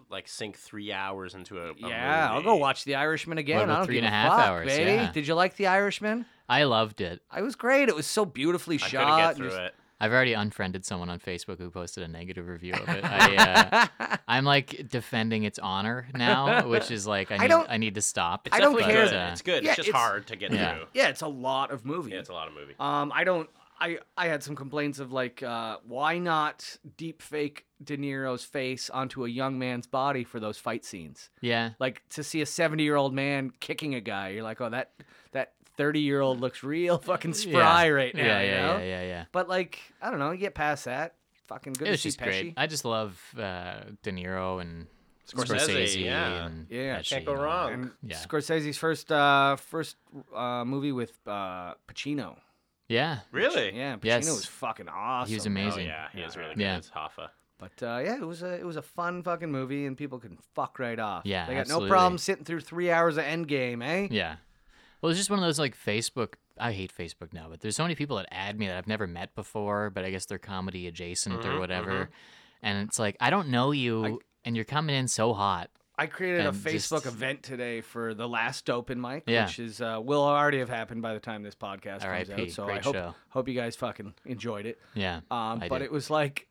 [SPEAKER 4] like sink three hours into a, a
[SPEAKER 2] yeah. I'll
[SPEAKER 4] movie.
[SPEAKER 2] go watch The Irishman again.
[SPEAKER 3] about
[SPEAKER 2] I don't
[SPEAKER 3] three
[SPEAKER 2] give
[SPEAKER 3] and a
[SPEAKER 2] a
[SPEAKER 3] half
[SPEAKER 2] fuck,
[SPEAKER 3] hours?
[SPEAKER 2] baby.
[SPEAKER 3] Yeah.
[SPEAKER 2] Did you like The Irishman?
[SPEAKER 3] I loved it.
[SPEAKER 2] I was great. It was so beautifully
[SPEAKER 4] I couldn't
[SPEAKER 2] shot.
[SPEAKER 4] get through it.
[SPEAKER 3] I've already unfriended someone on Facebook who posted a negative review of it. I, uh, I'm like defending its honor now, which is like I need, I,
[SPEAKER 2] don't-
[SPEAKER 3] need to stop.
[SPEAKER 4] It's
[SPEAKER 2] I don't
[SPEAKER 4] definitely
[SPEAKER 2] care.
[SPEAKER 4] Good.
[SPEAKER 3] Uh,
[SPEAKER 4] it's good.
[SPEAKER 2] yeah,
[SPEAKER 4] it's just
[SPEAKER 2] it's-
[SPEAKER 4] hard to get
[SPEAKER 3] Yeah.
[SPEAKER 4] through.
[SPEAKER 2] Yeah, it's a lot of movie.
[SPEAKER 4] Yeah, it's a lot of movie.
[SPEAKER 2] Um, I don't. I I had some complaints of like, uh, why not deep fake De Niro's face onto a young man's body for those fight scenes?
[SPEAKER 3] yeah,
[SPEAKER 2] Like to see a seventy year old man kicking a guy, you're like, oh that that thirty year old looks real fucking spry
[SPEAKER 3] yeah.
[SPEAKER 2] right now.
[SPEAKER 3] Yeah,
[SPEAKER 2] you
[SPEAKER 3] yeah,
[SPEAKER 2] know?
[SPEAKER 3] yeah, yeah, yeah.
[SPEAKER 2] But like, I don't know. You get past that. Fucking good
[SPEAKER 3] It
[SPEAKER 2] to
[SPEAKER 3] was
[SPEAKER 2] see
[SPEAKER 3] just
[SPEAKER 2] Pesci.
[SPEAKER 3] great. I just love uh, De Niro and
[SPEAKER 4] Scorsese, yeah.
[SPEAKER 3] and
[SPEAKER 2] Yeah,
[SPEAKER 3] Pesci
[SPEAKER 4] Can't go
[SPEAKER 3] and all
[SPEAKER 4] wrong.
[SPEAKER 3] that.
[SPEAKER 2] And
[SPEAKER 3] Yeah.
[SPEAKER 2] Scorsese's first uh, first uh, movie with uh, Pacino.
[SPEAKER 3] Yeah,
[SPEAKER 4] Really?
[SPEAKER 2] Yeah, Pacino
[SPEAKER 3] Yes.
[SPEAKER 2] was fucking awesome.
[SPEAKER 3] he was
[SPEAKER 4] Oh
[SPEAKER 3] amazing.
[SPEAKER 4] yeah, he is really good.
[SPEAKER 3] Yeah.
[SPEAKER 4] It's Hoffa.
[SPEAKER 2] But uh, yeah, it was a it was a fun fucking movie, and people can fuck right off.
[SPEAKER 3] Yeah,
[SPEAKER 2] they got
[SPEAKER 3] absolutely.
[SPEAKER 2] no problem sitting through three hours of Endgame, eh?
[SPEAKER 3] Yeah. Well, it's just one of those like Facebook. I hate Facebook now, but there's so many people that add me that I've never met before, but I guess they're comedy adjacent or
[SPEAKER 2] Mm-hmm,
[SPEAKER 3] whatever. And it's like, I don't know you, and you're coming in so hot.
[SPEAKER 2] I created a
[SPEAKER 3] And just-
[SPEAKER 2] Facebook event today for the last open mic,
[SPEAKER 3] Yeah.
[SPEAKER 2] which is uh, will already have happened by the time this podcast comes
[SPEAKER 3] R.I.P.
[SPEAKER 2] out. So I
[SPEAKER 3] Great
[SPEAKER 2] hope
[SPEAKER 3] show.
[SPEAKER 2] hope you guys fucking enjoyed it.
[SPEAKER 3] Yeah.
[SPEAKER 2] Um,
[SPEAKER 3] I
[SPEAKER 2] but
[SPEAKER 3] did.
[SPEAKER 2] it was like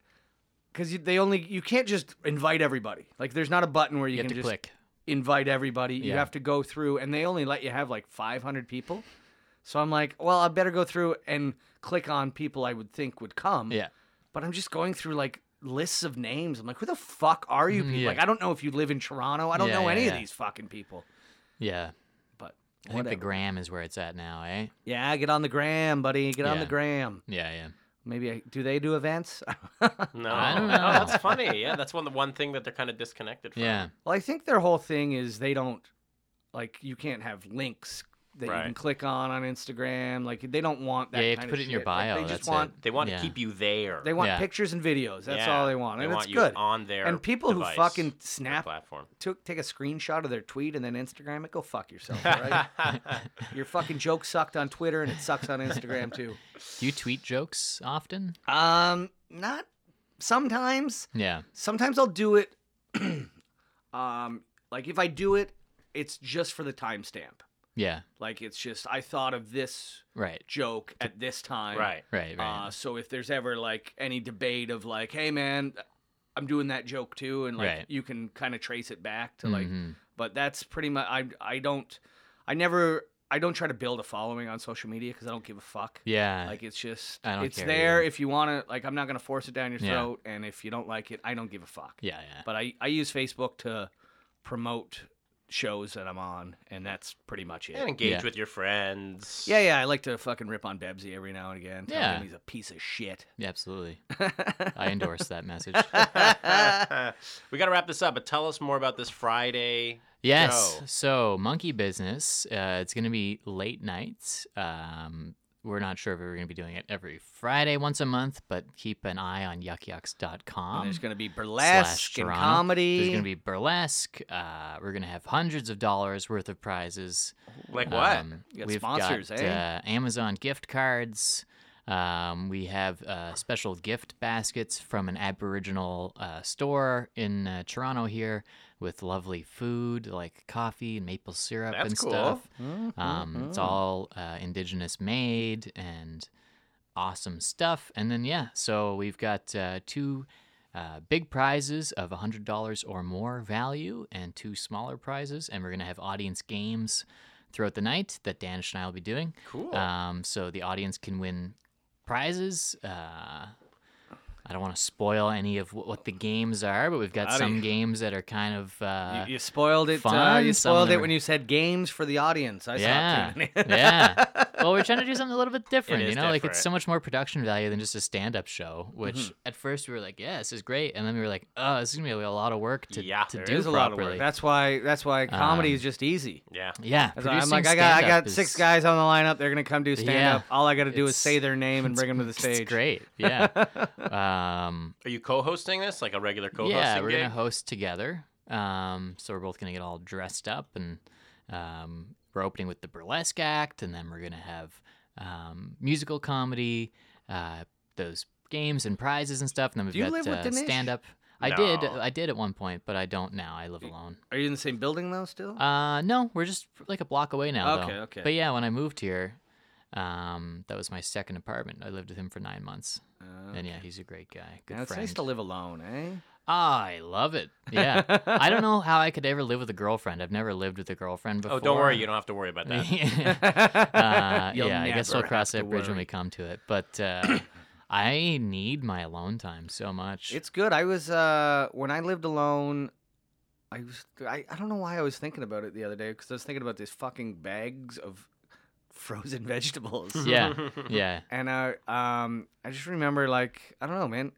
[SPEAKER 2] because they only you can't just invite everybody. Like there's not a button where you,
[SPEAKER 3] you have
[SPEAKER 2] can
[SPEAKER 3] to
[SPEAKER 2] just
[SPEAKER 3] click.
[SPEAKER 2] invite everybody. You
[SPEAKER 3] Yeah.
[SPEAKER 2] have to go through, and they only let you have like 500 people. So I'm like, well, I better go through and click on people I would think would come.
[SPEAKER 3] Yeah.
[SPEAKER 2] But I'm just going through like lists of names. I'm like, who the fuck are you people?
[SPEAKER 3] Mm, yeah.
[SPEAKER 2] Like, I don't know if you live in Toronto. I don't
[SPEAKER 3] Yeah,
[SPEAKER 2] know
[SPEAKER 3] yeah,
[SPEAKER 2] any
[SPEAKER 3] yeah.
[SPEAKER 2] of these fucking people.
[SPEAKER 3] Yeah.
[SPEAKER 2] But
[SPEAKER 3] I think the
[SPEAKER 2] whatever.
[SPEAKER 3] gram is where it's at now, eh?
[SPEAKER 2] yeah, get on the gram, buddy. Get on
[SPEAKER 3] Yeah.
[SPEAKER 2] the gram.
[SPEAKER 3] Yeah, yeah.
[SPEAKER 2] Maybe I, do they do events?
[SPEAKER 4] No,
[SPEAKER 3] I don't
[SPEAKER 4] Oh,
[SPEAKER 3] know.
[SPEAKER 4] that's funny. Yeah, that's one the one thing that they're kind of disconnected from.
[SPEAKER 3] Yeah.
[SPEAKER 2] Well, I think their whole thing is they don't like you can't have links that you can
[SPEAKER 4] Right.
[SPEAKER 2] click on on Instagram. Like they don't want that.
[SPEAKER 3] Yeah, you have to
[SPEAKER 2] kind
[SPEAKER 3] put
[SPEAKER 2] of
[SPEAKER 3] it in your
[SPEAKER 2] shit. Like,
[SPEAKER 3] bio,
[SPEAKER 2] they just
[SPEAKER 3] that's
[SPEAKER 2] want
[SPEAKER 4] They want
[SPEAKER 3] Yeah.
[SPEAKER 4] to keep you there.
[SPEAKER 2] they want
[SPEAKER 3] Yeah.
[SPEAKER 2] pictures and videos. That's
[SPEAKER 4] Yeah.
[SPEAKER 2] all they want,
[SPEAKER 4] They
[SPEAKER 2] and
[SPEAKER 4] want
[SPEAKER 2] it's
[SPEAKER 4] you
[SPEAKER 2] good.
[SPEAKER 4] on their
[SPEAKER 2] and people
[SPEAKER 4] device,
[SPEAKER 2] who fucking
[SPEAKER 4] their
[SPEAKER 2] snap
[SPEAKER 4] platform.
[SPEAKER 2] took take a screenshot of their tweet and then Instagram it, go fuck yourself. all Right? your fucking joke sucked on Twitter and it sucks on Instagram too.
[SPEAKER 3] Do you tweet jokes often?
[SPEAKER 2] Um, not sometimes.
[SPEAKER 3] Yeah.
[SPEAKER 2] sometimes I'll do it. um, like if I do it, it's just for the timestamp.
[SPEAKER 3] Yeah.
[SPEAKER 2] Like it's just I thought of this
[SPEAKER 3] Right.
[SPEAKER 2] joke at this time.
[SPEAKER 4] right.
[SPEAKER 3] Right, right.
[SPEAKER 2] Uh, so if there's ever like any debate of like, hey man, I'm doing that joke too, and like
[SPEAKER 3] Right.
[SPEAKER 2] you can kind of trace it back to like,
[SPEAKER 3] Mhm.
[SPEAKER 2] but that's pretty much I I don't I never I don't try to build a following on social media because I don't give a fuck.
[SPEAKER 3] yeah.
[SPEAKER 2] Like it's just
[SPEAKER 3] I don't
[SPEAKER 2] it's
[SPEAKER 3] care
[SPEAKER 2] there
[SPEAKER 3] either.
[SPEAKER 2] if you want to. Like I'm not gonna force it down your
[SPEAKER 3] Yeah.
[SPEAKER 2] throat, and if you don't like it, I don't give a fuck
[SPEAKER 3] yeah, yeah.
[SPEAKER 2] but I, I use Facebook to promote shows that I'm on, and that's pretty much it.
[SPEAKER 4] And engage
[SPEAKER 3] Yeah.
[SPEAKER 4] with your friends.
[SPEAKER 2] Yeah, yeah, I like to fucking rip on Bebsy every now and again. tell
[SPEAKER 3] Yeah.
[SPEAKER 2] him he's a piece of shit.
[SPEAKER 3] Yeah, absolutely. I endorse that message.
[SPEAKER 4] we got to wrap this up, but tell us more about this Friday.
[SPEAKER 3] Yes.
[SPEAKER 4] show.
[SPEAKER 3] So, Monkey Business, uh, it's going to be late nights. Um, we're not sure if we're going to be doing it every Friday once a month, but keep an eye on yuckyucks.com.
[SPEAKER 2] And there's gonna be
[SPEAKER 3] Um, slash
[SPEAKER 2] burlesque and
[SPEAKER 3] Toronto.
[SPEAKER 2] comedy.
[SPEAKER 3] There's going to be burlesque. Uh, we're going to have hundreds of dollars worth of prizes.
[SPEAKER 4] Like what?
[SPEAKER 3] Um,
[SPEAKER 2] You got
[SPEAKER 3] we've
[SPEAKER 2] sponsors,
[SPEAKER 3] got
[SPEAKER 2] eh?
[SPEAKER 3] uh, Amazon gift cards. Um, we have uh, special gift baskets from an Aboriginal uh, store in uh, Toronto here with lovely food like coffee and maple syrup
[SPEAKER 4] That's
[SPEAKER 3] and
[SPEAKER 4] cool.
[SPEAKER 3] stuff.
[SPEAKER 2] Mm-hmm.
[SPEAKER 3] Um,
[SPEAKER 2] Oh.
[SPEAKER 3] it's all uh, Indigenous made and awesome stuff. And then, yeah, so we've got uh, two uh, big prizes of $100 or more value and two smaller prizes. And we're going to have audience games throughout the night that Danish and I will be doing.
[SPEAKER 4] Cool.
[SPEAKER 3] Um, so the audience can win prizes. Uh, I don't want to spoil any of wh- what the games are, but we've got
[SPEAKER 2] Howdy.
[SPEAKER 3] some games that are kind of. Uh,
[SPEAKER 2] you, you spoiled it. Uh,
[SPEAKER 3] fun,
[SPEAKER 2] you
[SPEAKER 3] some of
[SPEAKER 2] spoiled
[SPEAKER 3] them
[SPEAKER 2] it
[SPEAKER 3] are-
[SPEAKER 2] when you said games for the audience. I
[SPEAKER 3] yeah,
[SPEAKER 2] saw too many.
[SPEAKER 3] yeah. Well, we're trying to do something a little bit different,
[SPEAKER 4] It
[SPEAKER 3] you
[SPEAKER 4] is
[SPEAKER 3] know. Like it's
[SPEAKER 4] different.
[SPEAKER 3] so much more production value than just a stand-up show. Which
[SPEAKER 2] Mm-hmm.
[SPEAKER 3] at first we were like, "Yeah, this is great," and then we were like, "Oh, this is gonna be a lot of work to,
[SPEAKER 4] Yeah,
[SPEAKER 3] to
[SPEAKER 4] there
[SPEAKER 3] do
[SPEAKER 2] There's a
[SPEAKER 3] properly." Um,
[SPEAKER 2] lot of work. That's why. That's why comedy is just easy.
[SPEAKER 4] yeah.
[SPEAKER 3] yeah,
[SPEAKER 2] That's why I'm like,
[SPEAKER 3] producing
[SPEAKER 2] I got, I
[SPEAKER 3] stand-up
[SPEAKER 2] got six
[SPEAKER 3] is-
[SPEAKER 2] guys on the lineup. They're gonna come do stand up. All I gotta do is
[SPEAKER 3] it's-
[SPEAKER 2] say their name and bring them to the stage.
[SPEAKER 3] It's great. Yeah. um,
[SPEAKER 4] Are you co-hosting this like a regular co-hosting
[SPEAKER 3] yeah, we're
[SPEAKER 4] gig?
[SPEAKER 3] gonna host together. Um, so we're both gonna get all dressed up, and um, we're opening with the burlesque act, and then we're gonna have um, musical comedy, uh, those games and prizes and stuff, and then we've
[SPEAKER 2] Do you
[SPEAKER 3] got
[SPEAKER 2] live with
[SPEAKER 3] uh,
[SPEAKER 2] Dinesh?
[SPEAKER 3] stand up. I did,
[SPEAKER 4] No.
[SPEAKER 3] I did at one point, but I don't now. I live alone.
[SPEAKER 2] Are you in the same building though? Still?
[SPEAKER 3] Uh, no, we're just like a block away now.
[SPEAKER 2] Okay,
[SPEAKER 3] though.
[SPEAKER 2] okay.
[SPEAKER 3] But yeah, when I moved here, um, that was my second apartment. I lived with him for nine months, and yeah, he's a great guy, good
[SPEAKER 2] Yeah, it's
[SPEAKER 3] friend.
[SPEAKER 2] Oh. nice to live alone, eh?
[SPEAKER 3] Ah, I love it. Yeah. I don't know how I could ever live with a girlfriend. I've never lived with a girlfriend before.
[SPEAKER 4] Oh, don't worry, you don't have to worry about that.
[SPEAKER 3] uh,
[SPEAKER 2] You'll
[SPEAKER 3] yeah, I guess
[SPEAKER 2] never
[SPEAKER 3] we'll cross
[SPEAKER 2] have
[SPEAKER 3] that
[SPEAKER 2] to
[SPEAKER 3] bridge when
[SPEAKER 2] worry.
[SPEAKER 3] we come to it. But uh, I need my alone time so much.
[SPEAKER 2] It's good. I was uh when I lived alone. I was I, I don't know why I was thinking about it the other day because I was thinking about these fucking bags of frozen vegetables.
[SPEAKER 3] yeah, yeah,
[SPEAKER 2] And I um I just remember like I don't know, man.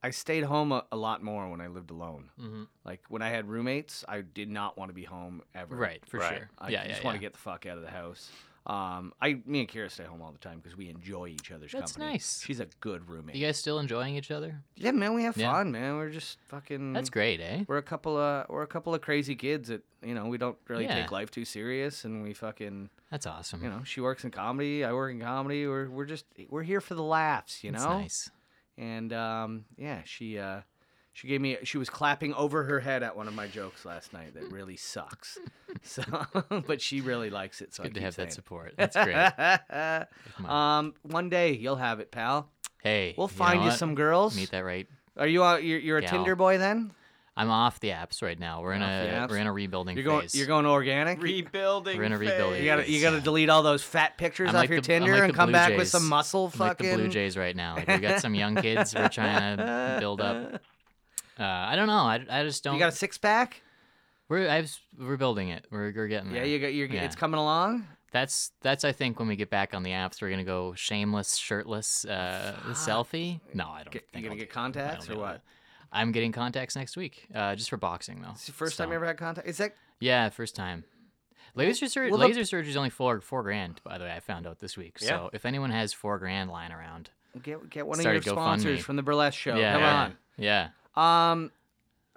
[SPEAKER 2] I stayed home a, a lot more when I lived alone.
[SPEAKER 3] hmm
[SPEAKER 2] Like when I had roommates, I did not want to be home ever.
[SPEAKER 3] right, for
[SPEAKER 4] Right.
[SPEAKER 3] sure.
[SPEAKER 2] I
[SPEAKER 3] yeah,
[SPEAKER 2] just
[SPEAKER 3] yeah,
[SPEAKER 2] want
[SPEAKER 3] yeah.
[SPEAKER 2] to get the fuck out of the house. Um, I me and Kira stay home all the time because we enjoy each other's
[SPEAKER 3] That's
[SPEAKER 2] company.
[SPEAKER 3] nice.
[SPEAKER 2] She's a good roommate.
[SPEAKER 3] You guys still enjoying each other?
[SPEAKER 2] Yeah, man, we have
[SPEAKER 3] Yeah.
[SPEAKER 2] fun, man. We're just fucking.
[SPEAKER 3] That's great, eh?
[SPEAKER 2] Mm-hmm. We're a couple of we're a couple of crazy kids that you know we don't really
[SPEAKER 3] Yeah.
[SPEAKER 2] take life too serious, and we fucking
[SPEAKER 3] That's awesome.
[SPEAKER 2] you know she works in comedy, I work in comedy. We're we're just we're here for the laughs, you
[SPEAKER 3] That's
[SPEAKER 2] know.
[SPEAKER 3] nice.
[SPEAKER 2] And um, yeah, she uh, she gave me she was clapping over her head at one of my jokes last night that really sucks. So, but she really likes it, so I
[SPEAKER 3] Good to
[SPEAKER 2] keep
[SPEAKER 3] have
[SPEAKER 2] saying
[SPEAKER 3] that
[SPEAKER 2] it.
[SPEAKER 3] support. That's great. Come on.
[SPEAKER 2] um, one day you'll have it, pal.
[SPEAKER 3] hey,
[SPEAKER 2] We'll
[SPEAKER 3] know
[SPEAKER 2] find you
[SPEAKER 3] what?
[SPEAKER 2] some girls.
[SPEAKER 3] Meet that right.
[SPEAKER 2] Are you out? You're, you're a
[SPEAKER 3] Gal.
[SPEAKER 2] Tinder boy then?
[SPEAKER 3] I'm off the apps right now. We're in
[SPEAKER 2] Off the
[SPEAKER 3] a
[SPEAKER 2] apps?
[SPEAKER 3] we're in a rebuilding
[SPEAKER 2] You're going.
[SPEAKER 3] phase.
[SPEAKER 2] You're going organic.
[SPEAKER 4] Rebuilding.
[SPEAKER 3] We're in a rebuilding
[SPEAKER 2] you gotta. You
[SPEAKER 3] phase.
[SPEAKER 2] gotta delete all those fat pictures
[SPEAKER 3] I'm
[SPEAKER 2] off
[SPEAKER 3] like
[SPEAKER 2] your
[SPEAKER 3] the- I'm
[SPEAKER 2] Tinder
[SPEAKER 3] like
[SPEAKER 2] and
[SPEAKER 3] the
[SPEAKER 2] come
[SPEAKER 3] Blue
[SPEAKER 2] back with some
[SPEAKER 3] Jays.
[SPEAKER 2] muscle
[SPEAKER 3] I'm like
[SPEAKER 2] fucking.
[SPEAKER 3] the Blue Jays right now. Like, we got some young kids we're trying to build up. Uh, I don't know. I, I just don't.
[SPEAKER 2] you got a six pack?
[SPEAKER 3] we're I've, we're building it. We're, we're getting
[SPEAKER 2] Yeah,
[SPEAKER 3] there.
[SPEAKER 2] you got. You're,
[SPEAKER 3] Yeah.
[SPEAKER 2] It's coming along.
[SPEAKER 3] That's that's I think when we get back on the apps, we're gonna go shameless, shirtless uh, selfie. No, I don't.
[SPEAKER 2] Get- you
[SPEAKER 3] think
[SPEAKER 2] gonna
[SPEAKER 3] I'll
[SPEAKER 2] get
[SPEAKER 3] do-
[SPEAKER 2] contacts
[SPEAKER 3] I
[SPEAKER 2] or
[SPEAKER 3] don't know.
[SPEAKER 2] what?
[SPEAKER 3] I'm getting contacts next week, uh, just for boxing though.
[SPEAKER 2] It's the first
[SPEAKER 3] So-
[SPEAKER 2] time you ever had contact. Is that
[SPEAKER 3] Yeah, first time. Laser surgery.
[SPEAKER 2] well, the-
[SPEAKER 3] laser surgery is only four four grand. By the way, I found out this week.
[SPEAKER 4] Yeah.
[SPEAKER 3] So if anyone has four grand lying around,
[SPEAKER 2] get get one of
[SPEAKER 3] Start
[SPEAKER 2] your
[SPEAKER 3] a GoFundMe.
[SPEAKER 2] sponsors from the burlesque show?
[SPEAKER 3] yeah,
[SPEAKER 2] Oh, Come
[SPEAKER 3] yeah,
[SPEAKER 2] on.
[SPEAKER 3] yeah.
[SPEAKER 2] Um,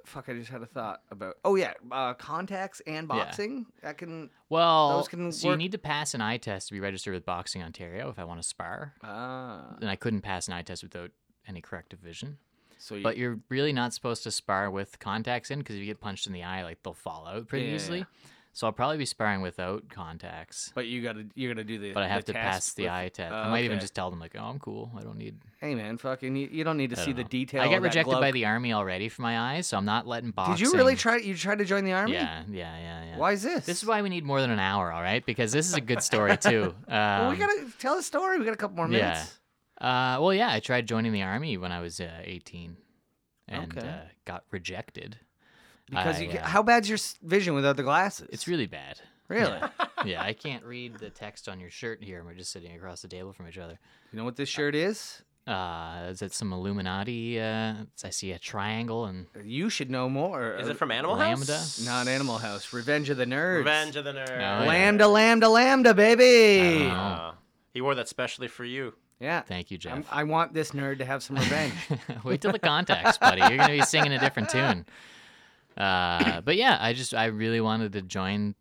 [SPEAKER 2] fuck! I just had a thought about. Oh yeah, uh, contacts and boxing. That can.
[SPEAKER 3] Well,
[SPEAKER 2] can
[SPEAKER 3] so
[SPEAKER 2] work-
[SPEAKER 3] you need to pass an eye test to be registered with Boxing Ontario if I want to spar.
[SPEAKER 2] Ah,
[SPEAKER 3] And I couldn't pass an eye test without any corrective vision.
[SPEAKER 2] so you,
[SPEAKER 3] But you're really not supposed to spar with contacts in because if you get punched in the eye, like they'll fall out pretty
[SPEAKER 2] Yeah, yeah,
[SPEAKER 3] easily.
[SPEAKER 2] yeah.
[SPEAKER 3] So I'll probably be sparring without contacts.
[SPEAKER 2] but you gotta you're gonna do the.
[SPEAKER 3] But I have
[SPEAKER 2] the
[SPEAKER 3] to
[SPEAKER 2] test
[SPEAKER 3] pass the
[SPEAKER 2] with-
[SPEAKER 3] eye test.
[SPEAKER 2] Oh,
[SPEAKER 3] I might even
[SPEAKER 2] okay.
[SPEAKER 3] just tell them like, "Oh, I'm cool. I don't need."
[SPEAKER 2] Hey man, fucking you, you don't need to
[SPEAKER 3] I
[SPEAKER 2] see
[SPEAKER 3] don't
[SPEAKER 2] the
[SPEAKER 3] know.
[SPEAKER 2] detail.
[SPEAKER 3] I
[SPEAKER 2] of
[SPEAKER 3] got
[SPEAKER 2] that
[SPEAKER 3] rejected
[SPEAKER 2] glove.
[SPEAKER 3] by the army already for my eyes, so I'm not letting boxing.
[SPEAKER 2] Did you really try? You tried to join the army?
[SPEAKER 3] Yeah, yeah, yeah, yeah.
[SPEAKER 2] Why is this?
[SPEAKER 3] This is why we need more than an hour, all right? Because this is a good story too. Um,
[SPEAKER 2] Well, we gotta tell a story. We got a couple more
[SPEAKER 3] yeah.
[SPEAKER 2] minutes.
[SPEAKER 3] Uh, well, yeah, I tried joining the army when I was uh, 18, and
[SPEAKER 2] Okay.
[SPEAKER 3] uh, got rejected.
[SPEAKER 2] Because
[SPEAKER 3] I,
[SPEAKER 2] you, ca-
[SPEAKER 3] uh,
[SPEAKER 2] how bad's your s- vision without the glasses?
[SPEAKER 3] It's really bad.
[SPEAKER 2] really.
[SPEAKER 3] Yeah, I can't read the text on your shirt here. and We're just sitting across the table from each other.
[SPEAKER 2] You know what this shirt is?
[SPEAKER 3] Uh, is it some Illuminati? Uh, I see a triangle and
[SPEAKER 2] You should know more.
[SPEAKER 4] Is it from Animal
[SPEAKER 3] lambda.
[SPEAKER 4] House?
[SPEAKER 2] Not Animal House. Revenge of the Nerds.
[SPEAKER 4] Revenge of the Nerds.
[SPEAKER 3] yeah.
[SPEAKER 2] Lambda, lambda, lambda, baby.
[SPEAKER 3] I don't know.
[SPEAKER 4] Uh, he wore that specially for you.
[SPEAKER 2] Yeah.
[SPEAKER 3] Oh, Thank you,
[SPEAKER 2] I'm-
[SPEAKER 3] Jeff.
[SPEAKER 2] I want this nerd to have some revenge.
[SPEAKER 3] Wait till the contacts, buddy. You're gonna be singing a different tune. Uh, but yeah, I just I really wanted to join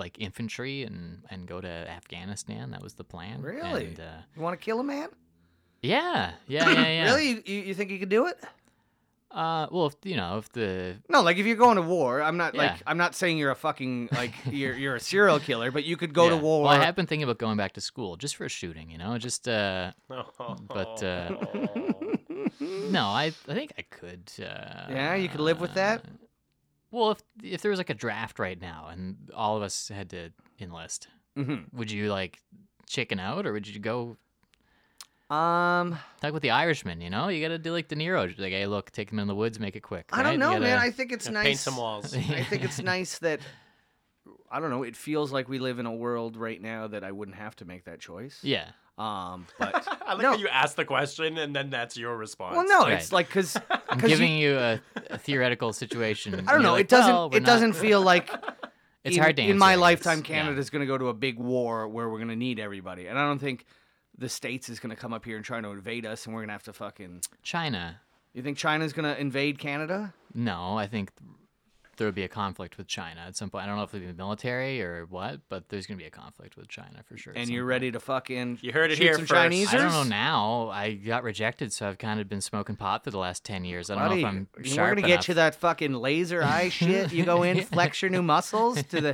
[SPEAKER 3] like infantry and and go to Afghanistan. That was the plan.
[SPEAKER 2] Really?
[SPEAKER 3] And, uh,
[SPEAKER 2] you want to kill a man?
[SPEAKER 3] yeah, yeah, yeah, yeah.
[SPEAKER 2] Really? You- You, you think you could do it?
[SPEAKER 3] Uh, well, if, you know, if the
[SPEAKER 2] No, like if you're going to war, I'm not like
[SPEAKER 3] Yeah.
[SPEAKER 2] I'm not saying you're a fucking like you're you're a serial killer, but you could go to
[SPEAKER 3] yeah.
[SPEAKER 2] war.
[SPEAKER 3] Well, I have been thinking about going back to school just for a shooting. You know, just uh,
[SPEAKER 4] But
[SPEAKER 3] But, uh, no, I I think I could. Uh,
[SPEAKER 2] yeah, you could live with that.
[SPEAKER 3] Well, if if there was like a draft right now and all of us had to enlist,
[SPEAKER 2] Mm-hmm.
[SPEAKER 3] would you like chicken out or would you go
[SPEAKER 2] Um,
[SPEAKER 3] Talk with the Irishman, you know? You gotta do like De Niro. Just Like, hey, look, take him in the woods, make it quick.
[SPEAKER 2] I
[SPEAKER 3] right?
[SPEAKER 2] don't
[SPEAKER 3] You
[SPEAKER 2] know, man.
[SPEAKER 3] gotta-
[SPEAKER 2] I think it's nice.
[SPEAKER 4] paint some walls.
[SPEAKER 2] I think it's nice that I don't know. It feels like we live in a world right now that I wouldn't have to make that choice.
[SPEAKER 3] Yeah.
[SPEAKER 2] Um, but
[SPEAKER 4] I like
[SPEAKER 2] No.
[SPEAKER 4] how you ask the question and then that's your response.
[SPEAKER 2] well, no,
[SPEAKER 3] Right.
[SPEAKER 2] it's like because
[SPEAKER 3] I'm
[SPEAKER 2] you-
[SPEAKER 3] giving you, a, a theoretical situation.
[SPEAKER 2] I don't know. it doesn't. it doesn't feel like
[SPEAKER 3] It's
[SPEAKER 2] in,
[SPEAKER 3] hard to
[SPEAKER 2] in my
[SPEAKER 3] answer, I
[SPEAKER 2] lifetime
[SPEAKER 3] guess. Yeah.
[SPEAKER 2] Canada's going to go to a big war where we're going to need everybody, and I don't think the states is going to come up here and try to invade us, and we're going to have to fucking.
[SPEAKER 3] China.
[SPEAKER 2] You think China's going to invade Canada?
[SPEAKER 3] No, I think there would be a conflict with China at some point. I don't know if it'd be military or what, but there's gonna be a conflict with China for sure. at
[SPEAKER 2] And
[SPEAKER 3] some
[SPEAKER 2] you're
[SPEAKER 3] point.
[SPEAKER 2] ready to fucking
[SPEAKER 4] You heard it
[SPEAKER 2] shoot
[SPEAKER 4] here
[SPEAKER 2] some
[SPEAKER 4] first.
[SPEAKER 2] Chinese?
[SPEAKER 3] I don't know now. I got rejected, so I've kind of been smoking pot for the last ten years. I don't
[SPEAKER 2] Buddy,
[SPEAKER 3] know if I'm
[SPEAKER 2] we're
[SPEAKER 3] sharp
[SPEAKER 2] gonna get
[SPEAKER 3] enough.
[SPEAKER 2] you that fucking laser eye shit. You go in, flex your new muscles to the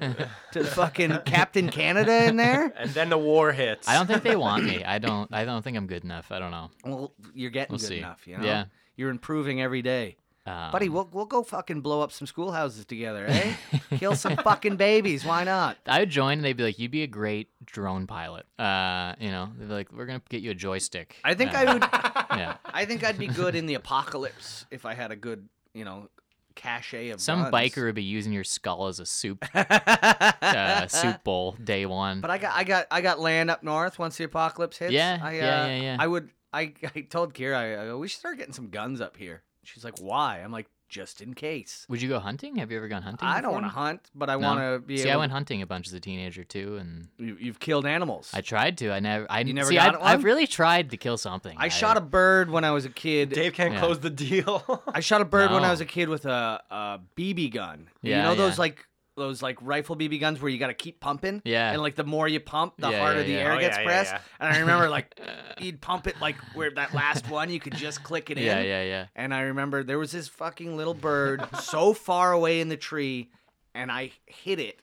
[SPEAKER 2] to the fucking Captain Canada in there.
[SPEAKER 4] And then the war hits.
[SPEAKER 3] I don't think they want me. I don't. I don't think I'm good enough. I don't know.
[SPEAKER 2] Well, you're getting
[SPEAKER 3] We'll
[SPEAKER 2] good
[SPEAKER 3] see.
[SPEAKER 2] enough, you know.
[SPEAKER 3] Yeah.
[SPEAKER 2] You're improving every day.
[SPEAKER 3] Um,
[SPEAKER 2] Buddy, we'll we'll go fucking blow up some schoolhouses together, eh? Kill some fucking babies, why not?
[SPEAKER 3] I would join, and they'd be like, "You'd be a great drone pilot." Uh, you know, they'd be like, "We're gonna get you a joystick."
[SPEAKER 2] I think
[SPEAKER 3] Uh,
[SPEAKER 2] I would
[SPEAKER 3] Yeah,
[SPEAKER 2] I think I'd be good in the apocalypse if I had a good, you know, cachet of
[SPEAKER 3] some
[SPEAKER 2] guns.
[SPEAKER 3] biker would be using your skull as a soup uh, soup bowl day one.
[SPEAKER 2] But I got I got I got land up north once the apocalypse hits.
[SPEAKER 3] Yeah,
[SPEAKER 2] I,
[SPEAKER 3] yeah,
[SPEAKER 2] uh,
[SPEAKER 3] yeah, yeah.
[SPEAKER 2] I would I, I told Kira I, I go, we should start getting some guns up here. She's like, why? I'm like, just in case.
[SPEAKER 3] would you go hunting? Have you ever gone hunting?
[SPEAKER 2] I don't want
[SPEAKER 3] before?
[SPEAKER 2] to hunt, but I
[SPEAKER 3] No?
[SPEAKER 2] want to be.
[SPEAKER 3] See,
[SPEAKER 2] able,
[SPEAKER 3] I went hunting a bunch as a teenager too, and
[SPEAKER 2] You, you've killed animals.
[SPEAKER 3] I tried to. I never. I
[SPEAKER 2] You never
[SPEAKER 3] see.
[SPEAKER 2] got
[SPEAKER 3] I've,
[SPEAKER 2] one?
[SPEAKER 3] I've really tried to kill something.
[SPEAKER 2] I shot a bird when I was a kid.
[SPEAKER 4] Dave can't
[SPEAKER 3] Yeah.
[SPEAKER 4] close the deal.
[SPEAKER 2] I shot a bird when I
[SPEAKER 3] No.
[SPEAKER 2] was a kid with a, a BB gun. you
[SPEAKER 3] Yeah,
[SPEAKER 2] know those
[SPEAKER 3] yeah.
[SPEAKER 2] like those like rifle BB guns where you got to keep pumping.
[SPEAKER 3] Yeah.
[SPEAKER 2] And like the more you pump, the
[SPEAKER 3] Yeah,
[SPEAKER 2] harder
[SPEAKER 3] yeah,
[SPEAKER 2] the
[SPEAKER 3] yeah.
[SPEAKER 2] air
[SPEAKER 4] Oh,
[SPEAKER 2] gets
[SPEAKER 4] yeah, yeah,
[SPEAKER 2] pressed.
[SPEAKER 4] yeah.
[SPEAKER 2] And I remember like you'd pump it like where that last one you could just click it in.
[SPEAKER 3] Yeah, yeah, yeah.
[SPEAKER 2] And I remember there was this fucking little bird so far away in the tree, and I hit it.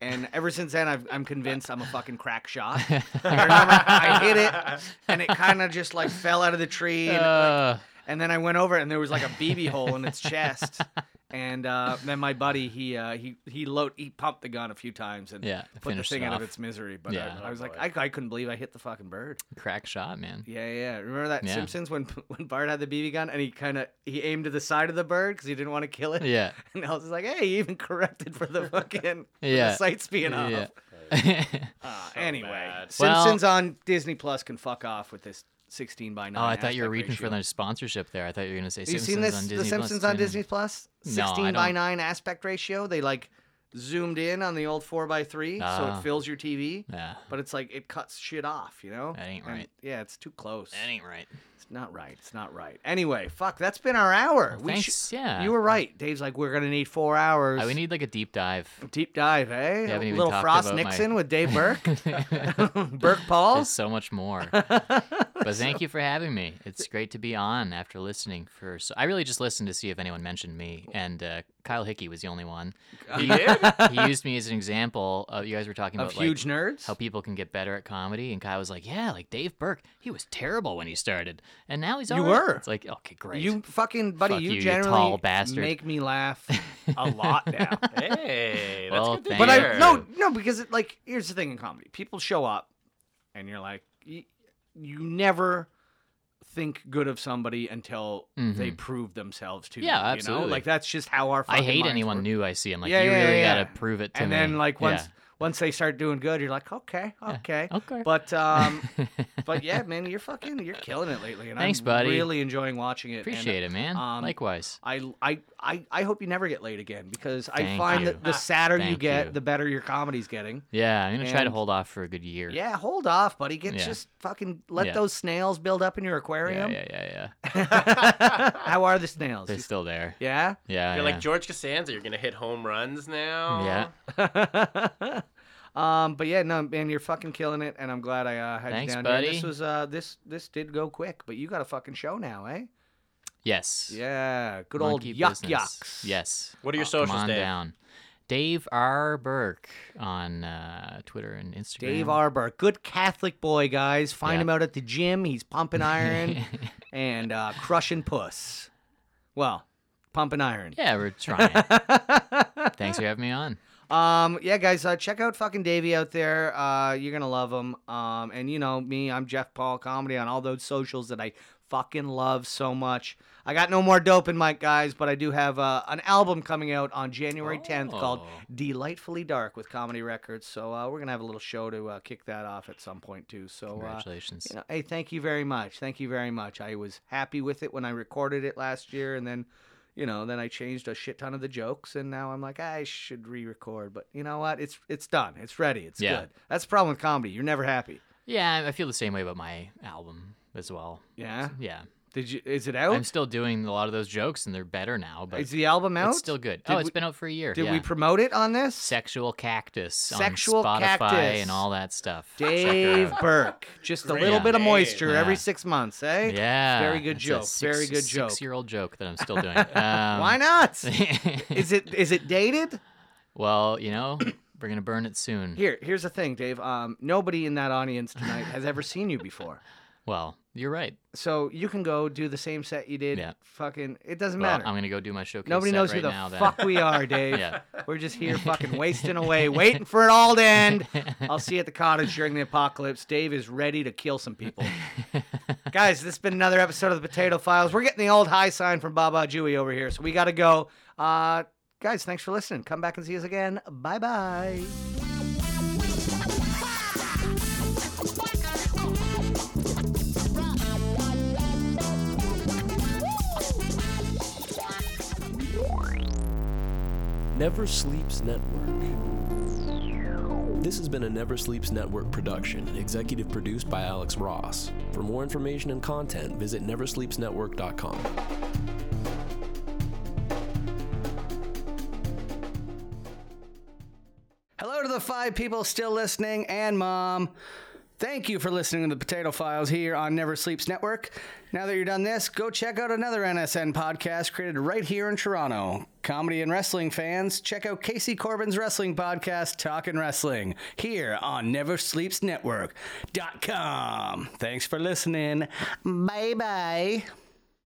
[SPEAKER 2] And ever since then, I've, I'm convinced I'm a fucking crack shot. I remember I hit it, and it kind of just like fell out of the tree. And,
[SPEAKER 3] Uh,
[SPEAKER 2] and then I went over, and there was like a BB hole in its chest. And uh, then my buddy, he uh, he he lo- he pumped the gun a few times and
[SPEAKER 3] Yeah,
[SPEAKER 2] put the
[SPEAKER 3] finished
[SPEAKER 2] thing
[SPEAKER 3] it
[SPEAKER 2] out of
[SPEAKER 3] off.
[SPEAKER 2] its misery. But uh,
[SPEAKER 3] Yeah.
[SPEAKER 2] I, I was like,
[SPEAKER 4] boy.
[SPEAKER 2] I, I couldn't believe I hit the fucking bird.
[SPEAKER 3] crack shot, man.
[SPEAKER 2] Yeah, yeah. Remember that
[SPEAKER 3] Yeah.
[SPEAKER 2] Simpsons when when Bart had the BB gun and he kind of he aimed to the side of the bird because he didn't want to kill it.
[SPEAKER 3] Yeah.
[SPEAKER 2] And Elsa's like, "Hey, you even corrected for the fucking yeah.
[SPEAKER 3] Yeah.
[SPEAKER 2] the sights being off."
[SPEAKER 3] Yeah.
[SPEAKER 2] Uh,
[SPEAKER 4] So
[SPEAKER 2] anyway,
[SPEAKER 4] bad.
[SPEAKER 3] Well-
[SPEAKER 2] Simpsons on Disney Plus can fuck off with this sixteen by nine.
[SPEAKER 3] Oh, I thought you were
[SPEAKER 2] aspect
[SPEAKER 3] reaching
[SPEAKER 2] ratio.
[SPEAKER 3] for their sponsorship there. I thought you were going to say
[SPEAKER 2] Have you
[SPEAKER 3] Simpsons
[SPEAKER 2] seen this?
[SPEAKER 3] on Disney
[SPEAKER 2] the
[SPEAKER 3] Plus,
[SPEAKER 2] Simpsons on
[SPEAKER 3] yeah.
[SPEAKER 2] Disney Plus,
[SPEAKER 3] No, I
[SPEAKER 2] sixteen by
[SPEAKER 3] don't.
[SPEAKER 2] nine aspect ratio. They like zoomed in on the old four by three, so
[SPEAKER 3] Ah.
[SPEAKER 2] it fills your TV.
[SPEAKER 3] Yeah.
[SPEAKER 2] But it's like it cuts shit off, you know.
[SPEAKER 3] That ain't
[SPEAKER 2] And,
[SPEAKER 3] right.
[SPEAKER 2] yeah, it's too close.
[SPEAKER 3] That ain't right.
[SPEAKER 2] It's not right. It's not right. Anyway, fuck. That's been our hour.
[SPEAKER 3] Well, thanks, yeah.
[SPEAKER 2] You were right. Dave's like, we're gonna need four hours.
[SPEAKER 3] Uh, we need like a deep dive.
[SPEAKER 2] deep dive, eh?
[SPEAKER 3] haven't even
[SPEAKER 2] little
[SPEAKER 3] talked
[SPEAKER 2] Frost
[SPEAKER 3] about my-
[SPEAKER 2] Nixon with Dave Burke, Burke Paul.
[SPEAKER 3] There's so much more. but thank you for having me. It's great to be on after listening for. So I really just listened to see if anyone mentioned me, and uh, Kyle Hickey was the only one.
[SPEAKER 4] He did?
[SPEAKER 3] He used me as an example. Of, you guys were talking
[SPEAKER 2] Of
[SPEAKER 3] about like,
[SPEAKER 2] huge nerds.
[SPEAKER 3] how people can get better at comedy, and Kyle was like, "Yeah, like Dave Burke, he was terrible when he started, and now he's
[SPEAKER 2] You
[SPEAKER 3] all right."
[SPEAKER 2] were.
[SPEAKER 3] It's like, okay, great.
[SPEAKER 2] You fucking buddy,
[SPEAKER 3] Fuck you, you
[SPEAKER 2] generally
[SPEAKER 3] tall bastard.
[SPEAKER 2] make me laugh a lot now.
[SPEAKER 4] hey, that's
[SPEAKER 3] Well,
[SPEAKER 4] good to
[SPEAKER 3] thank
[SPEAKER 2] but I
[SPEAKER 4] hear.
[SPEAKER 3] Fair.
[SPEAKER 2] no no because it, like here's the thing in comedy, people show up, and you're like, you, you never think good of somebody until they prove themselves to you.
[SPEAKER 3] Mm-hmm. Yeah,
[SPEAKER 2] you know?
[SPEAKER 3] absolutely.
[SPEAKER 2] Like that's just how our.
[SPEAKER 3] I
[SPEAKER 2] fucking
[SPEAKER 3] hate
[SPEAKER 2] minds
[SPEAKER 3] anyone
[SPEAKER 2] work.
[SPEAKER 3] new I see. I'm like,
[SPEAKER 2] Yeah,
[SPEAKER 3] you
[SPEAKER 2] yeah,
[SPEAKER 3] really
[SPEAKER 2] yeah,
[SPEAKER 3] gotta
[SPEAKER 2] yeah.
[SPEAKER 3] prove it to
[SPEAKER 2] And
[SPEAKER 3] me.
[SPEAKER 2] then like
[SPEAKER 3] Yeah.
[SPEAKER 2] once once they start doing good, you're like, okay, okay,
[SPEAKER 3] okay.
[SPEAKER 2] But um, but yeah, man, you're fucking you're killing it lately, and
[SPEAKER 3] Thanks,
[SPEAKER 2] I'm
[SPEAKER 3] buddy.
[SPEAKER 2] really enjoying watching it.
[SPEAKER 3] appreciate it, man.
[SPEAKER 2] um,
[SPEAKER 3] Likewise.
[SPEAKER 2] I, I, I, I hope you never get late again because I
[SPEAKER 3] Thank
[SPEAKER 2] find
[SPEAKER 3] you.
[SPEAKER 2] that the sadder you
[SPEAKER 3] Thank
[SPEAKER 2] get,
[SPEAKER 3] you.
[SPEAKER 2] the better your comedy's getting.
[SPEAKER 3] Yeah, I'm gonna try to
[SPEAKER 2] and-
[SPEAKER 3] hold off for a good year.
[SPEAKER 2] Yeah, hold off, buddy. Get
[SPEAKER 3] Yeah.
[SPEAKER 2] just fucking let
[SPEAKER 3] Yeah.
[SPEAKER 2] those snails build up in your
[SPEAKER 3] yeah,
[SPEAKER 2] aquarium.
[SPEAKER 3] yeah, yeah. yeah.
[SPEAKER 2] How are the snails?
[SPEAKER 3] They're still there.
[SPEAKER 2] Yeah.
[SPEAKER 3] Yeah,
[SPEAKER 4] You're
[SPEAKER 3] yeah.
[SPEAKER 4] like George Costanza. You're gonna hit home runs now.
[SPEAKER 3] yeah.
[SPEAKER 2] um, but yeah, no, man, you're fucking killing it, and I'm glad I uh, had
[SPEAKER 3] Thanks,
[SPEAKER 2] you down here. This
[SPEAKER 3] buddy.
[SPEAKER 2] was uh, this this did go quick, but you got a fucking show now, eh?
[SPEAKER 3] Yes.
[SPEAKER 2] Yeah, good
[SPEAKER 3] Monkey
[SPEAKER 2] old yuck
[SPEAKER 3] business.
[SPEAKER 2] yucks.
[SPEAKER 3] Yes.
[SPEAKER 4] What are your
[SPEAKER 3] Uh,
[SPEAKER 4] socials,
[SPEAKER 3] Come on
[SPEAKER 4] Dave?
[SPEAKER 3] down. Dave R. Burke on uh, Twitter and Instagram.
[SPEAKER 2] Dave Arbor, good Catholic boy, guys. Find
[SPEAKER 3] Yeah.
[SPEAKER 2] him out at the gym. He's pumping iron and uh, crushing puss. Well, pumping iron.
[SPEAKER 3] Yeah, we're trying. Thanks for having me on.
[SPEAKER 2] Um, yeah, guys, uh, check out fucking Davey out there. Uh, you're gonna love him. Um, and you know me, I'm Jeff Paul Comedy on all those socials that I fucking love so much. I got no more dope in my guys, but I do have uh, an album coming out on January 10th called
[SPEAKER 3] Oh.
[SPEAKER 2] "Delightfully Dark" with Comedy Records. So uh, we're gonna have a little show to uh, kick that off at some point too. So uh,
[SPEAKER 3] Congratulations.
[SPEAKER 2] you know, hey, thank you very much. Thank you very much. I was happy with it when I recorded it last year, and then, you know, then I changed a shit ton of the jokes, and now I'm like, I should re-record. But you know what? It's it's done. It's ready. It's
[SPEAKER 3] Yeah.
[SPEAKER 2] good. That's the problem with comedy. You're never happy.
[SPEAKER 3] Yeah, I feel the same way about my album as well.
[SPEAKER 2] Yeah.
[SPEAKER 3] Yeah.
[SPEAKER 2] Did you? Is it out?
[SPEAKER 3] I'm still doing a lot of those jokes and they're better now, but
[SPEAKER 2] is the album out?
[SPEAKER 3] it's still good.
[SPEAKER 2] Did
[SPEAKER 3] oh, it's
[SPEAKER 2] we-
[SPEAKER 3] been out for a year.
[SPEAKER 2] Did
[SPEAKER 3] yeah.
[SPEAKER 2] we promote it on this?
[SPEAKER 3] Sexual Cactus
[SPEAKER 2] Sexual
[SPEAKER 3] on Spotify
[SPEAKER 2] Cactus.
[SPEAKER 3] and all that stuff. Check her
[SPEAKER 2] Dave
[SPEAKER 3] out.
[SPEAKER 2] Burke. Just a
[SPEAKER 4] Great
[SPEAKER 2] little bit of
[SPEAKER 4] name.
[SPEAKER 2] moisture every
[SPEAKER 3] Yeah.
[SPEAKER 2] six months, eh?
[SPEAKER 3] Yeah.
[SPEAKER 2] Very good
[SPEAKER 3] it's
[SPEAKER 2] joke.
[SPEAKER 3] A six,
[SPEAKER 2] very good joke.
[SPEAKER 3] Six-year-old joke that I'm still doing. Um,
[SPEAKER 2] Why not? is it is it dated?
[SPEAKER 3] well, you know, we're gonna burn it soon.
[SPEAKER 2] Here, here's the thing, Dave. Um, nobody in that audience tonight has ever seen you before,
[SPEAKER 3] Well, you're right.
[SPEAKER 2] so you can go do the same set you did.
[SPEAKER 3] Yeah.
[SPEAKER 2] Fucking, it doesn't
[SPEAKER 3] Well,
[SPEAKER 2] matter.
[SPEAKER 3] I'm gonna go do my showcase.
[SPEAKER 2] Nobody
[SPEAKER 3] set
[SPEAKER 2] knows
[SPEAKER 3] right
[SPEAKER 2] who the
[SPEAKER 3] now, then.
[SPEAKER 2] fuck we are, Dave.
[SPEAKER 3] Yeah.
[SPEAKER 2] We're just here fucking wasting away, waiting for it all to end. I'll see you at the cottage during the apocalypse. Dave is ready to kill some people. Guys, this has been another episode of the Potato Files. We're getting the old high sign from Baba Jewy over here, so we gotta go. Uh, guys, thanks for listening. Come back and see us again. Bye bye.
[SPEAKER 5] Never Sleeps Network. This has been a Never Sleeps Network production, executive produced by Alex Ross. For more information and content, visit neversleepsnetwork.com.
[SPEAKER 2] Hello to the five people still listening and mom. Thank you for listening to the Potato Files here on Never Sleeps Network. Now that you're done this, go check out another NSN podcast created right here in Toronto. Comedy and wrestling fans, check out Casey Corbin's wrestling podcast, Talkin' Wrestling, here on NeverSleepsNetwork.com. Thanks for listening. Bye bye.